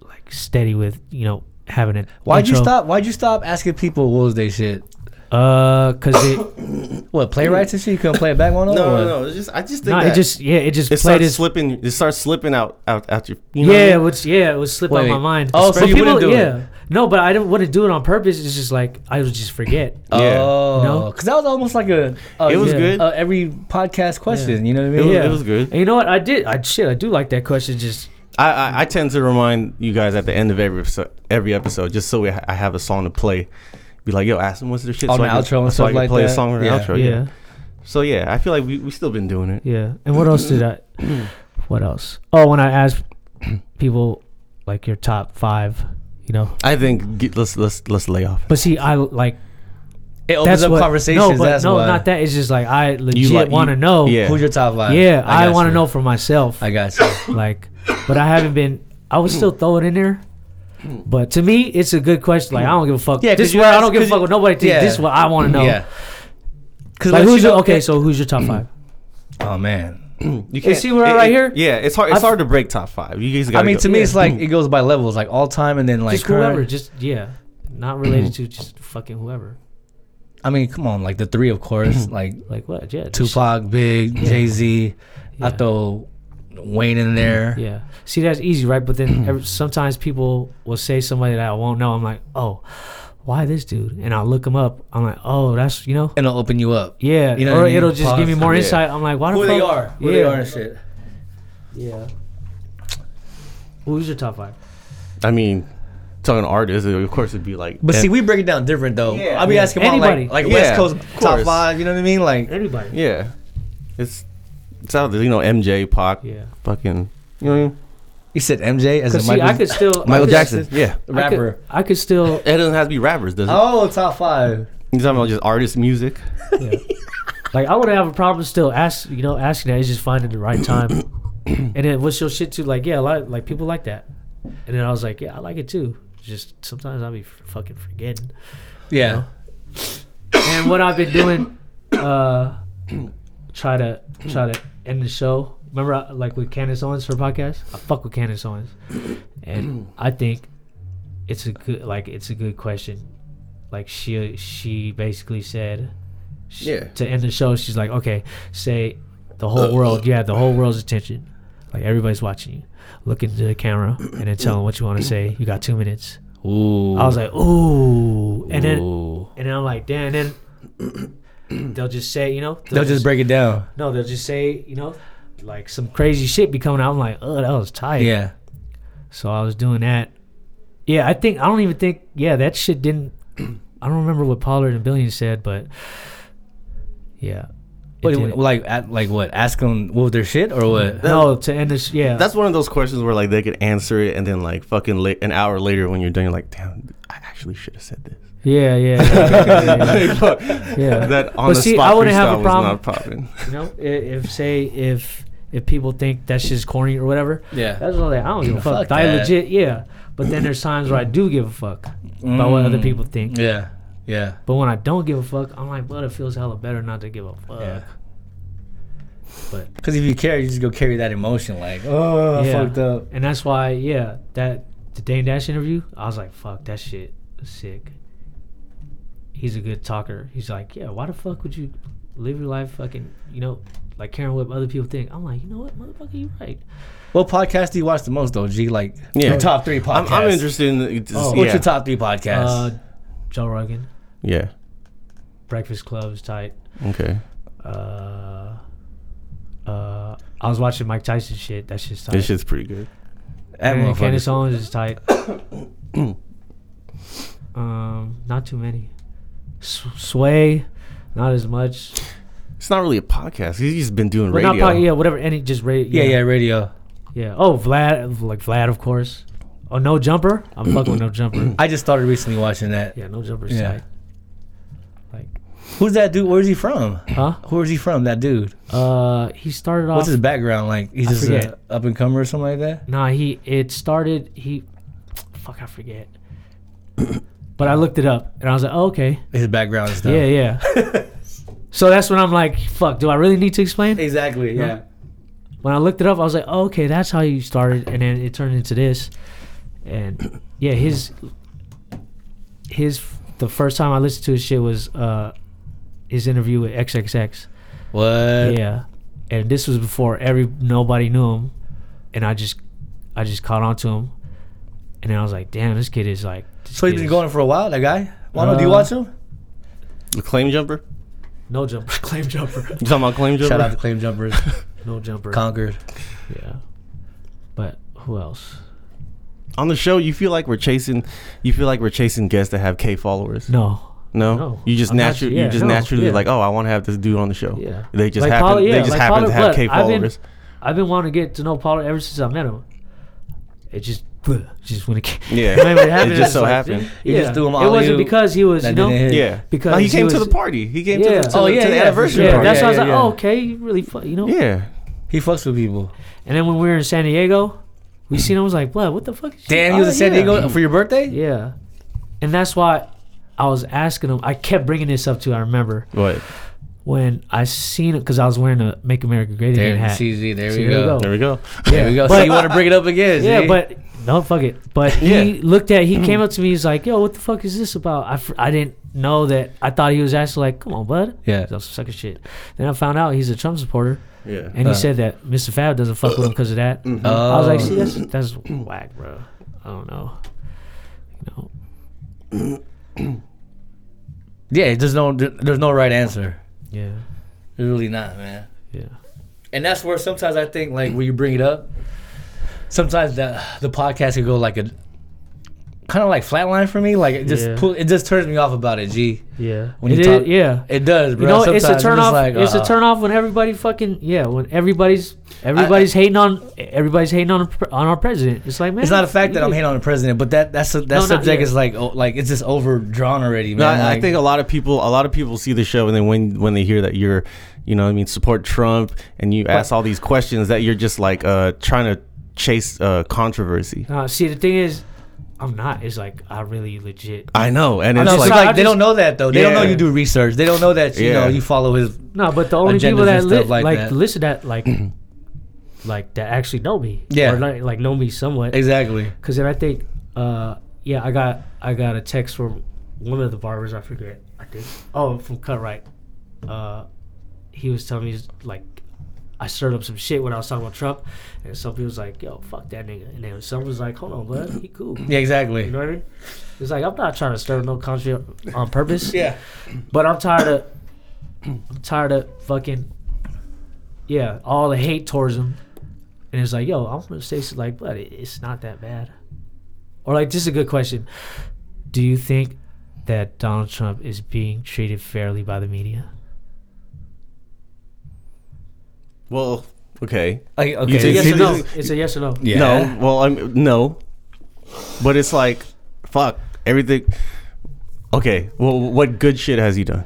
S3: like steady with you know having it.
S4: Why'd you stop? Why'd you stop asking people what was they shit?
S3: Uh, cause
S2: <coughs>
S3: it
S4: What playwrights and shit? You couldn't play it back one on
S2: No, no, no. It's just I just think
S3: Uh, no,
S2: that
S3: it just yeah, it just
S2: it
S3: played
S2: starts
S3: its
S2: slipping. It starts slipping out out out your. You know
S3: yeah,
S2: what I mean?
S3: which yeah, it was slip out
S4: Wait.
S3: my mind.
S4: Oh, so
S3: But
S4: you wouldn't do it?
S3: No, but I didn't want to do it on purpose. It's just like I would just forget.
S2: Yeah.
S4: Oh,
S3: No?
S4: because that was almost like a. a
S2: It was
S4: yeah,
S2: good.
S4: a every podcast question, you know what I
S2: it,
S4: mean?
S2: was,
S3: yeah.
S2: it was good.
S3: And you know what? I did. I shit. I do like that question. Just
S2: I, I I tend to remind you guys at the end of every episode, every episode just so we ha- I have a song to play. Be like, yo, ask them what's their shit.
S4: On
S2: so
S4: the
S2: I can,
S4: outro and
S2: so I
S4: stuff
S2: can
S4: like
S2: play
S4: that.
S2: a song or an
S4: Oh, Yeah.
S2: outro. Yeah.
S3: yeah,
S2: So yeah, I feel like we we still been doing it.
S3: yeah. And what else did
S4: <clears throat>
S3: I? What else? Oh, when I asked <clears throat> people like your top five, you know.
S2: I think get, let's let's let's lay off.
S3: But see, I like
S4: It opens
S3: that's
S4: up
S3: what.
S4: conversations.
S3: no, but
S4: that's
S3: no,
S4: why.
S3: not that. It's just like I legit
S2: like- you-
S3: want to know.
S2: yeah.
S4: Who's your top five?
S3: yeah. I,
S4: got
S3: want to
S4: you.
S3: know for myself.
S4: I got
S3: <laughs>
S4: you.
S3: like but i haven't been i would still throw it in there but to me it's a good question like i don't give a fuck
S4: Yeah, 'cause
S3: this is
S4: you
S3: where i
S4: ask-
S3: don't give a
S4: 'cause
S3: fuck
S4: you-
S3: what nobody thinks
S4: yeah.
S3: this is what i want to know
S4: Yeah. Cause
S3: like
S4: once
S3: who's
S4: you
S3: your
S4: know-
S3: okay so who's your top five
S4: Oh man.
S2: You
S3: see where I'm
S2: it-
S3: right
S2: it-
S3: here?
S2: Yeah, it's hard. It's
S3: I've-
S2: hard to break top five. You guys got.
S4: I mean, to me, it's
S3: Yeah.
S4: like it goes by levels, like all time, and then like
S3: just whoever
S4: current.
S3: just yeah not related to just fucking whoever
S4: I mean, come on, like the three, of course,
S3: Mm-hmm.
S4: like
S3: like what yeah just-
S4: Tupac, Big, Jay Z. I
S3: Yeah.
S4: throw Wayne in there.
S3: yeah see that's easy right but then
S4: <clears throat>
S3: every, sometimes people will say somebody that i won't know i'm like oh why this dude and i'll look him up i'm like oh that's you know
S4: And it'll open you up.
S3: yeah
S4: You know what
S3: or
S4: I mean?
S3: it'll just give me
S4: Pause.
S3: more
S2: Yeah.
S3: insight i'm like why the fuck yeah
S4: shit.
S3: yeah who's your top five
S2: I mean, talking artists, of course, it'd be like.
S4: But
S2: and-
S4: see, we break it down different though.
S2: Yeah.
S4: I'll be
S2: Yeah.
S4: asking about
S3: Anybody.
S4: like, like
S2: Yeah,
S4: West Coast
S2: of
S4: top
S2: course.
S4: five. You know what I mean? Like
S3: Anybody.
S2: yeah, it's it's out there. You know, MJ, Pac,
S3: Yeah.
S2: fucking. You know, what
S4: he said, MJ as a
S3: Because see,
S4: Michael,
S3: I could still
S2: I mean? Michael
S3: I could,
S2: Jackson. Yeah,
S3: I could-
S4: rapper.
S3: I could still.
S2: it doesn't have to be rappers, does it?
S4: Oh, top five.
S2: You talking about just artist music?
S3: Yeah. like I would have a problem still ask you know asking that. It's just finding the right time. and then what's your shit too? Like yeah, a lot like people like that. And then I was like yeah, I like it too. just sometimes I'll be f- fucking forgetting.
S4: Yeah.
S3: And what I've been doing, uh, try to try to end the show. Remember, I, like with Candace Owens for podcast, I fuck with Candace Owens, and I think it's a good like it's a good question. Like she she basically said, she-
S2: Yeah.
S3: To end the show, she's like, okay, say the whole world, yeah, the whole world's attention, like everybody's watching you. Look into the camera and then tell them what you want to say. You got two minutes.
S4: Ooh.
S3: I was like, ooh, and then
S4: Ooh.
S3: and then I'm like, damn. And
S4: <coughs>
S3: then they'll just say, you know,
S4: They'll just break it down.
S3: No, they'll just say, you know, like some crazy shit be coming out. I'm like, oh, that was tight.
S4: Yeah.
S3: So I was doing that. Yeah, I think I don't even think. Yeah, that shit didn't. I don't remember what Pollard and Billion said, but yeah. it
S4: What,
S3: didn't-
S4: like, at, like what? Ask them what their shit or what?
S3: no, to end this. Yeah,
S2: That's one of those questions where like they could answer it, and then like fucking late, an hour later when you're done, you're like, damn, I actually should have said this. <laughs>
S3: yeah, yeah, yeah.
S4: <laughs>
S3: yeah,
S2: Like, fuck.
S3: yeah.
S2: That on
S3: But
S2: the
S3: see,
S2: spot
S3: I wouldn't have a
S2: freestyle was
S3: problem-
S2: not popping.
S4: <laughs>
S3: You know, i- if say if if people think that shit's corny or whatever,
S4: Yeah.
S3: That's all that. I don't give a fuck.
S4: Fuck
S3: I
S4: that.
S3: legit, yeah. But then there's times where I do give a fuck about what other
S4: Mm.
S3: people think.
S4: Yeah. Yeah.
S3: But when I don't give a fuck, I'm like, well, it feels hella better not to give a fuck.
S4: Yeah.
S3: But-
S4: Because if you care, you just go carry that emotion. Like, oh, I
S3: Yeah.
S4: fucked up.
S3: And that's why, yeah, that the Dane Dash interview, I was like, fuck, that shit is sick. He's a good talker. He's like, yeah, why the fuck would you live your life fucking, you know, like caring what other people think? I'm like, you know what, motherfucker, you right.
S4: What podcast do you watch the most, though, G? Like,
S2: Yeah.
S4: your top three podcasts.
S2: I'm, I'm interested in the, it's-
S3: Oh.
S2: yeah.
S4: What's your top three
S3: Uh,
S4: podcasts?
S3: Joe Rogan,
S2: yeah.
S3: Breakfast Club's tight.
S2: Okay.
S3: uh, uh, I was watching Mike Tyson shit. That shit's tight.
S2: This shit's pretty good.
S4: that
S3: and
S4: motherfucker.
S3: Candace Owens is tight.
S4: <coughs>
S3: um, not too many. S- Sway, not as much.
S2: It's not really a podcast. He's just been doing
S3: Well,
S2: radio.
S3: Not probably, yeah, whatever. Any just radio.
S4: yeah, yeah, radio.
S3: yeah. Oh, Vlad, like Vlad, of course. Oh, no jumper. I'm fucking
S4: <coughs>
S3: with no jumper.
S4: I just started recently watching that.
S3: Yeah, no jumper's
S4: Yeah.
S3: tight. Like,
S4: Who's that dude? Where's he from?
S3: huh?
S4: Where's he from? That dude.
S3: Uh, he started off.
S4: What's his background like? He's
S3: I
S4: just
S3: forget.
S4: an up and comer or something like that.
S3: Nah, he it started he fuck I forget.
S4: <coughs>
S3: but I looked it up and I was like, oh, okay.
S4: His background and stuff.
S3: Yeah, yeah.
S4: <laughs>
S3: so that's when I'm like, fuck, do I really need to explain?
S4: Exactly. Yeah.
S3: When I looked it up, I was like, oh, okay, that's how you started and then it turned into this. And yeah, his his the first time I listened to his shit was uh his interview with XXX.
S4: What?
S3: Yeah, and this was before every nobody knew him, and I just I just caught on to him, and then I was like, damn, this kid is like. this
S4: So he's
S3: kid
S4: been
S3: is
S4: going for a while. That guy. Why do you
S3: Uh,
S4: watch him?
S2: The claim jumper.
S3: no jumper, <laughs> claim jumper,
S4: <laughs>
S2: You talking about claim jumper?
S4: Shout out to Claim Jumpers.
S3: no jumper.
S4: <laughs> Conquered.
S3: yeah, but who else?
S2: On the show, you feel like we're chasing. You feel like we're chasing guests that have K followers.
S3: No.
S2: No,
S3: No.
S2: you just
S3: I'm not-
S2: naturally,
S3: yeah,
S2: you just
S3: no,
S2: naturally
S3: yeah.
S2: like, oh, I want to have this dude on the show.
S3: Yeah.
S2: they just
S3: Like
S2: happen.
S3: Paula- yeah,
S2: they just
S3: like
S2: happen
S3: Paula
S2: to have
S3: Blood.
S2: K
S3: I've been-
S2: followers.
S3: I've been wanting to get to know Paul ever since I met him. It just, just when it came. <laughs>
S2: Yeah.
S3: when
S2: It
S3: happened,
S2: just
S3: I was
S2: so
S3: like,
S2: happened.
S4: You
S3: yeah.
S4: just threw him
S3: It wasn't
S4: alley-oop
S3: because he was,
S4: that
S3: you know.
S4: didn't hit.
S2: yeah,
S3: Because
S2: No, he,
S3: he
S2: came to
S3: was-
S2: the party. He came
S3: Yeah.
S2: to, the, to
S3: Oh,
S2: the-
S4: yeah,
S2: to the
S4: yeah, for
S2: anniversary
S4: sure.
S3: Yeah,
S2: party.
S3: that's why I was
S4: Yeah,
S3: like,
S4: yeah,
S3: oh,
S4: yeah.
S3: okay, you really, fu- you know.
S2: yeah.
S4: He fucks with people.
S3: And then when we were in San Diego, we seen him. I was like, "What? What the fuck?" Is she-
S4: Damn, he was
S3: Oh,
S4: in San
S3: yeah.
S4: Diego for your birthday.
S3: Yeah, and that's why I was asking him. I kept bringing this up too. I remember
S2: What?
S3: when I seen it because I was wearing a "Make America Great
S4: There,
S3: Again" hat.
S4: CZ, there
S3: See, there
S4: we
S3: you
S4: go.
S3: go.
S2: There we go.
S4: There we go. So
S3: But-
S4: you want to bring it up
S3: <laughs>
S4: again?
S3: yeah,
S4: G?
S3: but no, fuck it.
S4: <laughs>
S3: But he looked at. He
S4: <clears throat>
S3: came up to me. He's like, "Yo, what the fuck is this about?" I, fr- I didn't know that. I thought he was actually like, "Come on, bud."
S4: Yeah.
S3: That's some sucker shit. Then I found out he's a Trump supporter,
S2: <laughs> Yeah.
S4: Uh.
S3: and he said that Mr. Fab doesn't fuck with him because of that.
S4: Oh.
S3: I was like, see, that's that's whack, bro. I don't know. You know,
S4: yeah, there's no, there's no right answer.
S3: yeah,
S4: There's really not, man.
S3: yeah,
S4: and that's where sometimes I think like when you bring it up, sometimes the the podcast could go like a kind of like flatline for me. Like it just
S3: Yeah.
S4: pull, it just turns me off about it. G,
S3: yeah.
S4: When
S3: It
S4: you
S3: is-
S4: talk-
S3: yeah.
S4: it does,
S3: You
S4: bro.
S3: know, it's a
S4: Sometimes I'm
S3: turn
S4: just
S3: off.
S4: like,
S3: it's a
S4: uh,
S3: turn off when everybody fucking yeah. When everybody's everybody's hating on everybody's hating on pr- on our president. It's like man,
S4: It's not a fact that I'm
S3: yeah.
S4: hating on the president, but that that's a, that
S3: No, not
S4: subject
S3: yet.
S4: is like oh, like it's just overdrawn already, man.
S2: No, I, I
S4: Like,
S2: think a lot of people, a lot of people see the show, and then when when they hear that you're, you know, what I mean, support Trump, and you ask all these questions, that you're just like uh, trying to chase uh, controversy.
S3: Nah, see, the thing is, I'm not. It's like I really legit.
S2: I know, and
S4: I
S2: it's
S4: know,
S2: like
S4: so
S3: I
S4: like
S3: just-
S4: they don't know that though. They don't know
S2: Yeah.
S4: you do research. They don't know that you
S2: Yeah.
S4: know you follow his.
S3: No, but the only
S4: Agendas
S3: people that
S4: and
S3: li-
S4: stuff like
S3: like,
S4: that.
S3: listen that like
S4: <clears throat>
S3: like that actually know me.
S4: Yeah.
S3: or like, like know me somewhat.
S4: Exactly.
S3: Because then I think, uh, yeah, I got I got a text from one of the barbers. I forget. I think. Oh, from Cut Right. Uh, he was telling me he's like I stirred up some shit when I was talking about Trump, and somebody was like, "Yo, fuck that nigga," and then someone was like, "Hold on, bud, he cool."
S4: Yeah, exactly.
S3: You know what I mean? It's like I'm not trying to stir up no country on purpose.
S4: <laughs> Yeah.
S3: But I'm tired of I'm tired of fucking yeah, all the hate towards him. And it's like, yo, I'm gonna say something like, but it- it's not that bad. Or like this is a good question. Do you think that Donald Trump is being treated fairly by the media?
S2: well, okay,
S4: Like, okay.
S2: take-
S4: see,
S3: Yes or
S2: It
S3: no?
S2: is-
S3: It's a yes or no.
S4: yeah.
S2: no, well, I'm no, but it's like fuck everything. Okay, well, what good shit has he done?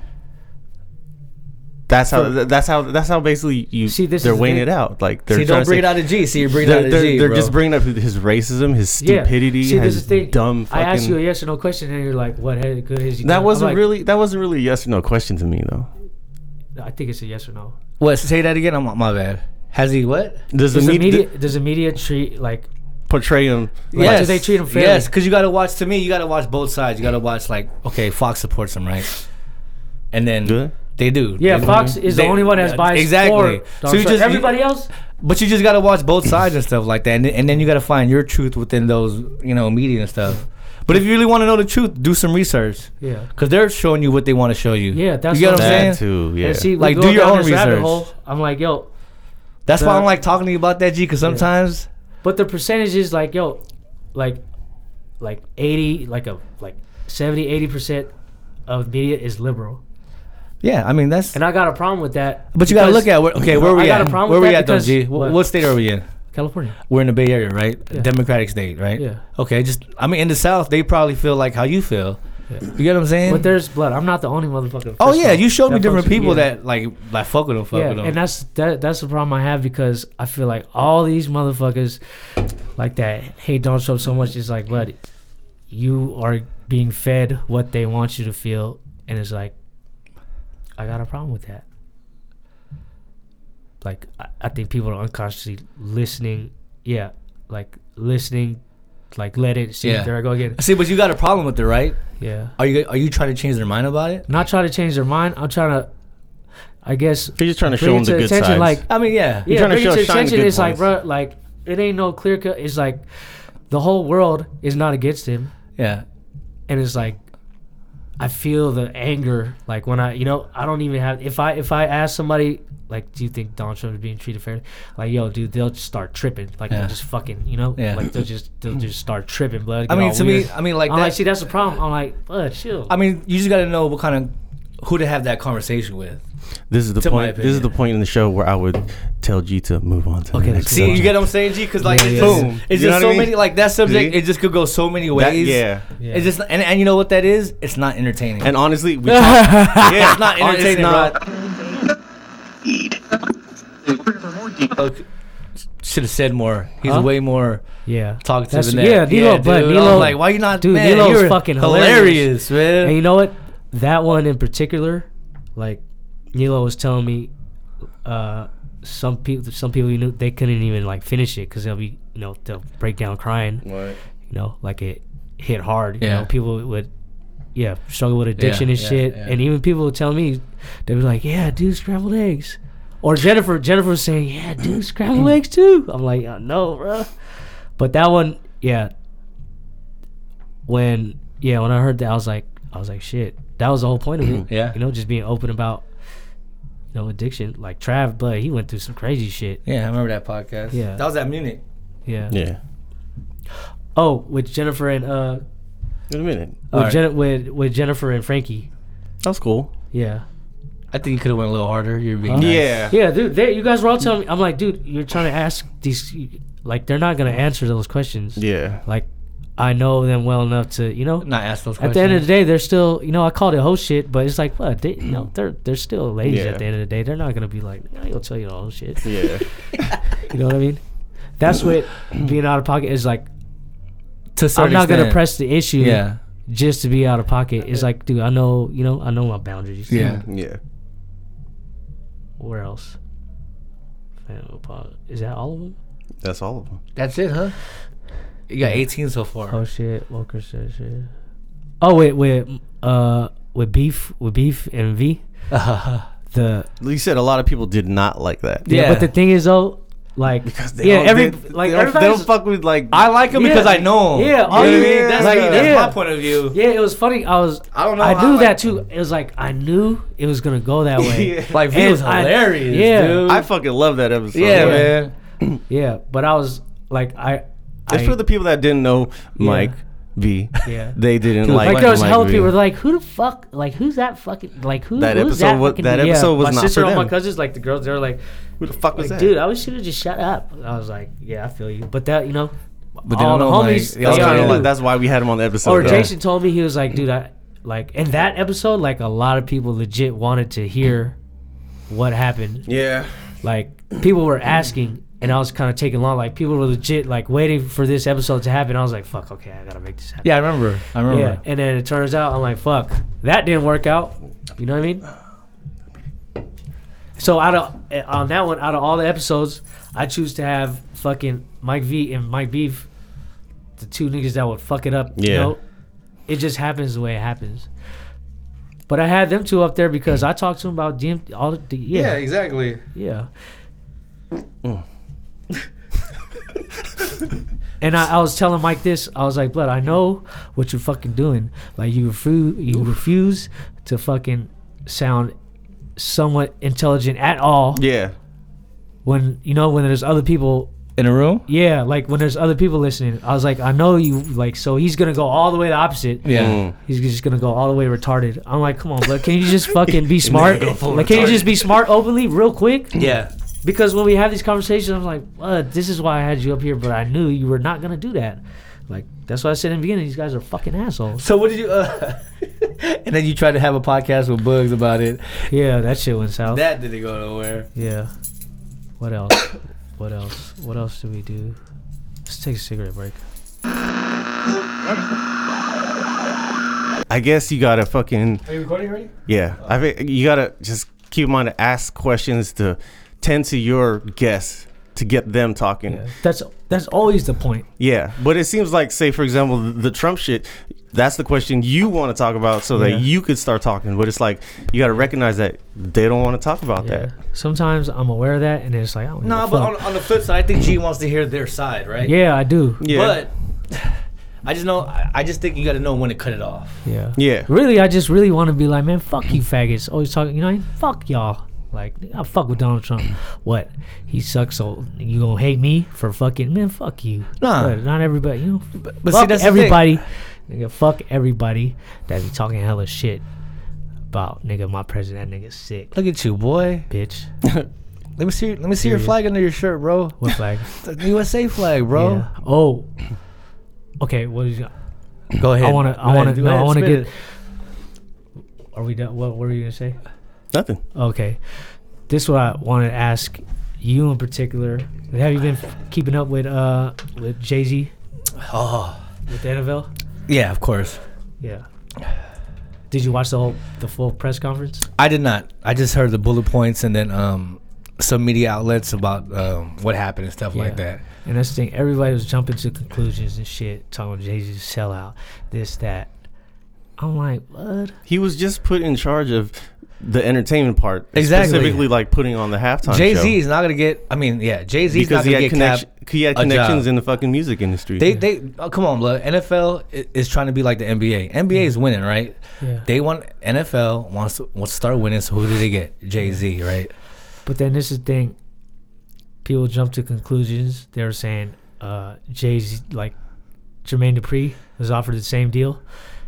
S2: That's how. That's how. That's how. Basically, you
S3: See, this
S2: they're
S3: is the
S2: weighing
S3: thing.
S2: it out. Like they're
S4: See,
S2: trying
S4: don't
S2: to
S4: bring
S2: say-
S4: it out of G. See, you're bringing it out
S2: They're,
S4: of
S2: they're,
S4: G,
S2: they're
S4: bro.
S2: just bringing up his racism, his stupidity,
S3: See, this is
S2: his
S3: the thing.
S2: dumb. Fucking,
S3: I asked you a yes or no question, and you're like, "What he- good is he?" done?
S2: that
S3: I'm
S2: wasn't
S3: like,
S2: really. That wasn't really a yes or no question to me though.
S3: I think it's a yes or no.
S4: What? Say that again. I'm my bad. Has he what?
S2: Does the,
S3: Does the
S2: media,
S3: media does the media treat like
S2: portray him?
S3: Like, do they treat him fairly?
S4: Yes, because you got to watch. To me, you got to watch both sides. You got to watch like, okay, Fox supports him, right? And then
S2: Do
S4: they do.
S3: Yeah,
S4: They-
S3: Fox is the
S4: they-
S3: only one that's
S4: yeah,
S3: biased.
S4: Exactly.
S3: so you just everybody else.
S4: But you just gotta watch both sides and stuff like that, and, and then you gotta find your truth within those, you know, media and stuff. But if you really want to know the truth, do some research,
S3: Yeah.
S4: cause they're showing you what they want to show you.
S3: Yeah, that's
S4: you get
S3: what
S4: what
S3: I'm
S4: I'm saying.
S2: that too. Yeah.
S3: And see, we
S4: Like,
S3: go
S4: do your
S3: down
S4: own
S3: this rabbit
S4: research.
S3: hole. I'm like, yo,
S4: That's why
S3: the-
S4: I'm like talking to you about that, G, cause sometimes
S3: but the percentage is like, yo, like, like 80, like a like 70, 80 percent of media is liberal,
S4: yeah, I mean that's.
S3: and I got a problem with that.
S4: But you gotta
S3: because
S4: look at where, okay, where
S3: I
S4: we
S3: got
S4: at?
S3: a problem
S4: where
S3: with
S4: we
S3: that
S4: at though,
S3: because-
S4: G? Wh-
S3: what?
S4: What, state are we in?
S3: California.
S4: We're in the Bay Area, right?
S3: Yeah.
S4: Democratic state, right?
S3: Yeah.
S4: Okay, just I mean in the South, they probably feel like how you feel.
S3: Yeah.
S4: You get what I'm saying?
S3: But there's blood. I'm not the only motherfucker.
S4: oh
S3: First
S4: yeah,
S3: off,
S4: you showed me
S3: that
S4: different
S3: fucks with-
S4: people
S3: yeah.
S4: that like like fuck with them, fuck
S3: yeah,
S4: with them.
S3: and that's that, that's the problem I have because I feel like all these motherfuckers like that hate Donald Trump so much. It's like, buddy, you are being fed what they want you to feel, and it's like, I got a problem with that. Like, I, I think people are unconsciously listening. Yeah, like listening, like let it. See,
S4: Yeah.
S3: there I go again.
S4: See, but you got a problem with it, right?
S3: Yeah,
S4: Are you are you trying to change their mind about it?
S3: not trying to change their mind. I'm trying to, I guess,
S2: You're just trying to
S3: bring
S2: show
S3: it
S2: him the good
S3: attention,
S2: sides.
S3: Like,
S4: I mean, yeah.
S3: yeah,
S2: trying to
S3: bring it
S2: show
S3: to
S2: shine the
S3: attention.
S2: good
S3: It's like, bro,
S2: points.
S3: like it ain't no clear cut. It's like the whole world is not against him,
S4: Yeah.
S3: and it's like I feel the anger. Like when I, you know, I don't even have. If I if I ask somebody like, do you think Donald Trump is being treated fairly? Like, yo, dude, they'll just start tripping. Like
S4: Yeah.
S3: they'll just fucking, you know,
S4: Yeah.
S3: like they'll just they'll just start tripping. Blood.
S4: I
S3: get
S4: mean,
S3: all
S4: to
S3: weird.
S4: me, I mean, like
S3: I'm
S4: that.
S3: like, see, that's the problem. I'm like, blood, chill. <laughs>
S4: I mean, you just got to know what kind of who to have that conversation with.
S2: this is the
S4: to my
S2: point. This is the
S4: opinion.
S2: point in the show where I would tell G to move on to.
S3: Okay,
S2: the next
S3: see,
S4: See,
S2: subject.
S4: you get what I'm saying, G? Because like,
S3: Yeah,
S4: it's
S3: yeah,
S4: just,
S3: yeah.
S2: Boom.
S4: it's
S2: You know
S4: just
S2: what
S4: so
S2: I mean?
S4: many. Like that subject,
S2: See?
S4: it just could go so many
S2: That-
S4: ways.
S2: yeah.
S3: Yeah.
S4: It's just and, and you know what that is? It's not entertaining.
S2: And honestly,
S3: <laughs>
S2: we talk,
S4: yeah, it's not
S2: Oh, it's
S4: entertaining.
S2: not.
S4: bro. Look, Should have said more. He's
S3: Huh?
S4: way more
S3: yeah,
S4: talkative
S3: That's-
S4: than that.
S3: Yeah, D'Lo, but
S4: dude. I was
S3: D'Lo-
S4: like, why you not,
S3: dude,
S4: Man,
S3: D'Lo's
S4: you're
S3: fucking
S4: hilarious, man.
S3: And you know what? That one in particular, like Nilo was telling me, uh, some people, some people you knew they couldn't even like finish it because they'll be, you know, they'll break down crying. You know, like it hit hard. You
S4: Yeah.
S3: know, people would, yeah, struggle with addiction and
S4: yeah,
S3: shit.
S4: yeah.
S3: And even people would tell me, they was like, "Yeah, dude, scrambled eggs." Or Jennifer, Jennifer was saying, "Yeah, dude, scrambled
S4: Mm.
S3: eggs too." I'm like, "Uh, "No, bro." But that one, yeah. When yeah, when I heard that, I was like, I was like, shit. That was the whole point of it.
S4: <clears throat> Yeah.
S3: you know, just being open about, you know, addiction. Like Trav, but he went through some crazy shit.
S4: Yeah, I remember that podcast.
S3: Yeah.
S4: That was at Munich.
S3: Yeah.
S2: yeah.
S3: Oh, with Jennifer and uh,
S2: Wait a minute.
S3: with,
S4: Alright.
S3: Jen- with with Jennifer and Frankie.
S2: That's cool.
S3: Yeah.
S4: I think you could have went a little harder. You're being nice.
S2: Yeah.
S3: Yeah, dude. They, you guys were all telling me. I'm like, dude, you're trying to ask these. Like, they're not gonna answer those questions.
S2: Yeah.
S3: Like, I know them well enough to, you know.
S4: Not ask those
S3: At
S4: questions.
S3: the end of the day, they're still, you know, I called it whole shit, but it's like, what? They, no, they're they're still ladies.
S2: Yeah.
S3: At the end of the day, they're not gonna be like, I ain't gonna tell you the whole shit.
S2: Yeah.
S3: You know what I mean? That's what being out of pocket is like.
S4: to a certain
S3: I'm not gonna
S4: extent.
S3: press the issue
S4: Yeah.
S3: just to be out of pocket. It's like, dude, I know, you know, I know my boundaries.
S4: Yeah.
S2: Yeah.
S3: Where else? Family pod- Is that all of them?
S2: That's all of them.
S4: That's it, huh? You got 18 so far.
S3: Oh shit, Walker said shit. Oh wait, with uh, with beef, with beef and V. The
S2: You said a lot of people did not like that.
S3: yeah,
S4: Yeah.
S3: but the thing is though, like
S2: Because they
S3: yeah,
S2: don't,
S3: every
S2: they,
S3: like
S2: they don't, they
S3: everybody's
S2: don't fuck with like
S4: I like him
S3: Yeah.
S4: because I know him.
S3: Yeah,
S4: You know
S3: all
S4: what I
S3: you-
S4: mean? That's,
S3: like,
S4: me- that's
S3: yeah.
S4: my point of view.
S3: Yeah, it was funny. I was.
S4: I don't know
S3: I
S4: how
S3: knew
S4: I-
S3: that too. It was like I knew it was gonna go that way.
S2: <laughs> Yeah.
S4: Like, he
S3: And
S4: was
S3: I-
S4: hilarious,
S3: yeah.
S4: dude.
S2: I fucking love that episode.
S4: yeah,
S3: Yeah.
S4: man.
S3: Yeah, but I was like, I.
S2: It's
S3: I-
S2: for the people that didn't know Mike B.
S3: Yeah.
S2: They didn't
S4: Dude,
S2: like
S3: like there was
S2: Mike
S3: hella
S2: B.
S3: people were like, who the fuck? Like who's that fucking? Like who?
S2: That
S3: who's
S2: episode
S3: that
S2: wa-
S3: fucking
S2: that
S3: dude?
S2: episode was
S3: my
S2: not
S3: sister
S2: for
S3: and
S2: them.
S3: my cousins, like the girls, they were like,
S2: Who the fuck was
S3: like
S2: that?
S3: dude, I wish you would just shut up. I was like, yeah, I feel you, but that you know,
S4: But they
S3: all
S4: don't
S3: the
S4: know, like,
S3: homies.
S4: they all
S2: that's,
S3: yeah,
S4: kinda
S2: kinda
S3: yeah.
S2: like, that's why we had him on the episode.
S3: or
S2: though.
S3: Jason told me he was like, dude, I like in that episode, like a lot of people legit wanted to hear what happened.
S2: Yeah.
S3: Like people were asking, and I was kind of taking long. Like people were legit like waiting for this episode to happen. I was like, fuck, okay, I gotta make this happen.
S4: Yeah, I remember. I
S3: Yeah,
S4: remember.
S3: and then it turns out I'm like, fuck, that didn't work out. You know what I mean? So out of eh, on that one, out of all the episodes, I choose to have fucking Mike V and Mike Beef, the two niggas that would fuck it up. You
S2: Yeah.
S3: know? It just happens the way it happens. But I had them two up there because I talked to them about DMT. All the yeah, yeah.
S4: exactly. Mm.
S3: <laughs> And I, I was telling Mike this. I was like, "Blood, I know what you're fucking doing. Like you refuse, you refuse to fucking sound somewhat intelligent at all
S2: Yeah.
S3: when you know when there's other people.
S4: In a room?
S3: Yeah, like when there's other people listening. I was like, I know you like. So he's gonna go all the way the opposite.
S4: Yeah.
S2: Mm.
S3: He's just gonna go all the way retarded. I'm like, come on, blood. Can you just fucking
S4: <laughs>
S3: be smart?
S4: go full
S3: like, can you
S4: retarded.
S3: just be smart openly, real quick?
S4: Yeah.
S3: because when we have these conversations, I'm like, Bud, this is why I had you up here, but I knew you were not gonna do that. Like that's what I said in the beginning. These guys are fucking <laughs> assholes.
S4: So what did you? Uh, <laughs> and then you tried to have a podcast with Bugs about it.
S3: Yeah, that shit went south.
S4: That didn't go nowhere.
S3: yeah. What else? what else? What else do we do? Let's take a cigarette break.
S2: I guess you gotta fucking
S4: Are you recording already?
S2: yeah. I think you gotta just keep in mind to ask questions to tend to your guests to get them talking. Yeah.
S3: That's that's always the point.
S2: But it seems like, say for example, the, the Trump shit. That's the question you want to talk about, so
S3: Yeah.
S2: that you could start talking. But it's like you gotta recognize that they don't want to talk about
S3: Yeah.
S2: that.
S3: Sometimes I'm aware of that, and it's like I don't
S4: No,
S3: give a
S4: but on,
S3: fuck.
S4: on the flip side, I think G wants to hear their side, right?
S3: yeah, I do.
S2: Yeah.
S4: But <sighs> I just know. I, I just think you got to know when to cut it off.
S3: Yeah.
S2: yeah.
S3: Really, I just really want to be like, man, fuck you faggots. Always talking, you know, what I mean? fuck y'all. Like, I fuck with Donald
S4: <coughs>
S3: Trump. What? He sucks, so you gonna hate me for fucking, man, fuck you.
S4: Nah.
S3: But not everybody, you know. But,
S4: but see,
S3: fuck
S4: that's the thing.
S3: everybody. Nigga, fuck everybody that be talking hella shit about, nigga, my president, that nigga sick,
S4: Look at you, boy.
S3: bitch.
S4: Let me see. Let me see your
S3: Serious.
S4: flag under your shirt, bro.
S3: What flag?
S4: The USA flag, <laughs> bro.
S3: Yeah. Oh. Okay, what is
S4: Go ahead.
S3: I wanna- I
S4: Go
S3: wanna-
S4: ahead, go
S3: no, I
S4: ahead,
S3: wanna
S4: spit
S3: get- Are we done? What, what were you gonna say?
S2: Nothing.
S3: Okay. This is what I want to ask you in particular. Have you been f- keeping up with uh with Jay Z
S4: it. Oh,
S3: with the NFL?
S4: yeah, of course.
S3: Yeah. Did you watch the whole the full press conference?
S4: I did not. I just heard the bullet points and then um, some media outlets about um, what happened and stuff like
S3: Yeah.
S4: that.
S3: And that's the thing. Everybody was jumping to conclusions and shit, talking about Jay Z's sellout, this that. I'm like, what?
S2: He was just put in charge of the entertainment part,
S4: Exactly.
S2: Specifically, like putting on the halftime.
S4: Jay
S2: show.
S4: Z is not gonna get. I mean, yeah, Jay Z is
S2: because
S4: not
S2: he had,
S4: gonna get
S2: connection,
S4: capped.
S2: he had
S4: a
S2: connections
S4: job.
S2: in the fucking music industry.
S4: They, they, oh, come on, blood. NFL i- is trying to be like the NBA. NBA is winning, right?
S3: Yeah.
S4: They want NFL wants to, wants to start winning. So who do they get? Jay Z, right?
S3: But then this is the thing. People jump to conclusions. They were saying uh, Jay Z, like Jermaine Dupri, was offered the same deal,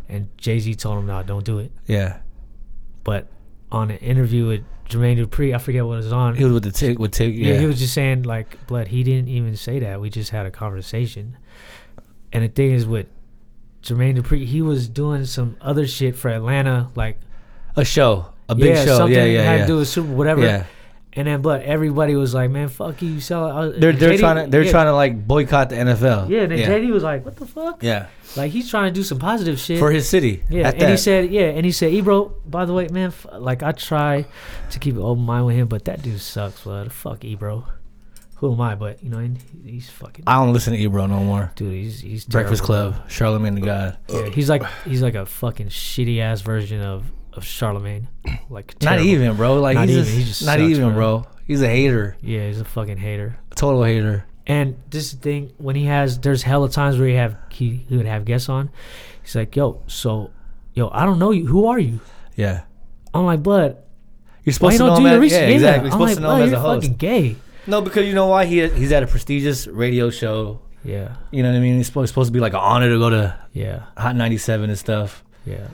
S3: and Jay Z told him, "No, don't do it."
S4: Yeah,
S3: But on an interview with Jermaine Dupri, I forget what it was on.
S4: he was with the tick with tick.
S3: yeah.
S4: Yeah,
S3: he was just saying like, "Blood." He didn't even say that. We just had a conversation. And the thing is with Jermaine Dupri, he was doing some other shit for Atlanta, like
S4: a show, a big
S3: yeah,
S4: show.
S3: something
S4: Yeah,
S3: that
S4: yeah,
S3: had
S4: yeah.
S3: to do with Super whatever.
S4: Yeah.
S3: And then, but everybody was like, "Man, fuck you, you sell." out."
S4: They're
S3: And
S4: they're
S3: JD
S4: trying to they're
S3: yeah.
S4: trying to like boycott the NFL.
S3: Yeah, and then
S4: yeah.
S3: JD was like, "What the fuck?"
S4: Yeah.
S3: Like he's trying to do some positive shit
S4: for his city.
S3: Yeah,
S4: at
S3: and he
S4: that.
S3: said, yeah, and he said, Ebro, by the way, man, f- like I try to keep an open mind with him, but that dude sucks, blood. Fuck Ebro. Who am I? But you know, and he- he's fucking
S4: I don't listen to Ebro no more.
S3: dude. He's he's
S4: Breakfast
S3: terrible,
S4: Club, Charlemagne the God.
S3: bro. Yeah, he's like he's like a fucking shitty ass version of of Charlemagne. Like
S4: Not
S3: terrible.
S4: even, bro. Like
S3: Not
S4: he's
S3: even.
S4: just,
S3: He just
S4: not
S3: sucks,
S4: even,
S3: bro.
S4: bro. He's a hater,
S3: Yeah, he's a fucking hater.
S4: total hater.
S3: And this is the thing when he has there's hella times where he have he, he would have guests on. He's like, yo, so, yo, I don't know you. Who are you?
S4: Yeah,
S3: I'm like, bud. Why
S4: you're supposed
S3: you
S4: to know
S3: don't do
S4: him.
S3: the
S4: as,
S3: research?
S4: yeah,
S3: Yeah,
S4: exactly. You're
S3: I'm
S4: supposed
S3: like,
S4: to know
S3: bro,
S4: him as
S3: you're
S4: a host.
S3: fucking gay.
S4: No, because you know why he he's at a prestigious radio show.
S3: Yeah,
S4: You know what I mean? It's supposed, supposed to be like an honor to go to
S3: yeah,
S4: Hot 97 and stuff.
S3: yeah.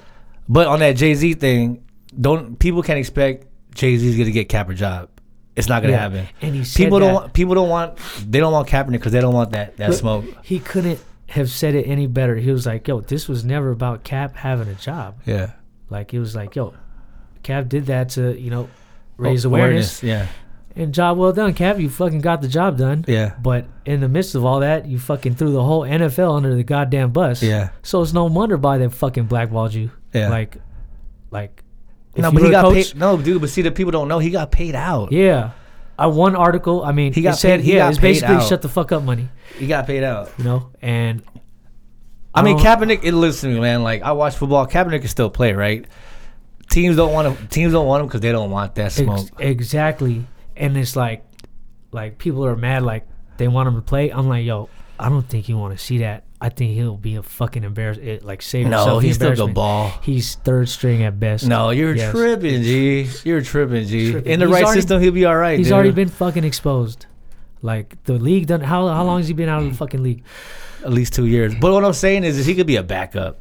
S4: But on that Jay Z thing, don't people can't expect Jay Z's gonna get Cap a job. It's not gonna
S3: Yeah.
S4: happen.
S3: And he said
S4: People
S3: that-
S4: don't. Want, people don't want. They don't want Kaepernick because they don't want that that
S3: But
S4: smoke.
S3: He couldn't have said it any better. He was like, "Yo, this was never about Cap having a job.
S4: Yeah.
S3: Like it was like, yo, Cap did that to you know
S4: Oh,
S3: raise awareness.
S4: Yeah.
S3: and job well done, Cap. You fucking got the job done.
S4: Yeah.
S3: But in the midst of all that, you fucking threw the whole NFL under the goddamn bus.
S4: Yeah.
S3: So it's no wonder why they fucking blackballed you.
S4: Yeah.
S3: Like, like. if
S4: No,
S3: you
S4: but
S3: were a
S4: he got
S3: coach-
S4: paid. No, dude, but see, the people don't know he got paid out.
S3: Yeah. I one article. I mean,
S4: He
S3: he
S4: got
S3: got said,
S4: paid- he
S3: yeah,
S4: got
S3: it's
S4: paid
S3: basically
S4: out.
S3: shut the fuck up money,
S4: He got paid out.
S3: you know. And
S4: I mean,
S3: Oh.
S4: Kaepernick. It listen to me, man. Like I watch football. Kaepernick can still play, right? Teams don't want him. Teams don't want him because they don't want that
S3: ex-
S4: smoke.
S3: exactly, and it's like, like people are mad, like they want him to play. I'm like, yo, I don't think you want to see that. I think he'll be a fucking embarrass. It, like save
S4: No,
S3: himself. the
S4: he still go
S3: embarrassment.
S4: ball.
S3: He's third string at best.
S4: no, you're
S3: Yes.
S4: tripping, G. You're tripping, G.
S3: Tripping.
S4: In the
S3: He's
S4: right
S3: already-
S4: system, he'll be all right.
S3: he's
S4: dude.
S3: already been fucking exposed. Like the league done. How how long has he been out of
S4: Mm.
S3: the fucking league?
S4: at least two years. But what I'm saying is, is he could be a backup.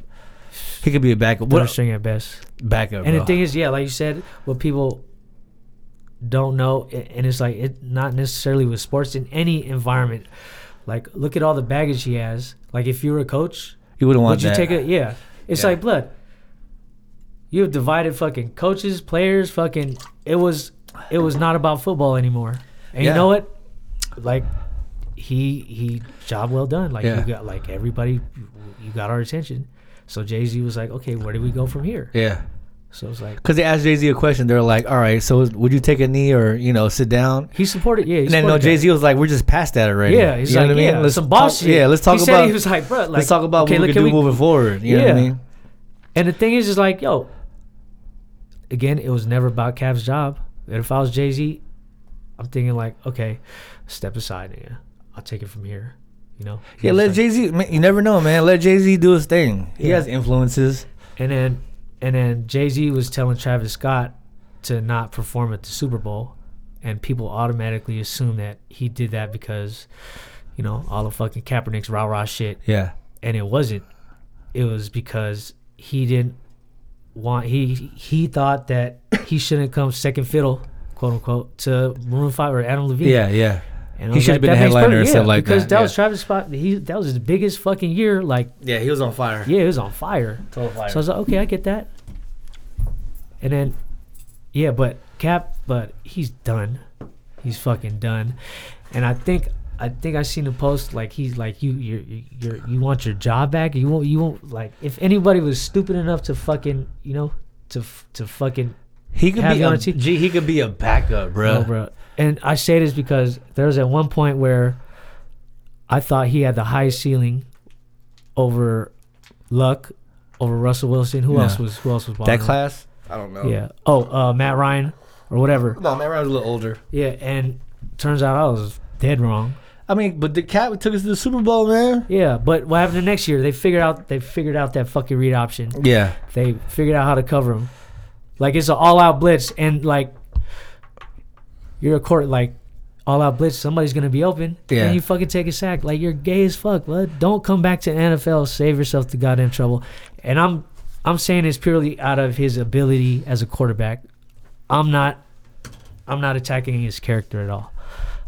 S4: He could be a backup.
S3: Third
S4: What,
S3: string at best.
S4: backup.
S3: And
S4: bro.
S3: the thing is, yeah, like you said, what people don't know, a- and it's like it not necessarily with sports in any environment. Like, look at all the baggage he has. Like, if you were a coach,
S4: you wouldn't want
S3: would you
S4: that.
S3: take it? Yeah, it's
S4: Yeah.
S3: like blood. You have divided fucking coaches, players, fucking. It was, it was not about football anymore. And
S4: Yeah.
S3: you know what? Like, he he job well done. Like
S4: Yeah.
S3: you got like everybody, you got our attention. So Jay Z was like, okay, where do we go from here?
S4: yeah.
S3: So it's like.
S4: Because they asked Jay Z a question. They're like, all right, so would you take a knee or, you know, sit down?
S3: He supported, yeah. He
S4: And then no,
S3: supported
S4: Jay Z was like, we're just past that
S3: that.
S4: already.
S3: Yeah, he's
S4: You know
S3: like,
S4: what I mean?
S3: yeah,
S4: Let's
S3: some boss
S4: talk-
S3: shit.
S4: Yeah, let's
S3: he
S4: talk
S3: Said
S4: about.
S3: he was like, bro, like,
S4: let's talk about
S3: okay,
S4: what we
S3: look,
S4: can do
S3: we-"
S4: moving forward. You know what I
S3: Yeah.
S4: mean?
S3: And the thing is, is like, yo, again, it was never about Cav's job. And if I was Jay Z, I'm thinking like, okay, step aside, nigga. I'll take it from here. You know? He
S4: Yeah,
S3: was
S4: let
S3: like-
S4: Jay Z. You never know, man. Let Jay Z do his thing. He
S3: Yeah.
S4: has influences.
S3: And then, and then Jay Z was telling Travis Scott to not perform at the Super Bowl, and people automatically assume that he did that because, you know, all the fucking Kaepernick's rah rah shit.
S4: Yeah.
S3: and it wasn't. It was because he didn't want he he thought that he shouldn't come second fiddle, quote unquote, to Maroon Five or Adam Levine.
S4: Yeah, yeah.
S3: and I
S4: He
S3: was
S4: should have been
S3: that
S4: a
S3: makes
S4: headliner
S3: perfect-
S4: or something like
S3: because
S4: that,
S3: Because that was
S4: yeah.
S3: Travis Scott. He that was his biggest fucking year. Like
S4: Yeah, he was on fire.
S3: yeah, it was on fire.
S4: Total fire.
S3: So I was like, okay, I get that. And then, yeah, but Cap, but he's done. He's fucking done. And I think, I think I seen a post like he's like you, you, you, you want your job back. You won't, you won't like if anybody was stupid enough to fucking, you know, to f- to fucking
S4: he could
S3: Have
S4: be
S3: you
S4: a,
S3: on t-
S4: G, he could be a backup, bro.
S3: Oh, bro. And I say this because there was at one point where I thought he had the highest ceiling over Luck, over Russell Wilson. Who
S4: Yeah.
S3: else was who else was balling?
S4: That class? I don't know.
S3: Yeah. Oh, uh, Matt Ryan or whatever.
S4: No, Matt Ryan was a little older.
S3: Yeah. And turns out I was dead wrong.
S4: I mean, but the cat took us to the Super Bowl, man.
S3: Yeah. But what happened the next year? They figured out they figured out that fucking read option.
S4: Yeah.
S3: They figured out how to cover him. Like it's an all out blitz and like you're a court like all out blitz. Somebody's gonna be open.
S4: Yeah.
S3: And you fucking take a sack. Like you're gay as fuck, bud. Don't come back to the NFL. Save yourself the goddamn trouble. And I'm I'm saying this purely out of his ability as a quarterback. I'm not I'm not attacking his character at all.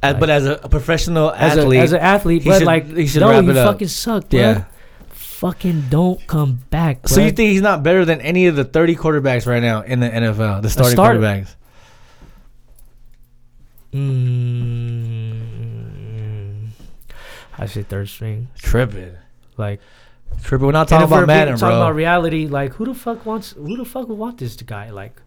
S4: As, but as a, a professional
S3: As
S4: athlete,
S3: a as an athlete,
S4: he
S3: but
S4: should-
S3: like
S4: he should
S3: no,
S4: wrap
S3: you
S4: it up.
S3: fucking suck, bro.
S4: yeah.
S3: Fucking don't come back.
S4: So you
S3: bruh.
S4: think he's not better than any of the 30 quarterbacks right now in the NFL, the starting
S3: starter.
S4: quarterbacks?
S3: Mm, I say third string.
S4: Tripping.
S3: Like
S4: Tripping. We're not
S3: and
S4: talking
S3: if we're
S4: about
S3: being-
S4: Madden,
S3: talking
S4: bro.
S3: about reality. Like who the fuck wants? Who the fuck would want this guy? Like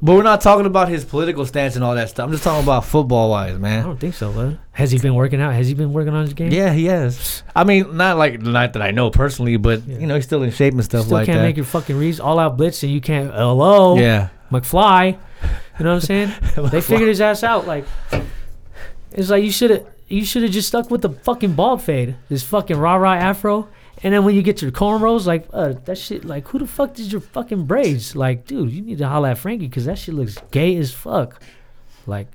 S4: but we're not talking about his political stance and all that stuff. I'm just talking about football wise,
S3: I
S4: man.
S3: don't think so. Bud. Has he been working out? Has he been working on his game?
S4: Yeah, he is. I mean, not like not that I know personally, but
S3: Yeah.
S4: you know, he's still in shape and stuff
S3: Still
S4: like
S3: can't
S4: that.
S3: make your fucking reads all out blitz and you can't. Hello,
S4: yeah.
S3: McFly. You know what I'm saying? <laughs>
S4: <laughs>
S3: they figured his ass out. Like it's like you should have you should have just stuck with the fucking bald fade, this fucking rah rah afro. And then when you get your cornrows, like uh, that shit, like who the fuck did your fucking braids? Like, dude, you need to holla at Frankie because that shit looks gay as fuck. Like,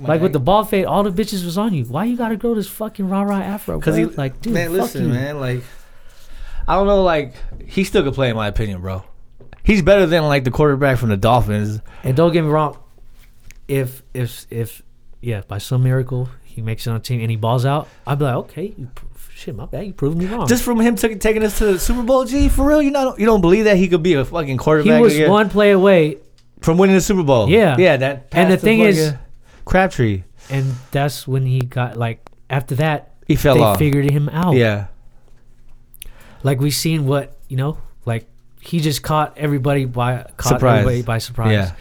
S3: like with the bald fade, all the bitches was on you. Why you gotta grow this fucking rah rah afro? Because
S4: Because he
S3: like, dude,
S4: man,
S3: fuck
S4: listen,
S3: you.
S4: man, like I don't know, like he still could play in my opinion, bro. He's better than like the quarterback from the Dolphins.
S3: And don't get me wrong, if if if yeah, by some miracle he makes it on the team and he balls out, I'd be like, okay, you, pro- shit, my bad, you proved me wrong.
S4: Just from him took taking us to the Super Bowl, G, for real, you not you don't believe that he could be a fucking
S3: he
S4: quarterback
S3: was
S4: again?
S3: one play away,
S4: from winning the Super Bowl.
S3: Yeah.
S4: yeah, that.
S3: And the
S4: pass to
S3: thing is-
S4: fucking Crabtree,
S3: and that's when he got like after that
S4: he fell
S3: they
S4: off.
S3: figured him out.
S4: Yeah,
S3: like we seen what you know, like he just caught everybody by caught
S4: Surprise.
S3: everybody by surprise.
S4: yeah,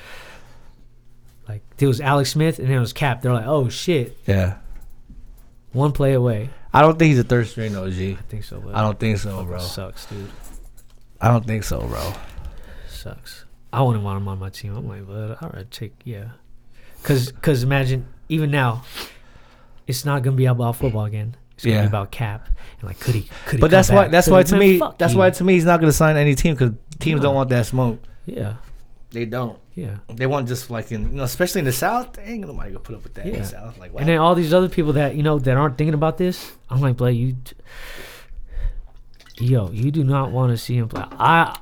S3: Like it was Alex Smith and then it was Cap. They're like, oh shit,
S4: yeah.
S3: one play away.
S4: I don't think he's a third string though, G.
S3: I think so. But
S4: I don't think so, bro.
S3: Sucks, dude.
S4: I don't think so, bro.
S3: Sucks. I wouldn't want him on my team. I'm like, but all right, take yeah. Cause, cause imagine even now, it's not gonna be about football again. It's gonna
S4: Yeah.
S3: be about cap and like could he? Could he
S4: But
S3: come
S4: that's why.
S3: back?
S4: That's
S3: Could
S4: why
S3: he-
S4: to
S3: man,
S4: me.
S3: fuck
S4: That's
S3: you.
S4: why to me he's not going to sign any team because teams
S3: No.
S4: don't want that smoke.
S3: Yeah,
S4: They don't.
S3: yeah.
S4: They want just like in you know, especially in the South, they ain't nobody gonna put up with that in
S3: Yeah.
S4: the South. Like, wow.
S3: And then all these other people that you know that aren't thinking about this, I'm like, Blake, you, yo, you do not want to see him play. I,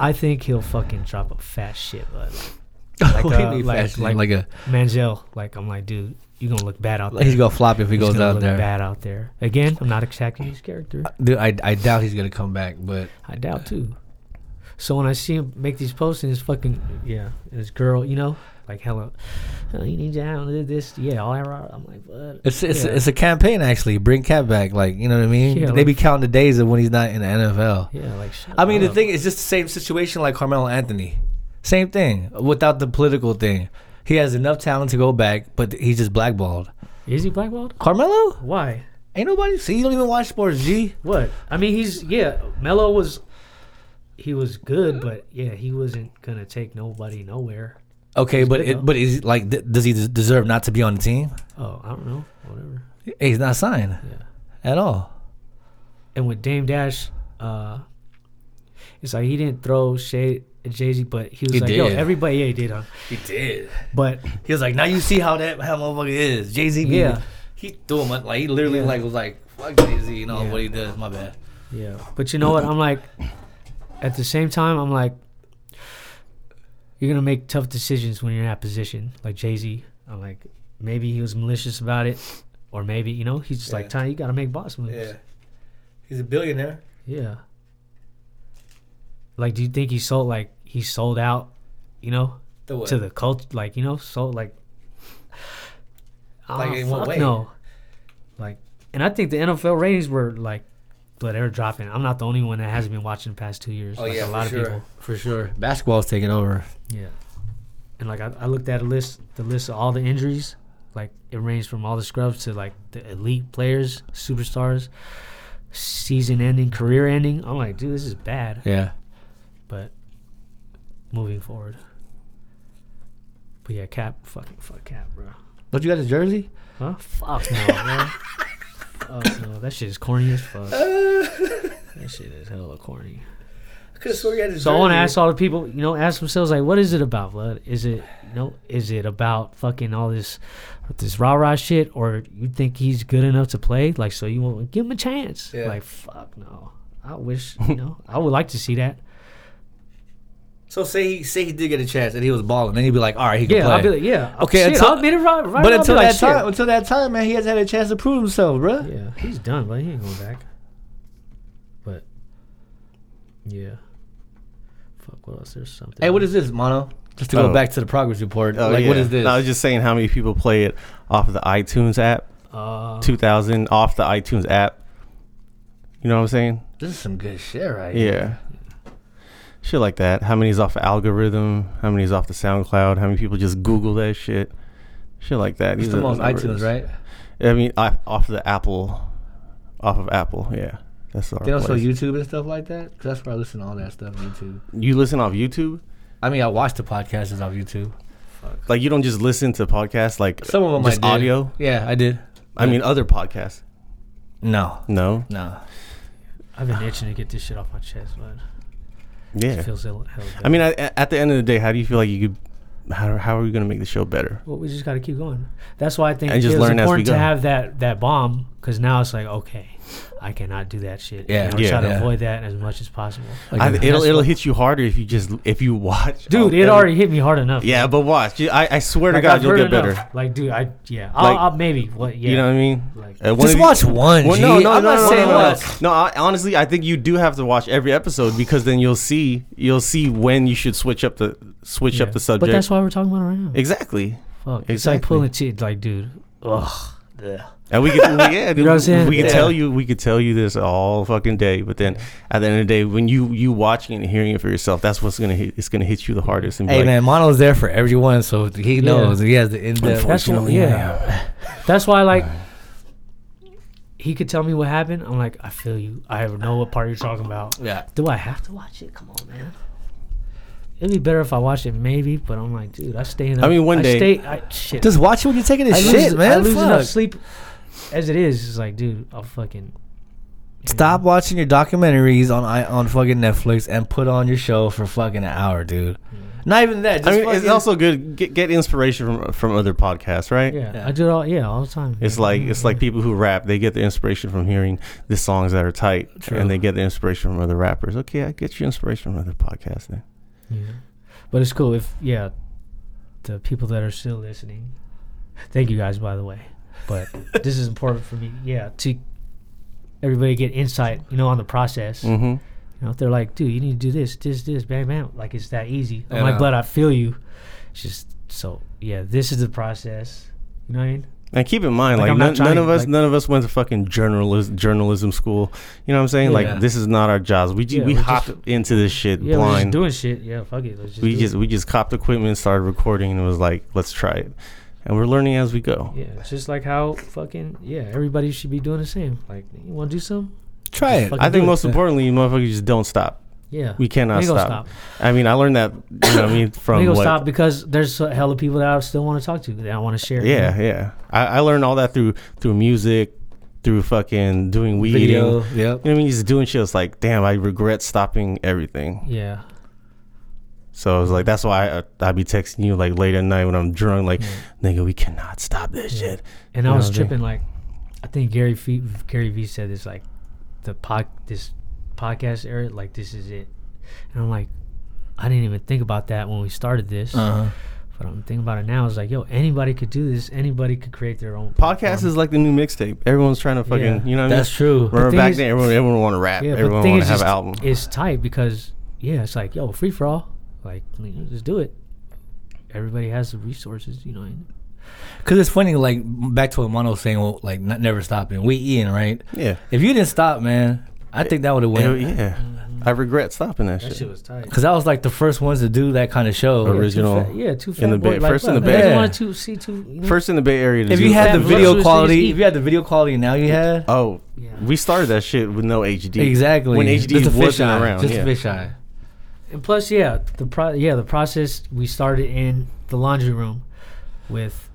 S3: I think he'll fucking drop a fat shit, but
S4: <laughs> like,
S3: like,
S4: uh,
S3: uh, like-
S4: like,
S3: like-
S4: a
S3: Manziel, like I'm like, dude, you gonna look bad out there.
S4: like he's gonna flop if he
S3: He's
S4: goes
S3: gonna
S4: out
S3: look
S4: there.
S3: bad out there. Again, I'm not exacting his character.
S4: Dude, I I doubt he's gonna come back. But
S3: I doubt too. So when I see him make these posts and his fucking yeah, and his girl, you know, like hello, oh, you need to have this, yeah, all that. rah- I'm like, what?
S4: it's it's
S3: Yeah.
S4: it's a campaign actually. Bring Cat back. Like you know what I mean?
S3: Yeah,
S4: they
S3: like-
S4: be counting the days of when he's not in the NFL.
S3: yeah, like. shut
S4: I mean, the
S3: up.
S4: thing is just the same situation like Carmelo Anthony. Same thing without the political thing. He has enough talent to go back, but he's just blackballed.
S3: is he blackballed?
S4: Carmelo?
S3: Why?
S4: Ain't nobody see. You don't even watch sports, G.
S3: What? I mean, he's yeah. Melo was, he was good, but yeah, he wasn't gonna take nobody nowhere.
S4: Okay, but
S3: good, though.
S4: it, but is like th- does he des- deserve not to be on the team?
S3: Oh, I don't know, whatever.
S4: He's not signed
S3: Yeah.
S4: at all.
S3: and with Dame Dash, uh, it's like he didn't throw shade at Jay Z, but he was
S4: He
S3: like, "Yo,
S4: did.
S3: everybody, yeah, he did." Huh?
S4: He did.
S3: But
S4: He was like, now you see how that how motherfucker is. Jay Z.
S3: Yeah.
S4: He threw him up, like he literally
S3: Yeah.
S4: like was like fuck Jay Z and all
S3: Yeah.
S4: what he does. My bad.
S3: yeah, but you know what? I'm like, at the same time, I'm like, you're gonna make tough decisions when you're in that position, like Jay Z. I'm like, maybe he was malicious about it, or maybe you know he's just like,
S4: Yeah.
S3: "Ty, you gotta make boss moves."
S4: He's a billionaire.
S3: Yeah. Like, do you think he sold like he sold out? You know,
S4: The what?
S3: to the cult, like you know, so like,
S4: Like,
S3: Ah,
S4: in what
S3: fuck
S4: way?
S3: No, like, and I think the NFL ratings were like, but they were dropping. I'm not the only one that hasn't been watching the past two years. like, a lot of people.
S4: Oh, for sure. Basketball's taking over.
S3: Yeah, and like I, I looked at a list, the list of all the injuries. Like it ranged from all the scrubs to like the elite players, superstars, season-ending, career-ending. I'm like, dude, this is bad.
S4: Yeah.
S3: But moving forward. But yeah, Cap, fucking fuck Cap, bro.
S4: Don't you got his jersey?
S3: Huh? Fuck no,
S4: <laughs>
S3: man. Fuck no. That shit is corny as fuck. that shit is hella corny.
S4: I could have sworn you had his
S3: So I want to ask all the people, you know, ask themselves, like, what is it about, blood? Is it, you know, is it about fucking all this, this rah rah shit, or you think he's good enough to play? Like, so you won't give him a chance?
S4: Yeah.
S3: Like, fuck no. I wish, you know, I would like to see that.
S4: So say he say he did get a chance and he was balling, then he'd be like, all right, he can
S3: Yeah,
S4: play.
S3: I'll be like, yeah,
S4: Okay,
S3: okay, shit,
S4: until-
S3: I'll be the right, right
S4: but
S3: I'll be
S4: until
S3: like,
S4: that
S3: shit.
S4: time, until that time, man, he has had a chance to prove himself, bro.
S3: Yeah, he's done, but he ain't going back. But yeah, fuck, what else? There's something.
S4: Hey, what is this, Mono? Just to go
S2: Oh.
S4: back to the progress report.
S2: Oh,
S4: like, what
S2: yeah.
S4: is this?
S2: No, I was just saying how many people play it off of the iTunes app.
S4: Oh.
S3: Uh,
S2: Two thousand off the iTunes app. You know what I'm saying?
S4: this is some good shit, right? here.
S2: Yeah. Shit like that. How many's off the algorithm? How many's off the SoundCloud? How many people just Google that shit? Shit like that.
S4: It's
S2: These
S4: the
S2: are
S4: most
S2: numbers.
S4: iTunes, right?
S2: I mean, off, off the Apple, off of Apple. Yeah, that's our
S4: They don't show
S2: place.
S4: YouTube and stuff like that. 'Cause that's where I listen to all that stuff. YouTube.
S2: You listen off YouTube.
S4: I mean, I watch the podcasts off YouTube.
S2: Like you don't just listen to podcasts. Like
S4: Some of them
S2: just
S4: I did.
S2: audio.
S4: Yeah, I did.
S2: I mean, other podcasts.
S4: No,
S2: No.
S4: no.
S3: I've been itching to get this shit off my chest, man.
S2: Yeah.
S3: It feels hell. hell
S2: I mean, at, at the end of the day, how do you feel like you could? How, how are we going to make the show better?
S3: well, we just got to keep going. That's why I think
S2: And just
S3: it was
S2: learn as we
S3: important to
S2: go.
S3: have that that bomb because now it's like okay, I cannot do that shit.
S4: Yeah,
S3: and I'm
S2: yeah,
S3: trying to
S4: yeah.
S3: avoid that as much as possible.
S2: I,
S4: Like,
S2: it'll
S3: that's
S2: it'll
S3: what-
S2: hit you harder if you just if you watch.
S3: Dude,
S2: all-
S3: it already hit me hard enough.
S2: oh, Yeah, but watch. You- I, I swear
S3: Like,
S2: to God,
S3: I've
S2: you'll
S3: heard
S2: get
S3: enough.
S2: better.
S3: Like, dude, I yeah, I'll,
S2: Like,
S3: I'll maybe what yeah.
S2: You know what I mean?
S3: Like-
S2: Uh, one
S4: Just
S2: of
S4: watch one.
S2: Well,
S4: G.
S2: no, no,
S4: I'm
S2: no,
S4: not
S2: no, no,
S4: saying
S2: no, no.
S4: watch.
S2: No, I, honestly, I think you do have to watch every episode because then you'll see you'll see when you should switch up the switch
S3: yeah.
S2: up the subject.
S3: But that's why we're talking about it right now.
S2: exactly.
S3: Fuck, it's like
S2: exactly.
S3: pulling teeth. Like, dude, ugh.
S2: And we could, yeah, dude,
S3: know what I'm saying?
S2: we could
S3: Yeah.
S2: tell you, we could tell you this all fucking day. But then, at the end of the day, when you you watching and hearing it for yourself, that's what's gonna hit. It's gonna hit you the hardest. And be
S4: Hey
S2: like,
S4: man, Mono's there for everyone, so he knows he has the in depth.
S3: That's what, yeah. That's why, like, he could tell me what happened. I'm like, I feel you. I know what part you're talking about.
S4: yeah.
S3: Do I have to watch it? Come on, man. It'd be better if I watched it, maybe. But I'm like, dude, I stay in.
S2: I mean, one day-
S3: stay. I, shit.
S4: Just watch it when you're taking a
S3: I lose,
S4: shit,
S3: I
S4: man.
S3: lose
S4: Fuck.
S3: enough sleep as it is. It's like, dude, I'll fucking
S4: Stop watching your documentaries on I- on fucking Netflix and put on your show for fucking an hour, dude. Not even that. Just
S2: I mean, it's
S4: fucking-
S2: also good get, get inspiration from from other podcasts, right?
S3: Yeah,
S4: Yeah.
S3: I do it all. Yeah, all the time.
S2: It's like it's like people who rap, they get the inspiration from hearing the songs that are tight,
S4: True.
S2: and they get the inspiration from other rappers. Okay, I get your inspiration from other podcasts then.
S3: Yeah. But it's cool if yeah, the people that are still listening. Thank you guys by the way.
S2: <laughs>
S3: But this is important for me. Yeah, to everybody get insight, you know, on the process.
S2: Mm-hmm.
S3: You know, if they're like, dude, you need to do this, this, this, bam, bam. Like it's that easy. I'm
S4: Yeah.
S3: like, but I feel you. It's just so yeah, this is the process. You know what I mean?
S2: And keep in mind,
S3: Like,
S2: like,
S3: I'm
S2: none,
S3: not
S2: none
S3: trying,
S2: of us,
S3: like-
S2: none of us went to fucking journalism journalism school. You know what I'm saying?
S4: Yeah.
S2: Like this is not our jobs. We ju-
S3: Yeah,
S2: we
S3: we're
S2: hopped
S3: just-
S2: into this shit
S3: Yeah, we're just
S2: blind.
S3: doing shit. Yeah, fuck it. Let's just
S2: we
S3: do
S2: just
S3: it.
S2: we just copped equipment, started recording, and it was like, let's try it. And we're learning as we go.
S3: Yeah, it's just like how fucking yeah, everybody should be doing the same. Like, you wanna do something?
S4: try it.
S3: Fucking
S2: I think
S3: do it.
S2: most importantly, you motherfuckers just don't stop.
S3: Yeah.
S2: We cannot
S3: ain't gonna
S2: stop. I mean, I learned that. You know what I mean?
S3: <laughs>
S2: From
S3: we gonna
S2: what?
S3: stop because there's a hell of people that I still want to talk to that I want to share.
S2: Yeah, yeah. I, I learned all that through through music, through fucking doing weed. You know
S4: Video. Yep.
S2: what I mean? Just doing shit. It's like, damn, I regret stopping everything.
S3: yeah.
S2: So I was like, that's why I, I be texting you like late at night when I'm drunk, like, nigga, we cannot stop this shit.
S3: And
S2: You
S3: I
S2: know
S3: was
S2: what I mean?
S3: tripping like, I think Gary v, Gary V said this like, the pod this podcast era like this is it, and I'm like, I didn't even think about that when we started this,
S4: Uh-huh.
S3: but I'm thinking about it now. It's like, yo, anybody could do this. Anybody could create their own
S2: Podcast
S3: platform.
S2: is like the new mixtape. Everyone's trying to fucking,
S3: Yeah.
S2: you know what I mean?
S4: That's true.
S2: Remember
S3: thing
S2: back
S3: is-
S2: then, everyone, everyone want to rap.
S3: Yeah, but the
S2: everyone
S3: thing
S2: want to
S3: is,
S2: have
S3: just,
S2: an album.
S3: it's tight because yeah, it's like yo, free for all, like just do it. Everybody has the resources, you know. and-
S4: Because it's funny, like back to what Mono was saying, well, like not, never stopping. We eating, right?
S2: yeah.
S4: If you didn't stop, man, I think that would have
S2: Hell
S4: went.
S2: yeah. I regret stopping that,
S3: That
S2: shit.
S3: shit was tight.
S4: Because I was like the first ones to do that kind of show.
S2: Or Oh, really- original
S3: yeah, two fat
S2: in the
S3: boy,
S2: Bay-
S3: like,
S2: first in the
S3: what? I just
S4: Bay.
S3: wanted to see two. You know?
S2: First in Mm-hmm. the Bay Area. to
S4: If
S2: do
S4: you
S2: it.
S4: had the
S3: Yeah,
S4: video
S3: versus
S4: quality,
S3: HD.
S4: if you had the video quality now you had,
S2: <laughs> Oh,
S3: Yeah.
S2: we started that shit with no HD.
S4: exactly.
S2: When HD
S4: just a
S2: wasn't
S4: fisheye,
S2: around.
S4: just
S2: yeah.
S4: a fisheye.
S3: and plus, yeah, the pro- yeah the process we started in the laundry room with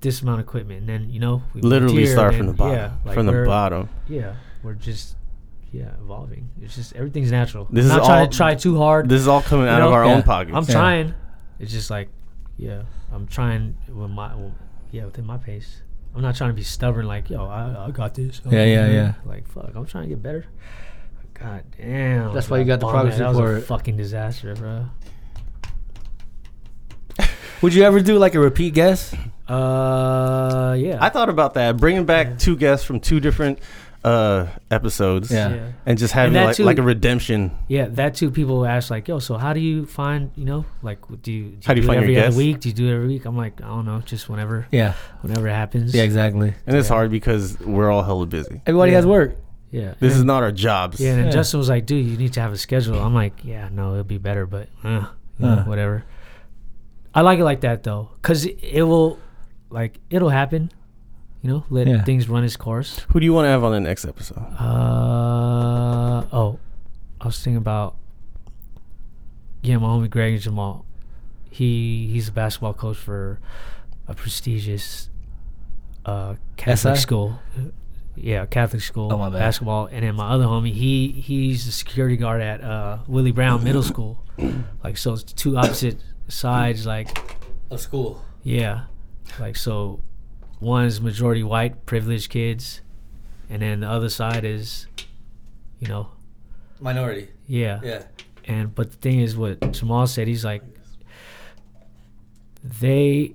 S3: this amount of equipment, and then you know we
S2: Literally
S3: volunteered,
S2: start from the
S3: and,
S2: bottom.
S3: Yeah, like,
S2: from the
S3: we're-
S2: bottom.
S3: Yeah, we're just yeah evolving. It's just everything's natural.
S2: This
S3: This
S2: is
S3: not trying
S2: all-
S3: to try too hard.
S2: This is all coming
S3: you
S2: out of
S3: know?
S2: our
S4: Yeah.
S2: own pockets.
S3: I'm
S4: Yeah.
S3: trying. It's just like, yeah, I'm trying with my, well, yeah, within my pace. I'm not trying to be stubborn. Like, yo, I, I got this.
S4: Yeah, yeah, yeah.
S3: Like, fuck, I'm trying to get better. God damn.
S4: That's why you got the
S3: Bomb
S4: progress
S3: that. That
S4: report.
S3: was a fucking disaster, bro.
S4: Would you ever do like a repeat guest?
S3: Uh, yeah.
S2: I thought about that, bringing back two guests from two different uh, episodes
S4: Yeah.
S3: Yeah.
S2: and just have
S3: And
S2: you
S3: that
S2: like,
S3: too-
S2: like a redemption.
S3: Yeah, that too. People ask like, "Yo, so how do you find? You know, like, do you, do
S2: How do you
S3: it
S2: find your
S3: every
S2: guests?
S3: other week? Do you do it every week?" I'm like, I don't know, just whenever,
S4: Yeah.
S3: whenever it happens.
S4: Yeah. Exactly.
S2: And it's hard because we're all hella busy.
S4: Everybody
S3: Yeah.
S4: has work.
S3: yeah.
S2: This is not our jobs.
S3: Yeah, and then
S4: Yeah.
S3: Justin was like, "Dude, you need to have a schedule." I'm like, "Yeah, no, it'll be better, but uh, you know,
S4: Uh.
S3: whatever." I like it like that though, cause it- it will, like, it'll happen. You know, let
S4: Yeah.
S3: things run its course.
S2: Who do you want to have on the next episode?
S3: Uh oh, I was thinking about yeah, my homie Greg Jamal. He he's a basketball coach for a prestigious uh, Catholic
S4: SI?
S3: school. Yeah, Catholic school
S4: Oh, my bad.
S3: basketball. And then my other homie, he he's a security guard at uh, Willie Brown
S4: <coughs>
S3: Middle School. Like so, it's two opposite sides. Like
S4: Of school.
S3: yeah. Like so one's majority white privileged kids and then the other side is you know,
S4: Minority.
S3: yeah.
S4: Yeah.
S3: And but the thing is what Jamal said, he's like they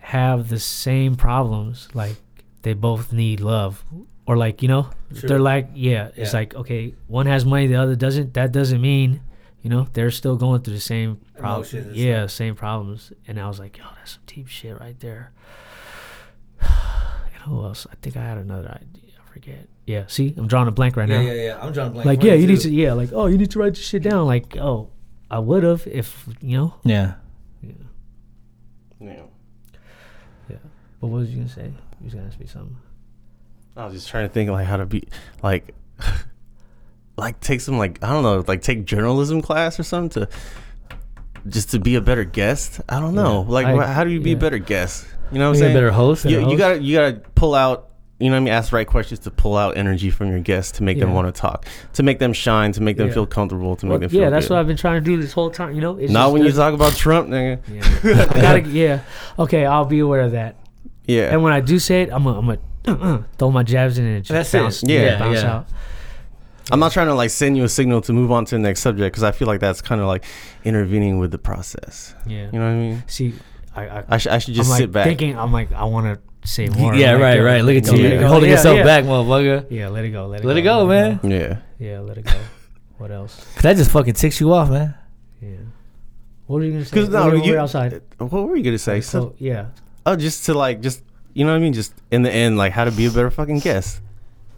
S3: have the same problems. Like they both need love. Or like, you know,
S4: Sure.
S3: they're like yeah, it's
S4: Yeah.
S3: like okay, one has money, the other doesn't. That doesn't mean you know, they're still going through the same problems.
S4: Emotions and
S3: Yeah, same problems. And I was like, yo, that's some deep shit right there. <sighs> and who else? I think I had another idea. I forget. Yeah, see, I'm drawing a blank right now.
S4: yeah. I'm drawing blank.
S3: Like, yeah, you need to, yeah, like, oh, you need to write this shit down. Like, oh, I would have if, you know.
S4: Yeah.
S2: Yeah.
S3: But what was you going to say? You was going to ask me something.
S2: I was just trying to think like how to be like <laughs> like take some like I don't know like take journalism class or something to just to be a better guest. I don't know.
S3: Yeah.
S2: like
S3: I-
S2: wh- how do you be
S3: yeah.
S2: a better guest? You know what I'm
S4: Be a
S2: saying?
S4: better host and
S2: You,
S4: a
S2: you
S4: host.
S2: gotta you gotta pull out. You know what I mean? Ask the right questions to pull out energy from your guests to make them
S3: Yeah.
S2: want to talk, to make them shine, to make them
S3: Yeah.
S2: feel comfortable, to
S3: Well,
S2: make them feel
S3: yeah, that's
S2: good.
S3: what I've been trying to do this whole time, you know. It's
S2: Not
S3: just
S2: when you
S3: that-
S2: talk about Trump, nigga. <laughs>
S3: Yeah. <laughs> I gotta, yeah. Okay, I'll be aware of that.
S2: Yeah.
S3: And when I do say it, I'm gonna I'm gonna uh, throw my jabs in and it
S4: That's
S3: just bounce,
S2: it. Yeah,
S3: bounce
S4: yeah.
S3: out.
S2: I'm not trying to like send you a signal to move on to the next subject because I feel like that's kind of like intervening with the process.
S3: Yeah.
S2: You know what I mean?
S3: See, I, I,
S2: I, sh- I should just
S3: am like
S2: sit back.
S3: thinking. I'm like, I want to say more.
S4: Yeah,
S3: Like, oh,
S4: right, right. Look at
S2: Yeah.
S4: you.
S2: Yeah.
S4: You're holding
S3: Yeah,
S4: yourself
S3: yeah.
S4: back, motherfucker.
S3: Yeah, let it go. Let it
S4: Let
S3: go.
S4: it go, man.
S2: Yeah.
S3: Yeah, let it go. What else?
S4: That just fucking ticks you off, man.
S3: Yeah. What are you gonna say?
S2: Because no,
S3: we're,
S2: you,
S3: we're outside.
S2: What were you gonna say? So,
S3: So yeah,
S2: oh, just to like, just you know what I mean? Just in the end, like how to be a better fucking guest.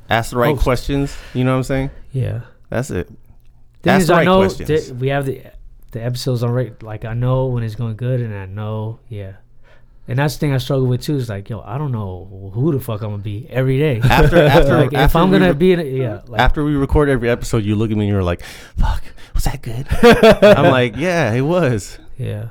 S2: Ask the right
S3: Host.
S2: questions. You know what I'm saying?
S3: yeah.
S2: That's it.
S3: Thing
S2: Ask
S3: is,
S2: the
S3: I
S2: right
S3: know
S2: questions.
S3: that we have the the episodes on right. Like I know when it's going good, and I know yeah. And that's the thing I struggle with too. Is like, yo, I don't know who the fuck I'm gonna be every day.
S2: <laughs> After
S3: <laughs>
S2: after,
S3: like, if
S2: after
S3: I'm
S2: we
S3: gonna
S2: re-
S3: be in, a, yeah, like,
S2: after we record every episode, you look at me and you're like, "Fuck, was
S3: <laughs>
S2: that good?" I'm like, "Yeah, it was."
S3: yeah.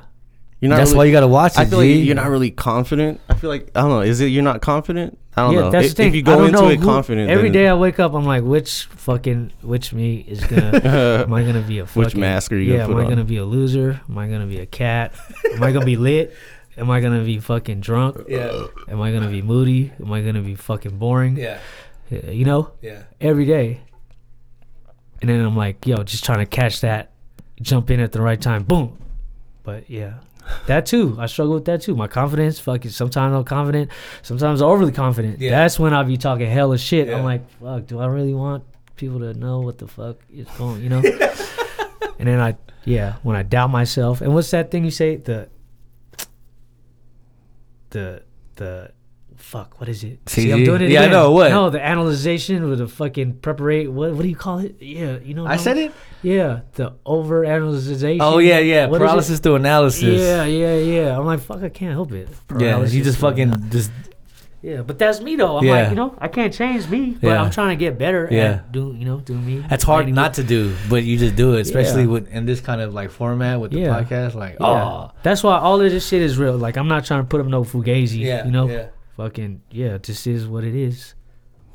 S2: You're not.
S4: That's
S2: really-
S4: why you gotta watch it.
S2: I feel
S4: G.
S2: like you're not really confident. I feel like I don't know. Is it you're not confident? I don't
S3: yeah,
S2: know.
S3: that's
S2: if,
S3: the thing.
S2: if you
S3: I
S2: go
S3: don't
S2: into
S3: know
S2: it
S3: who-
S2: confident,
S3: every
S2: then
S3: day I wake up, I'm like, which fucking which me is
S2: <laughs>
S3: gonna? am I gonna be a fucking,
S2: Which mask are you
S3: Yeah,
S2: gonna put
S3: am I
S2: on?
S3: gonna be a loser? Am I gonna be a cat? am I gonna be lit? Am I gonna be fucking drunk?
S4: Yeah.
S3: Am I gonna be moody? Am I gonna be fucking boring?
S4: Yeah.
S3: Yeah, You know,
S4: Yeah.
S3: every day. And then I'm like, yo, just trying to catch that, jump in at the right time, boom. But
S4: <laughs>
S3: yeah, that too. I struggle with that too. My confidence, fucking. Sometimes I'm confident. Sometimes I'm overly confident.
S4: Yeah.
S3: That's when I be talking hella shit.
S4: Yeah.
S3: I'm like, fuck. Do I really want people to know what the fuck is going? You
S4: <laughs>
S3: know. and then I, yeah, when I doubt myself. And what's that thing you say? The, the, the. Fuck, what is it? See, I'm
S4: CG?
S3: doing it
S4: Yeah, I
S3: again.
S4: know, what?
S3: No, Oh, the analyzation with the fucking preparate. What what do you call it? Yeah, you know. what
S4: I
S3: I'm-
S4: said it.
S3: Yeah, the over analyzation.
S4: Oh yeah, yeah.
S3: What is it?
S4: Paralysis through analysis.
S3: Yeah, yeah, yeah. I'm like, fuck, I can't help it.
S4: Yeah. You
S3: Paralysis
S4: just
S3: through
S4: fucking
S3: analysis.
S4: just
S3: Yeah, but that's me though. I'm
S4: Yeah.
S3: like, you know, I can't change me, but
S4: Yeah.
S3: I'm trying to get better
S4: Yeah.
S3: at do you know, do me.
S4: That's hard
S3: Like,
S4: not to do, but you just do it, especially
S3: Yeah.
S4: with in this kind of like format with the
S3: Yeah.
S4: podcast. Like,
S3: yeah.
S4: oh,
S3: That's why all of this shit is real. Like I'm not trying to put up no fugazi.
S4: yeah,
S3: You know?
S4: yeah.
S3: Fucking yeah, this is what it is.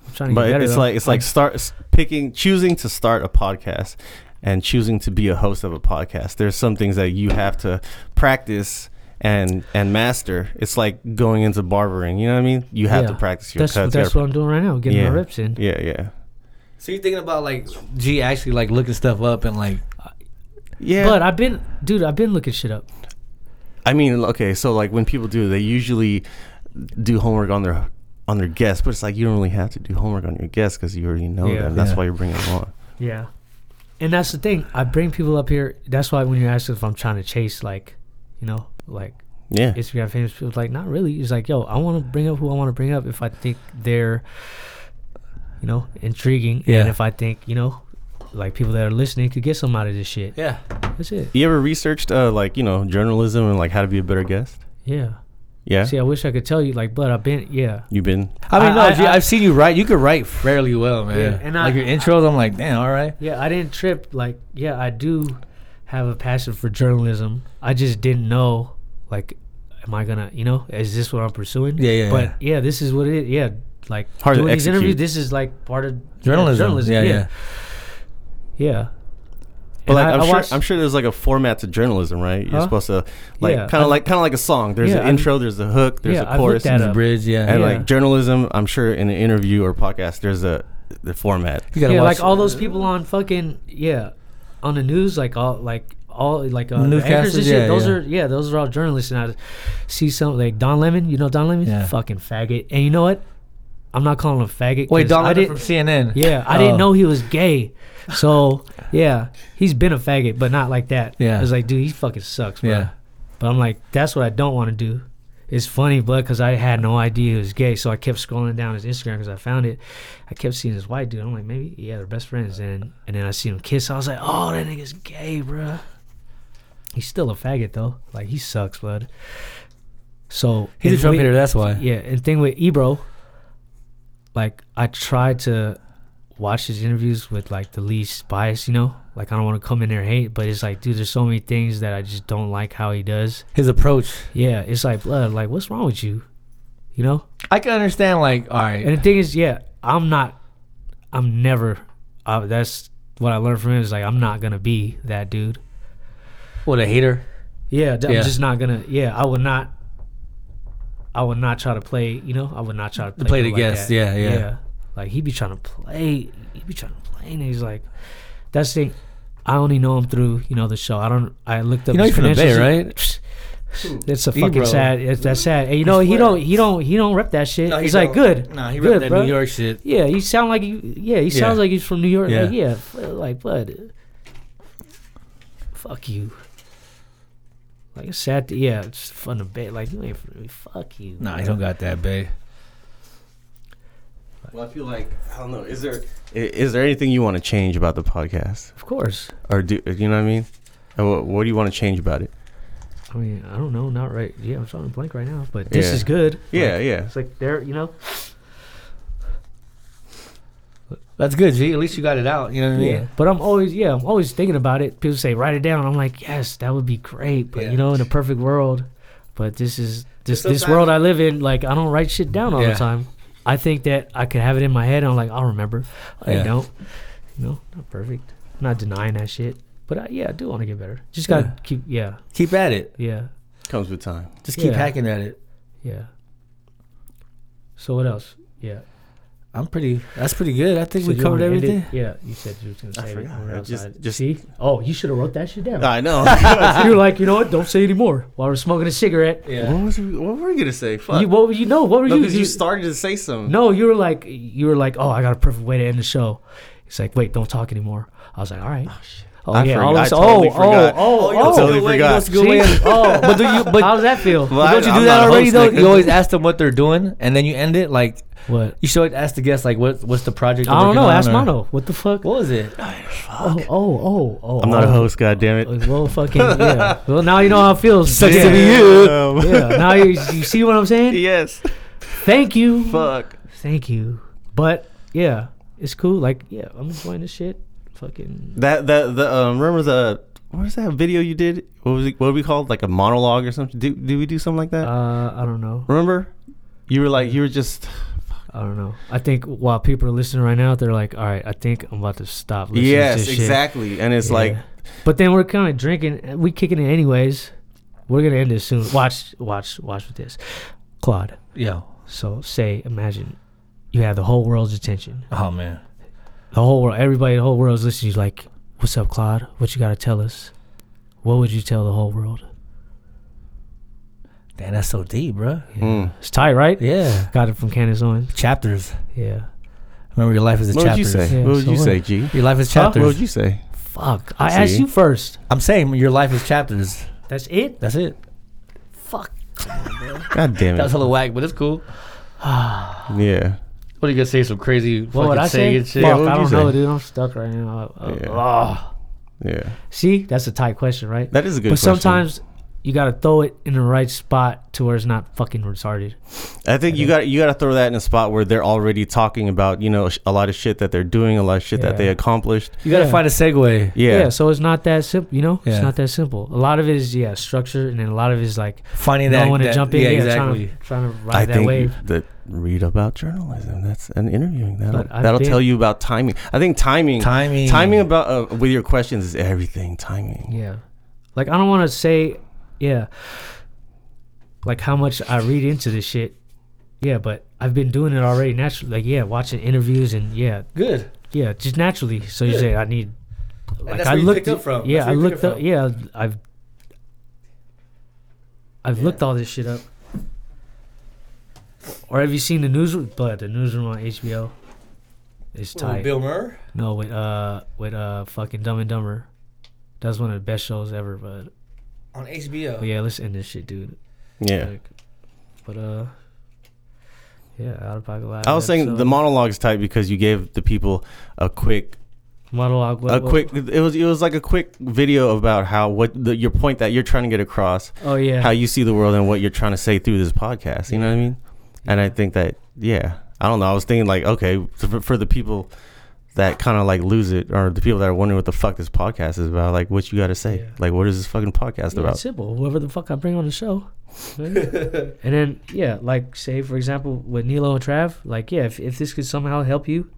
S3: I'm trying to get
S2: but
S3: better.
S2: it's
S3: though.
S2: like it's like start s- picking choosing to start a podcast and choosing to be a host of a podcast there's some things that you have to practice and and master it's like going into barbering you know what i mean you have to
S3: Yeah.
S2: practice your
S3: that's
S2: cuts
S3: that's
S2: you
S3: what I'm doing right now, getting
S2: Yeah.
S3: my reps in.
S2: gotta- yeah yeah
S4: So you're thinking about like, gee, actually like looking stuff up and like,
S2: yeah
S3: But I've been, dude, I've been looking shit up.
S2: i mean okay so like when people do they usually do homework on their on their guests, but it's like you don't really have to do homework on your guests because you already know
S3: Yeah.
S2: them. That's
S4: Yeah.
S2: why you bring them on.
S3: Yeah. And that's the thing. I bring people up here. That's why when you ask if I'm trying to chase, like, you know, like
S2: Yeah,
S3: Instagram famous people, like, not really. It's like, yo, I want to bring up who I want to bring up if I think they're, you know, intriguing.
S4: Yeah.
S3: And if I think, you know, like people that are listening could get some out of this shit.
S4: Yeah.
S3: That's it.
S2: you ever researched uh, like you know journalism and like how to be a better guest?
S3: Yeah.
S2: Yeah,
S3: See, I wish I could tell you, like, but I've been, yeah.
S2: you've been.
S4: I mean, no,
S3: I-
S4: I,
S3: I-
S4: have seen you write. You could write fairly well, man.
S3: Yeah, and
S4: like
S3: I-
S4: your intros, I'm like, damn, all right.
S3: Yeah, I didn't trip. Like, yeah, I do have a passion for journalism. I just didn't know, like, am I gonna, you know, is this what I'm pursuing?
S4: Yeah, yeah,
S3: But yeah, this is what it is. Yeah, like
S2: Hard to
S3: doing these
S2: execute.
S3: interviews. This is like part of yeah,
S4: Journalism. Yeah, yeah.
S3: yeah. yeah.
S2: But like,
S3: And I-
S2: I, am
S3: I
S2: sure,
S3: watched-
S2: I'm sure there's like a format to journalism, right? You're
S3: Huh?
S2: supposed to like
S3: Yeah,
S2: kind
S3: I-
S2: of like kind of like a song. There's
S3: Yeah,
S2: an
S3: I-
S2: intro, there's a hook, there's
S3: Yeah,
S2: a
S3: I've
S2: chorus,
S3: looked at
S4: The
S3: Yeah.
S4: bridge, yeah.
S2: and
S3: Yeah.
S2: like journalism. I'm sure in an interview or podcast, there's a the format.
S4: you gotta
S3: yeah,
S4: watch
S3: like all those people on fucking yeah, on the news, like all like all like uh, the anchors
S4: Newscasters,
S3: and
S4: yeah,
S3: shit. Those
S4: yeah.
S3: are yeah, those are all journalists. And I see some like Don Lemon. You know Don Lemon,
S4: Yeah.
S3: fucking faggot. And you know what? I'm not calling him faggot.
S4: Wait,
S3: 'cause
S4: Don
S3: I
S4: Lemon
S3: didn't-
S4: from CNN.
S3: <laughs> Yeah, I
S4: Oh.
S3: didn't know he was gay. So yeah, he's been a faggot, but not like that.
S4: Yeah.
S3: I was like, dude, he fucking sucks, bro.
S4: Yeah.
S3: But I'm like, that's what I don't want to do. It's funny, but because I had no idea he was gay, so I kept scrolling down his Instagram because I found it. I kept seeing this white dude. I'm like, maybe yeah, they're best friends. And and then I see him kiss. I was like, oh, that nigga's gay, bro. He's still a faggot though. Like he sucks, bud. So
S4: He's a
S3: and
S4: Trump
S3: we-
S4: hater, that's why.
S3: yeah, and thing with Ebro, like I try to watch his interviews with like the least bias, you know. Like I don't want to come in there and hate, but it's like, dude, there's so many things that I just don't like how he does.
S4: His approach.
S3: Yeah, it's like blood. Like, what's wrong with you? You know.
S4: I can understand, like, all right.
S3: And the thing is, yeah, I'm not. I'm never. Uh, that's what I learned from him. Is like I'm not gonna be that dude.
S4: What, a hater?
S3: Yeah, th-
S4: Yeah.
S3: I'm just not gonna. Yeah, I would not. I would not try to play. You know, I would not try to play,
S4: play the
S3: people like
S4: guest,
S3: that.
S4: yeah, yeah.
S3: Like he be trying to play. He be trying to play, and he's like, that's the thing. I only know him through you know the show. I don't. I looked up.
S4: You know,
S3: his
S4: he's from the Bay,
S3: financials.
S4: right?
S3: It's a
S4: He
S3: fucking
S4: bro.
S3: sad. It's that's sad. And you know
S4: I
S3: he
S4: swear.
S3: don't. He don't. He don't rep that shit.
S4: No, he
S3: he's like
S4: don't.
S3: good.
S4: Nah, he
S3: good,
S4: read that
S3: bro.
S4: New York shit.
S3: Yeah, he sound like he. Yeah, he sounds
S4: Yeah.
S3: like he's from New York. Yeah,
S4: Yeah.
S3: like, yeah, f- like but. Fuck you. Like it's sad. To, yeah, it's fun to bet. Like you ain't from me. Fuck you.
S4: Nah,
S3: bro.
S4: he don't got that, babe.
S2: Well, I feel like I don't know. Is there i- is there anything you want to change about the podcast,
S3: Of course.
S2: or do you know what I mean? Or What, what do you want to change about it?
S3: I mean, I don't know. Not right. Yeah, I'm drawing a blank right now. But this
S2: Yeah.
S3: is good.
S2: Yeah,
S3: Like,
S2: yeah.
S3: it's like there. You know.
S4: That's good, G. At least you got it out. You know what I mean?
S3: Yeah. But I'm always yeah. I'm always thinking about it. People say write it down. I'm like yes, that would be great. But
S4: Yeah.
S3: you know, in a perfect world, but this is this this
S4: sometimes-
S3: world I live in. Like I don't write shit down all
S4: Yeah.
S3: the time. I think that I could have it in my head. And I'm like I'll remember. I
S4: Yeah.
S3: don't. You know, not perfect. I'm not denying that shit. But I, yeah, I do want to get better. Just gotta
S4: Yeah.
S3: keep yeah
S4: Keep at it.
S3: yeah
S2: Comes with time.
S4: Just keep
S3: Yeah.
S4: hacking at it.
S3: yeah. So what else? Yeah,
S4: I'm pretty. That's pretty good. I think
S3: So
S4: we
S3: you
S4: covered
S3: wanna end it?
S4: everything.
S3: Yeah, you said you was gonna
S2: I
S3: say
S2: forgot.
S3: it.
S2: I
S3: Else
S2: just-
S3: I-
S2: just-
S3: see. Oh, you should have wrote that shit down.
S2: I know.
S3: you were like, you know what? Don't say anymore. While we're smoking a cigarette,
S2: <laughs>
S4: Mm-hmm.
S2: what was we, what were you gonna say? Fuck.
S3: you, what were you? No, what were
S2: no,
S3: you?
S2: because you,
S3: you-
S2: started to say something.
S3: no, you were like, you were like, oh, I got a perfect way to end the show. He's like, wait, don't talk anymore. I was like, all right. Oh shit. Oh
S2: I
S3: yeah.
S2: forgot-
S3: all
S2: I
S3: this-
S2: totally
S3: oh,
S2: forgot.
S3: oh,
S2: I
S3: oh, oh.
S2: totally
S4: Good way,
S2: forgot.
S4: that's a good
S3: <laughs>
S4: way.
S3: See? oh,
S4: <laughs> But do you? But
S3: how does that feel?
S2: Well,
S4: don't you
S2: I'm not
S4: do that
S2: a
S4: already
S2: host,
S4: though?
S2: nigga.
S4: You always ask them what they're doing, and then you end it like
S3: what?
S4: you should ask the guest like what what's the project. you're
S3: I don't
S4: working
S3: know.
S4: on,
S3: Ask
S4: or-
S3: Mono. What the fuck?
S4: What was it?
S3: Oh, oh, oh, oh.
S2: I'm not a
S3: oh.
S2: host. God damn it.
S3: Like, Well, fucking yeah. Well, now you know how it feels.
S4: Sucks
S3: yeah.
S4: to be you.
S2: <laughs>
S3: Yeah. Now you, you see what I'm saying?
S2: yes.
S3: Thank you.
S2: Fuck.
S3: Thank you. But yeah, it's cool. Like yeah, I'm enjoying this shit. Fucking
S2: That that the um remember the what was that video you did? What was it, what we called like a monologue or something? Did, did we do something like that?
S3: uh, I don't know.
S2: remember? You were like you were just
S3: I don't know. I think while people are listening right now, they're like, all right, I think I'm about to stop listening to
S2: yes
S3: this shit.
S2: exactly, and it's
S3: Yeah.
S2: like
S3: But then we're kind of drinking. We kicking it anyways. We're gonna end this soon. Watch, watch, watch with this, Claude.
S4: Yeah.
S3: So say, imagine you have the whole world's attention.
S4: Oh man.
S3: the whole world, everybody, the whole world's listening. You're like, "What's up, Claude? What you gotta tell us? What would you tell the whole world?"
S4: Damn, that's so deep, bro.
S2: Mm.
S3: It's tight, right?
S4: Yeah.
S3: Got it from Candace Owens.
S4: Chapters.
S3: Yeah.
S4: Remember, your life is a
S2: What would you
S4: chapters.
S2: say?
S3: Yeah,
S2: what would
S3: so
S2: you
S3: what?
S2: say, G?
S4: Your life is
S3: Huh?
S2: What would
S4: chapters.
S2: you say?
S3: Fuck. I
S2: See?
S3: asked you first.
S4: I'm saying your life is chapters.
S3: That's it.
S4: That's it.
S2: God damn
S4: That was
S2: it.
S4: a little whack, but it's cool.
S2: Yeah.
S4: What are you gonna say? Some crazy
S3: What would I say? Fuck,
S2: Yeah, what would
S3: I
S2: you
S3: don't
S2: say?
S3: know, dude. I'm stuck right now. Uh,
S2: Yeah.
S3: ah.
S2: Yeah.
S3: See, that's a tight question, right?
S2: That is a good
S3: but
S2: question.
S3: sometimes you gotta throw it in the right spot to where it's not fucking retarded.
S2: I think you got you got to throw that in a spot where they're already talking about you know sh- a lot of shit that they're doing, a lot of shit that
S3: Yeah.
S2: they accomplished.
S4: You gotta
S3: Yeah.
S4: find a segue.
S2: Yeah,
S3: so it's not that simple, you know.
S4: Yeah.
S3: It's not that simple. A lot of it is yeah structure, and then a lot of it is like
S4: Finding that.
S3: knowing when to
S4: that-
S3: jump in.
S4: Yeah,
S3: Yeah,
S4: exactly.
S3: Trying to, trying to ride
S2: I
S3: that
S2: think
S3: wave.
S2: that read about journalism. That's an interviewing that'll
S3: But I
S2: that'll
S3: think-
S2: tell you about timing. I think timing,
S4: Timing.
S2: timing about uh, with your questions is everything. Timing.
S3: Yeah. Like I don't want to say, yeah. Like how much I read into this shit. Yeah, but I've been doing it already naturally. Like yeah, watching interviews and yeah,
S4: Good.
S3: yeah, just naturally. So you
S4: Good.
S3: say I need. Like
S4: that's
S3: I
S4: where you
S3: looked
S4: picked up from.
S3: Yeah,
S4: That's
S3: I
S4: where you picked
S3: looked
S4: up
S3: up.
S4: from.
S3: Yeah, I've. I've looked all this shit up. Or have you seen the newsroom? But the newsroom on HBO. It's tight.
S4: Bill Murr.
S3: No, with uh with uh fucking Dumb and Dumber. That's one of the best shows ever, but
S4: On HBO.
S3: but yeah, let's end this shit, dude.
S2: Yeah.
S3: Like, but uh yeah, out of pocket live.
S2: I was saying the monologue's type because you gave the people a quick,
S3: monologue
S2: a quick. It was it was like a quick video about how what the, your point that you're trying to get across,
S3: Oh yeah.
S2: how you see the world and what you're trying to say through this podcast. You know what I mean? And I think that, yeah, I don't know. I was thinking like, okay, for, for the people that kind of like lose it, or the people that are wondering what the fuck this podcast is about, like, what you got to say?
S3: Yeah.
S2: Like, what is this fucking podcast
S3: yeah, it's
S2: about?
S3: simple. Whoever the fuck I bring on the show. and then yeah, like say for example with Nilo and Trav, like yeah, if, if this could somehow help you,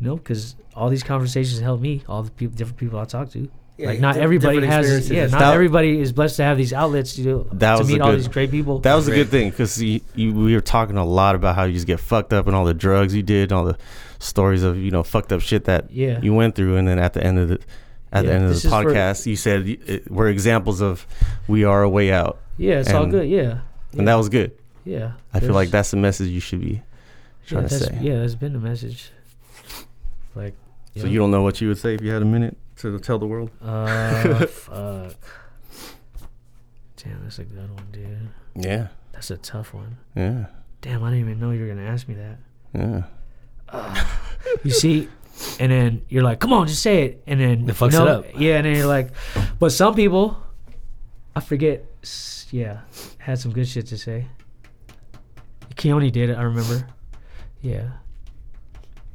S3: you know, because all these conversations help me, all the people, different people I talk to. like not everybody has, yeah, not
S2: That-
S3: everybody is blessed to have these outlets to do,
S2: That
S3: to
S2: was a
S3: meet all
S2: good-
S3: these great people.
S2: That was a
S4: Great.
S2: good thing because you, you, we were talking a lot about how you just get fucked up and all the drugs you did, and all the stories of you know fucked up shit that
S3: Yeah.
S2: you went through, and then at the end of the at
S3: Yeah,
S2: the end of
S3: this
S2: the
S3: is for-
S2: podcast, you said uh, we're examples of we are a way out,
S3: yeah, it's all
S2: and-
S3: good. Yeah,
S2: and that was good.
S3: yeah.
S2: I feel
S3: There's-
S2: like that's the message you should be trying
S3: yeah,
S2: to
S3: that's-
S2: say.
S3: Yeah, that's been the message. Like,
S2: So you don't know what you would say if you had a minute to tell the world.
S3: don't.
S2: <laughs>
S3: Uh, fuck. Damn, that's a good one, dude.
S2: Yeah,
S3: That's a tough one.
S2: yeah,
S3: Damn, I didn't even know you were gonna ask me that.
S2: yeah.
S3: You see, and then you're like, "Come on, just say it," and then
S4: It fucks
S3: no-
S4: it up.
S3: Yeah, and then you're like, but some people, I forget. s- Yeah, had some good shit to say. Keone did it. I remember. Yeah.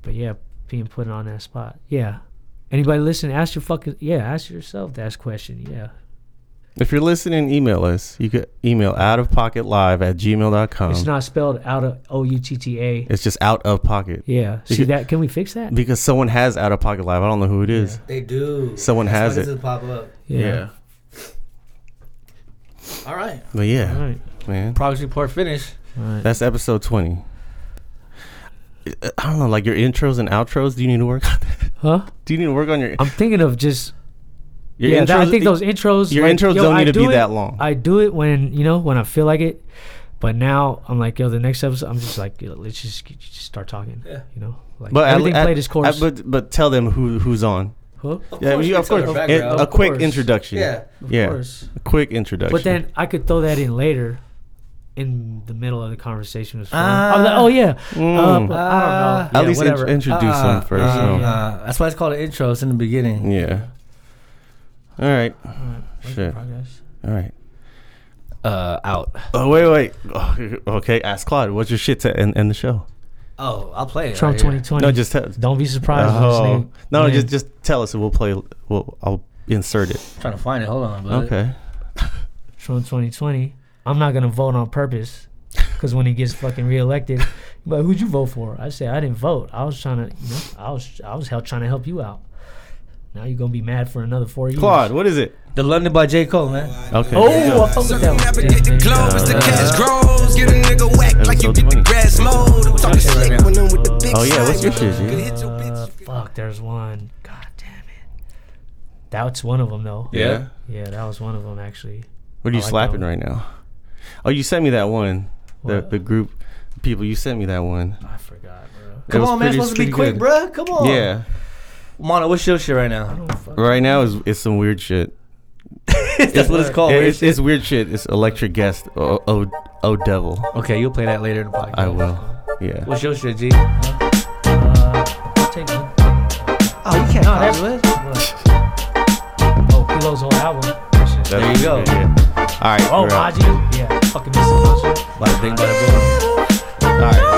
S3: But yeah, being put on that spot. Yeah. Anybody listen? Ask your fucking yeah. Ask yourself that question. Yeah.
S2: If you're listening, email us. You could email out of pocket live at gmail.com.
S3: It's not spelled out of O U T T A.
S2: It's just out of pocket
S3: Yeah. See
S2: could-
S3: that? Can we fix that?
S2: because someone has out of pocket live. I don't know who it is.
S4: They do.
S2: Someone has it.
S4: Pop up. All right.
S2: But yeah,
S3: All right.
S2: man,
S4: Progress report finished.
S3: All right.
S2: that's episode 20. I- I don't know, like your intros and outros. Do you need to work? on that?
S3: Huh?
S2: Do you need to work on your
S3: I'm thinking of just
S2: your
S3: yeah, that, I
S2: intros-
S3: think those intros.
S2: your intros don't need to
S3: do
S2: be
S3: it-
S2: that long.
S3: I do it when you know when I feel like it, but now I'm like, yo, the next episode, I'm just like, yo, let's just, just start talking.
S4: Yeah.
S3: You know, like
S2: But at-
S3: everything
S2: at-
S3: played its course.
S2: at- but but tell them who who's on.
S3: huh? Of
S2: Yeah, you, of course.
S3: their
S2: It-
S3: background.
S2: a
S3: Of
S2: quick
S3: course.
S2: introduction.
S4: yeah.
S2: yeah.
S3: course.
S2: A quick introduction.
S3: But then I could throw that in later, in the middle of the conversation. Was
S4: Ah.
S3: I'm like, oh yeah, uh,
S2: Mm.
S3: but I don't know.
S2: at
S3: Yeah,
S2: least
S3: whatever.
S2: int- introduce them first.
S4: Uh,
S2: no.
S4: uh, that's why it's called an intro. It's in the beginning.
S2: yeah. All right.
S3: Alright, work in
S2: Shit.
S3: progress.
S2: All right.
S4: Uh, out.
S2: Oh wait, wait. Oh, okay, ask Claude. What's your shit to end, end the show?
S4: Oh, I'll play it.
S3: Trump
S4: right here.
S3: 2020.
S2: No, just tell.
S3: don't be surprised. when this
S2: Oh.
S3: nigga-
S2: No,
S3: man.
S2: just just tell us and we'll play. We'll, I'll insert it.
S4: trying to find it. Hold
S3: Uh,
S4: on. bud.
S2: Okay.
S3: Trump 2020, I'm not gonna vote on purpose, because when he gets fucking reelected, <laughs> but who'd you vote for? I say I didn't vote. I was trying to, you know, I was I was help trying to help you out. Now you're gonna be mad for another four years.
S2: Claude, what is it?
S4: The London by J Cole, man.
S2: Okay.
S3: Oh, I fuck with that one.
S1: Navigate the globe as the cash grows. Get a nigga whack like you did the grass mold. I'm talking slick when I'm with the big
S2: Oh, yeah, what's your shit, G?
S1: Could hit your
S3: Uh,
S1: bitch.
S3: fuck, there's one. God damn it. That's one of them though.
S4: Yeah.
S3: Yeah, that was one of them actually.
S2: What are you
S3: I like that
S2: slapping
S3: one.
S2: right now? Oh, you sent me that one. The the group people. You sent me that one.
S3: I forgot, bro.
S2: It
S4: Come
S2: was
S4: on, man.
S2: pretty-
S4: It's supposed to be
S2: pretty good.
S4: quick, bruh. Come
S3: Oh.
S4: on.
S2: Yeah.
S4: Mono, what's your shit right
S2: <laughs>
S4: now?
S2: Right now is it's some weird shit.
S4: That's what it's called.
S2: Yeah,
S4: weird
S2: it's,
S4: shit.
S2: it's weird shit. It's electric guest. Oh, oh, oh devil.
S4: okay, you'll play that later in the podcast.
S2: I will. Yeah.
S4: What's your shit, G?
S3: Uh, take one.
S4: Oh, you can't
S3: No,
S4: copy
S3: that's-
S4: it.
S3: Oh, Pilo's whole album. That shit.
S4: There you go.
S2: All right.
S3: Oh,
S2: we're out.
S3: Haji. Yeah, fucking missed the concert.
S4: Bada bing, bada boom.
S3: Uh,
S2: All right.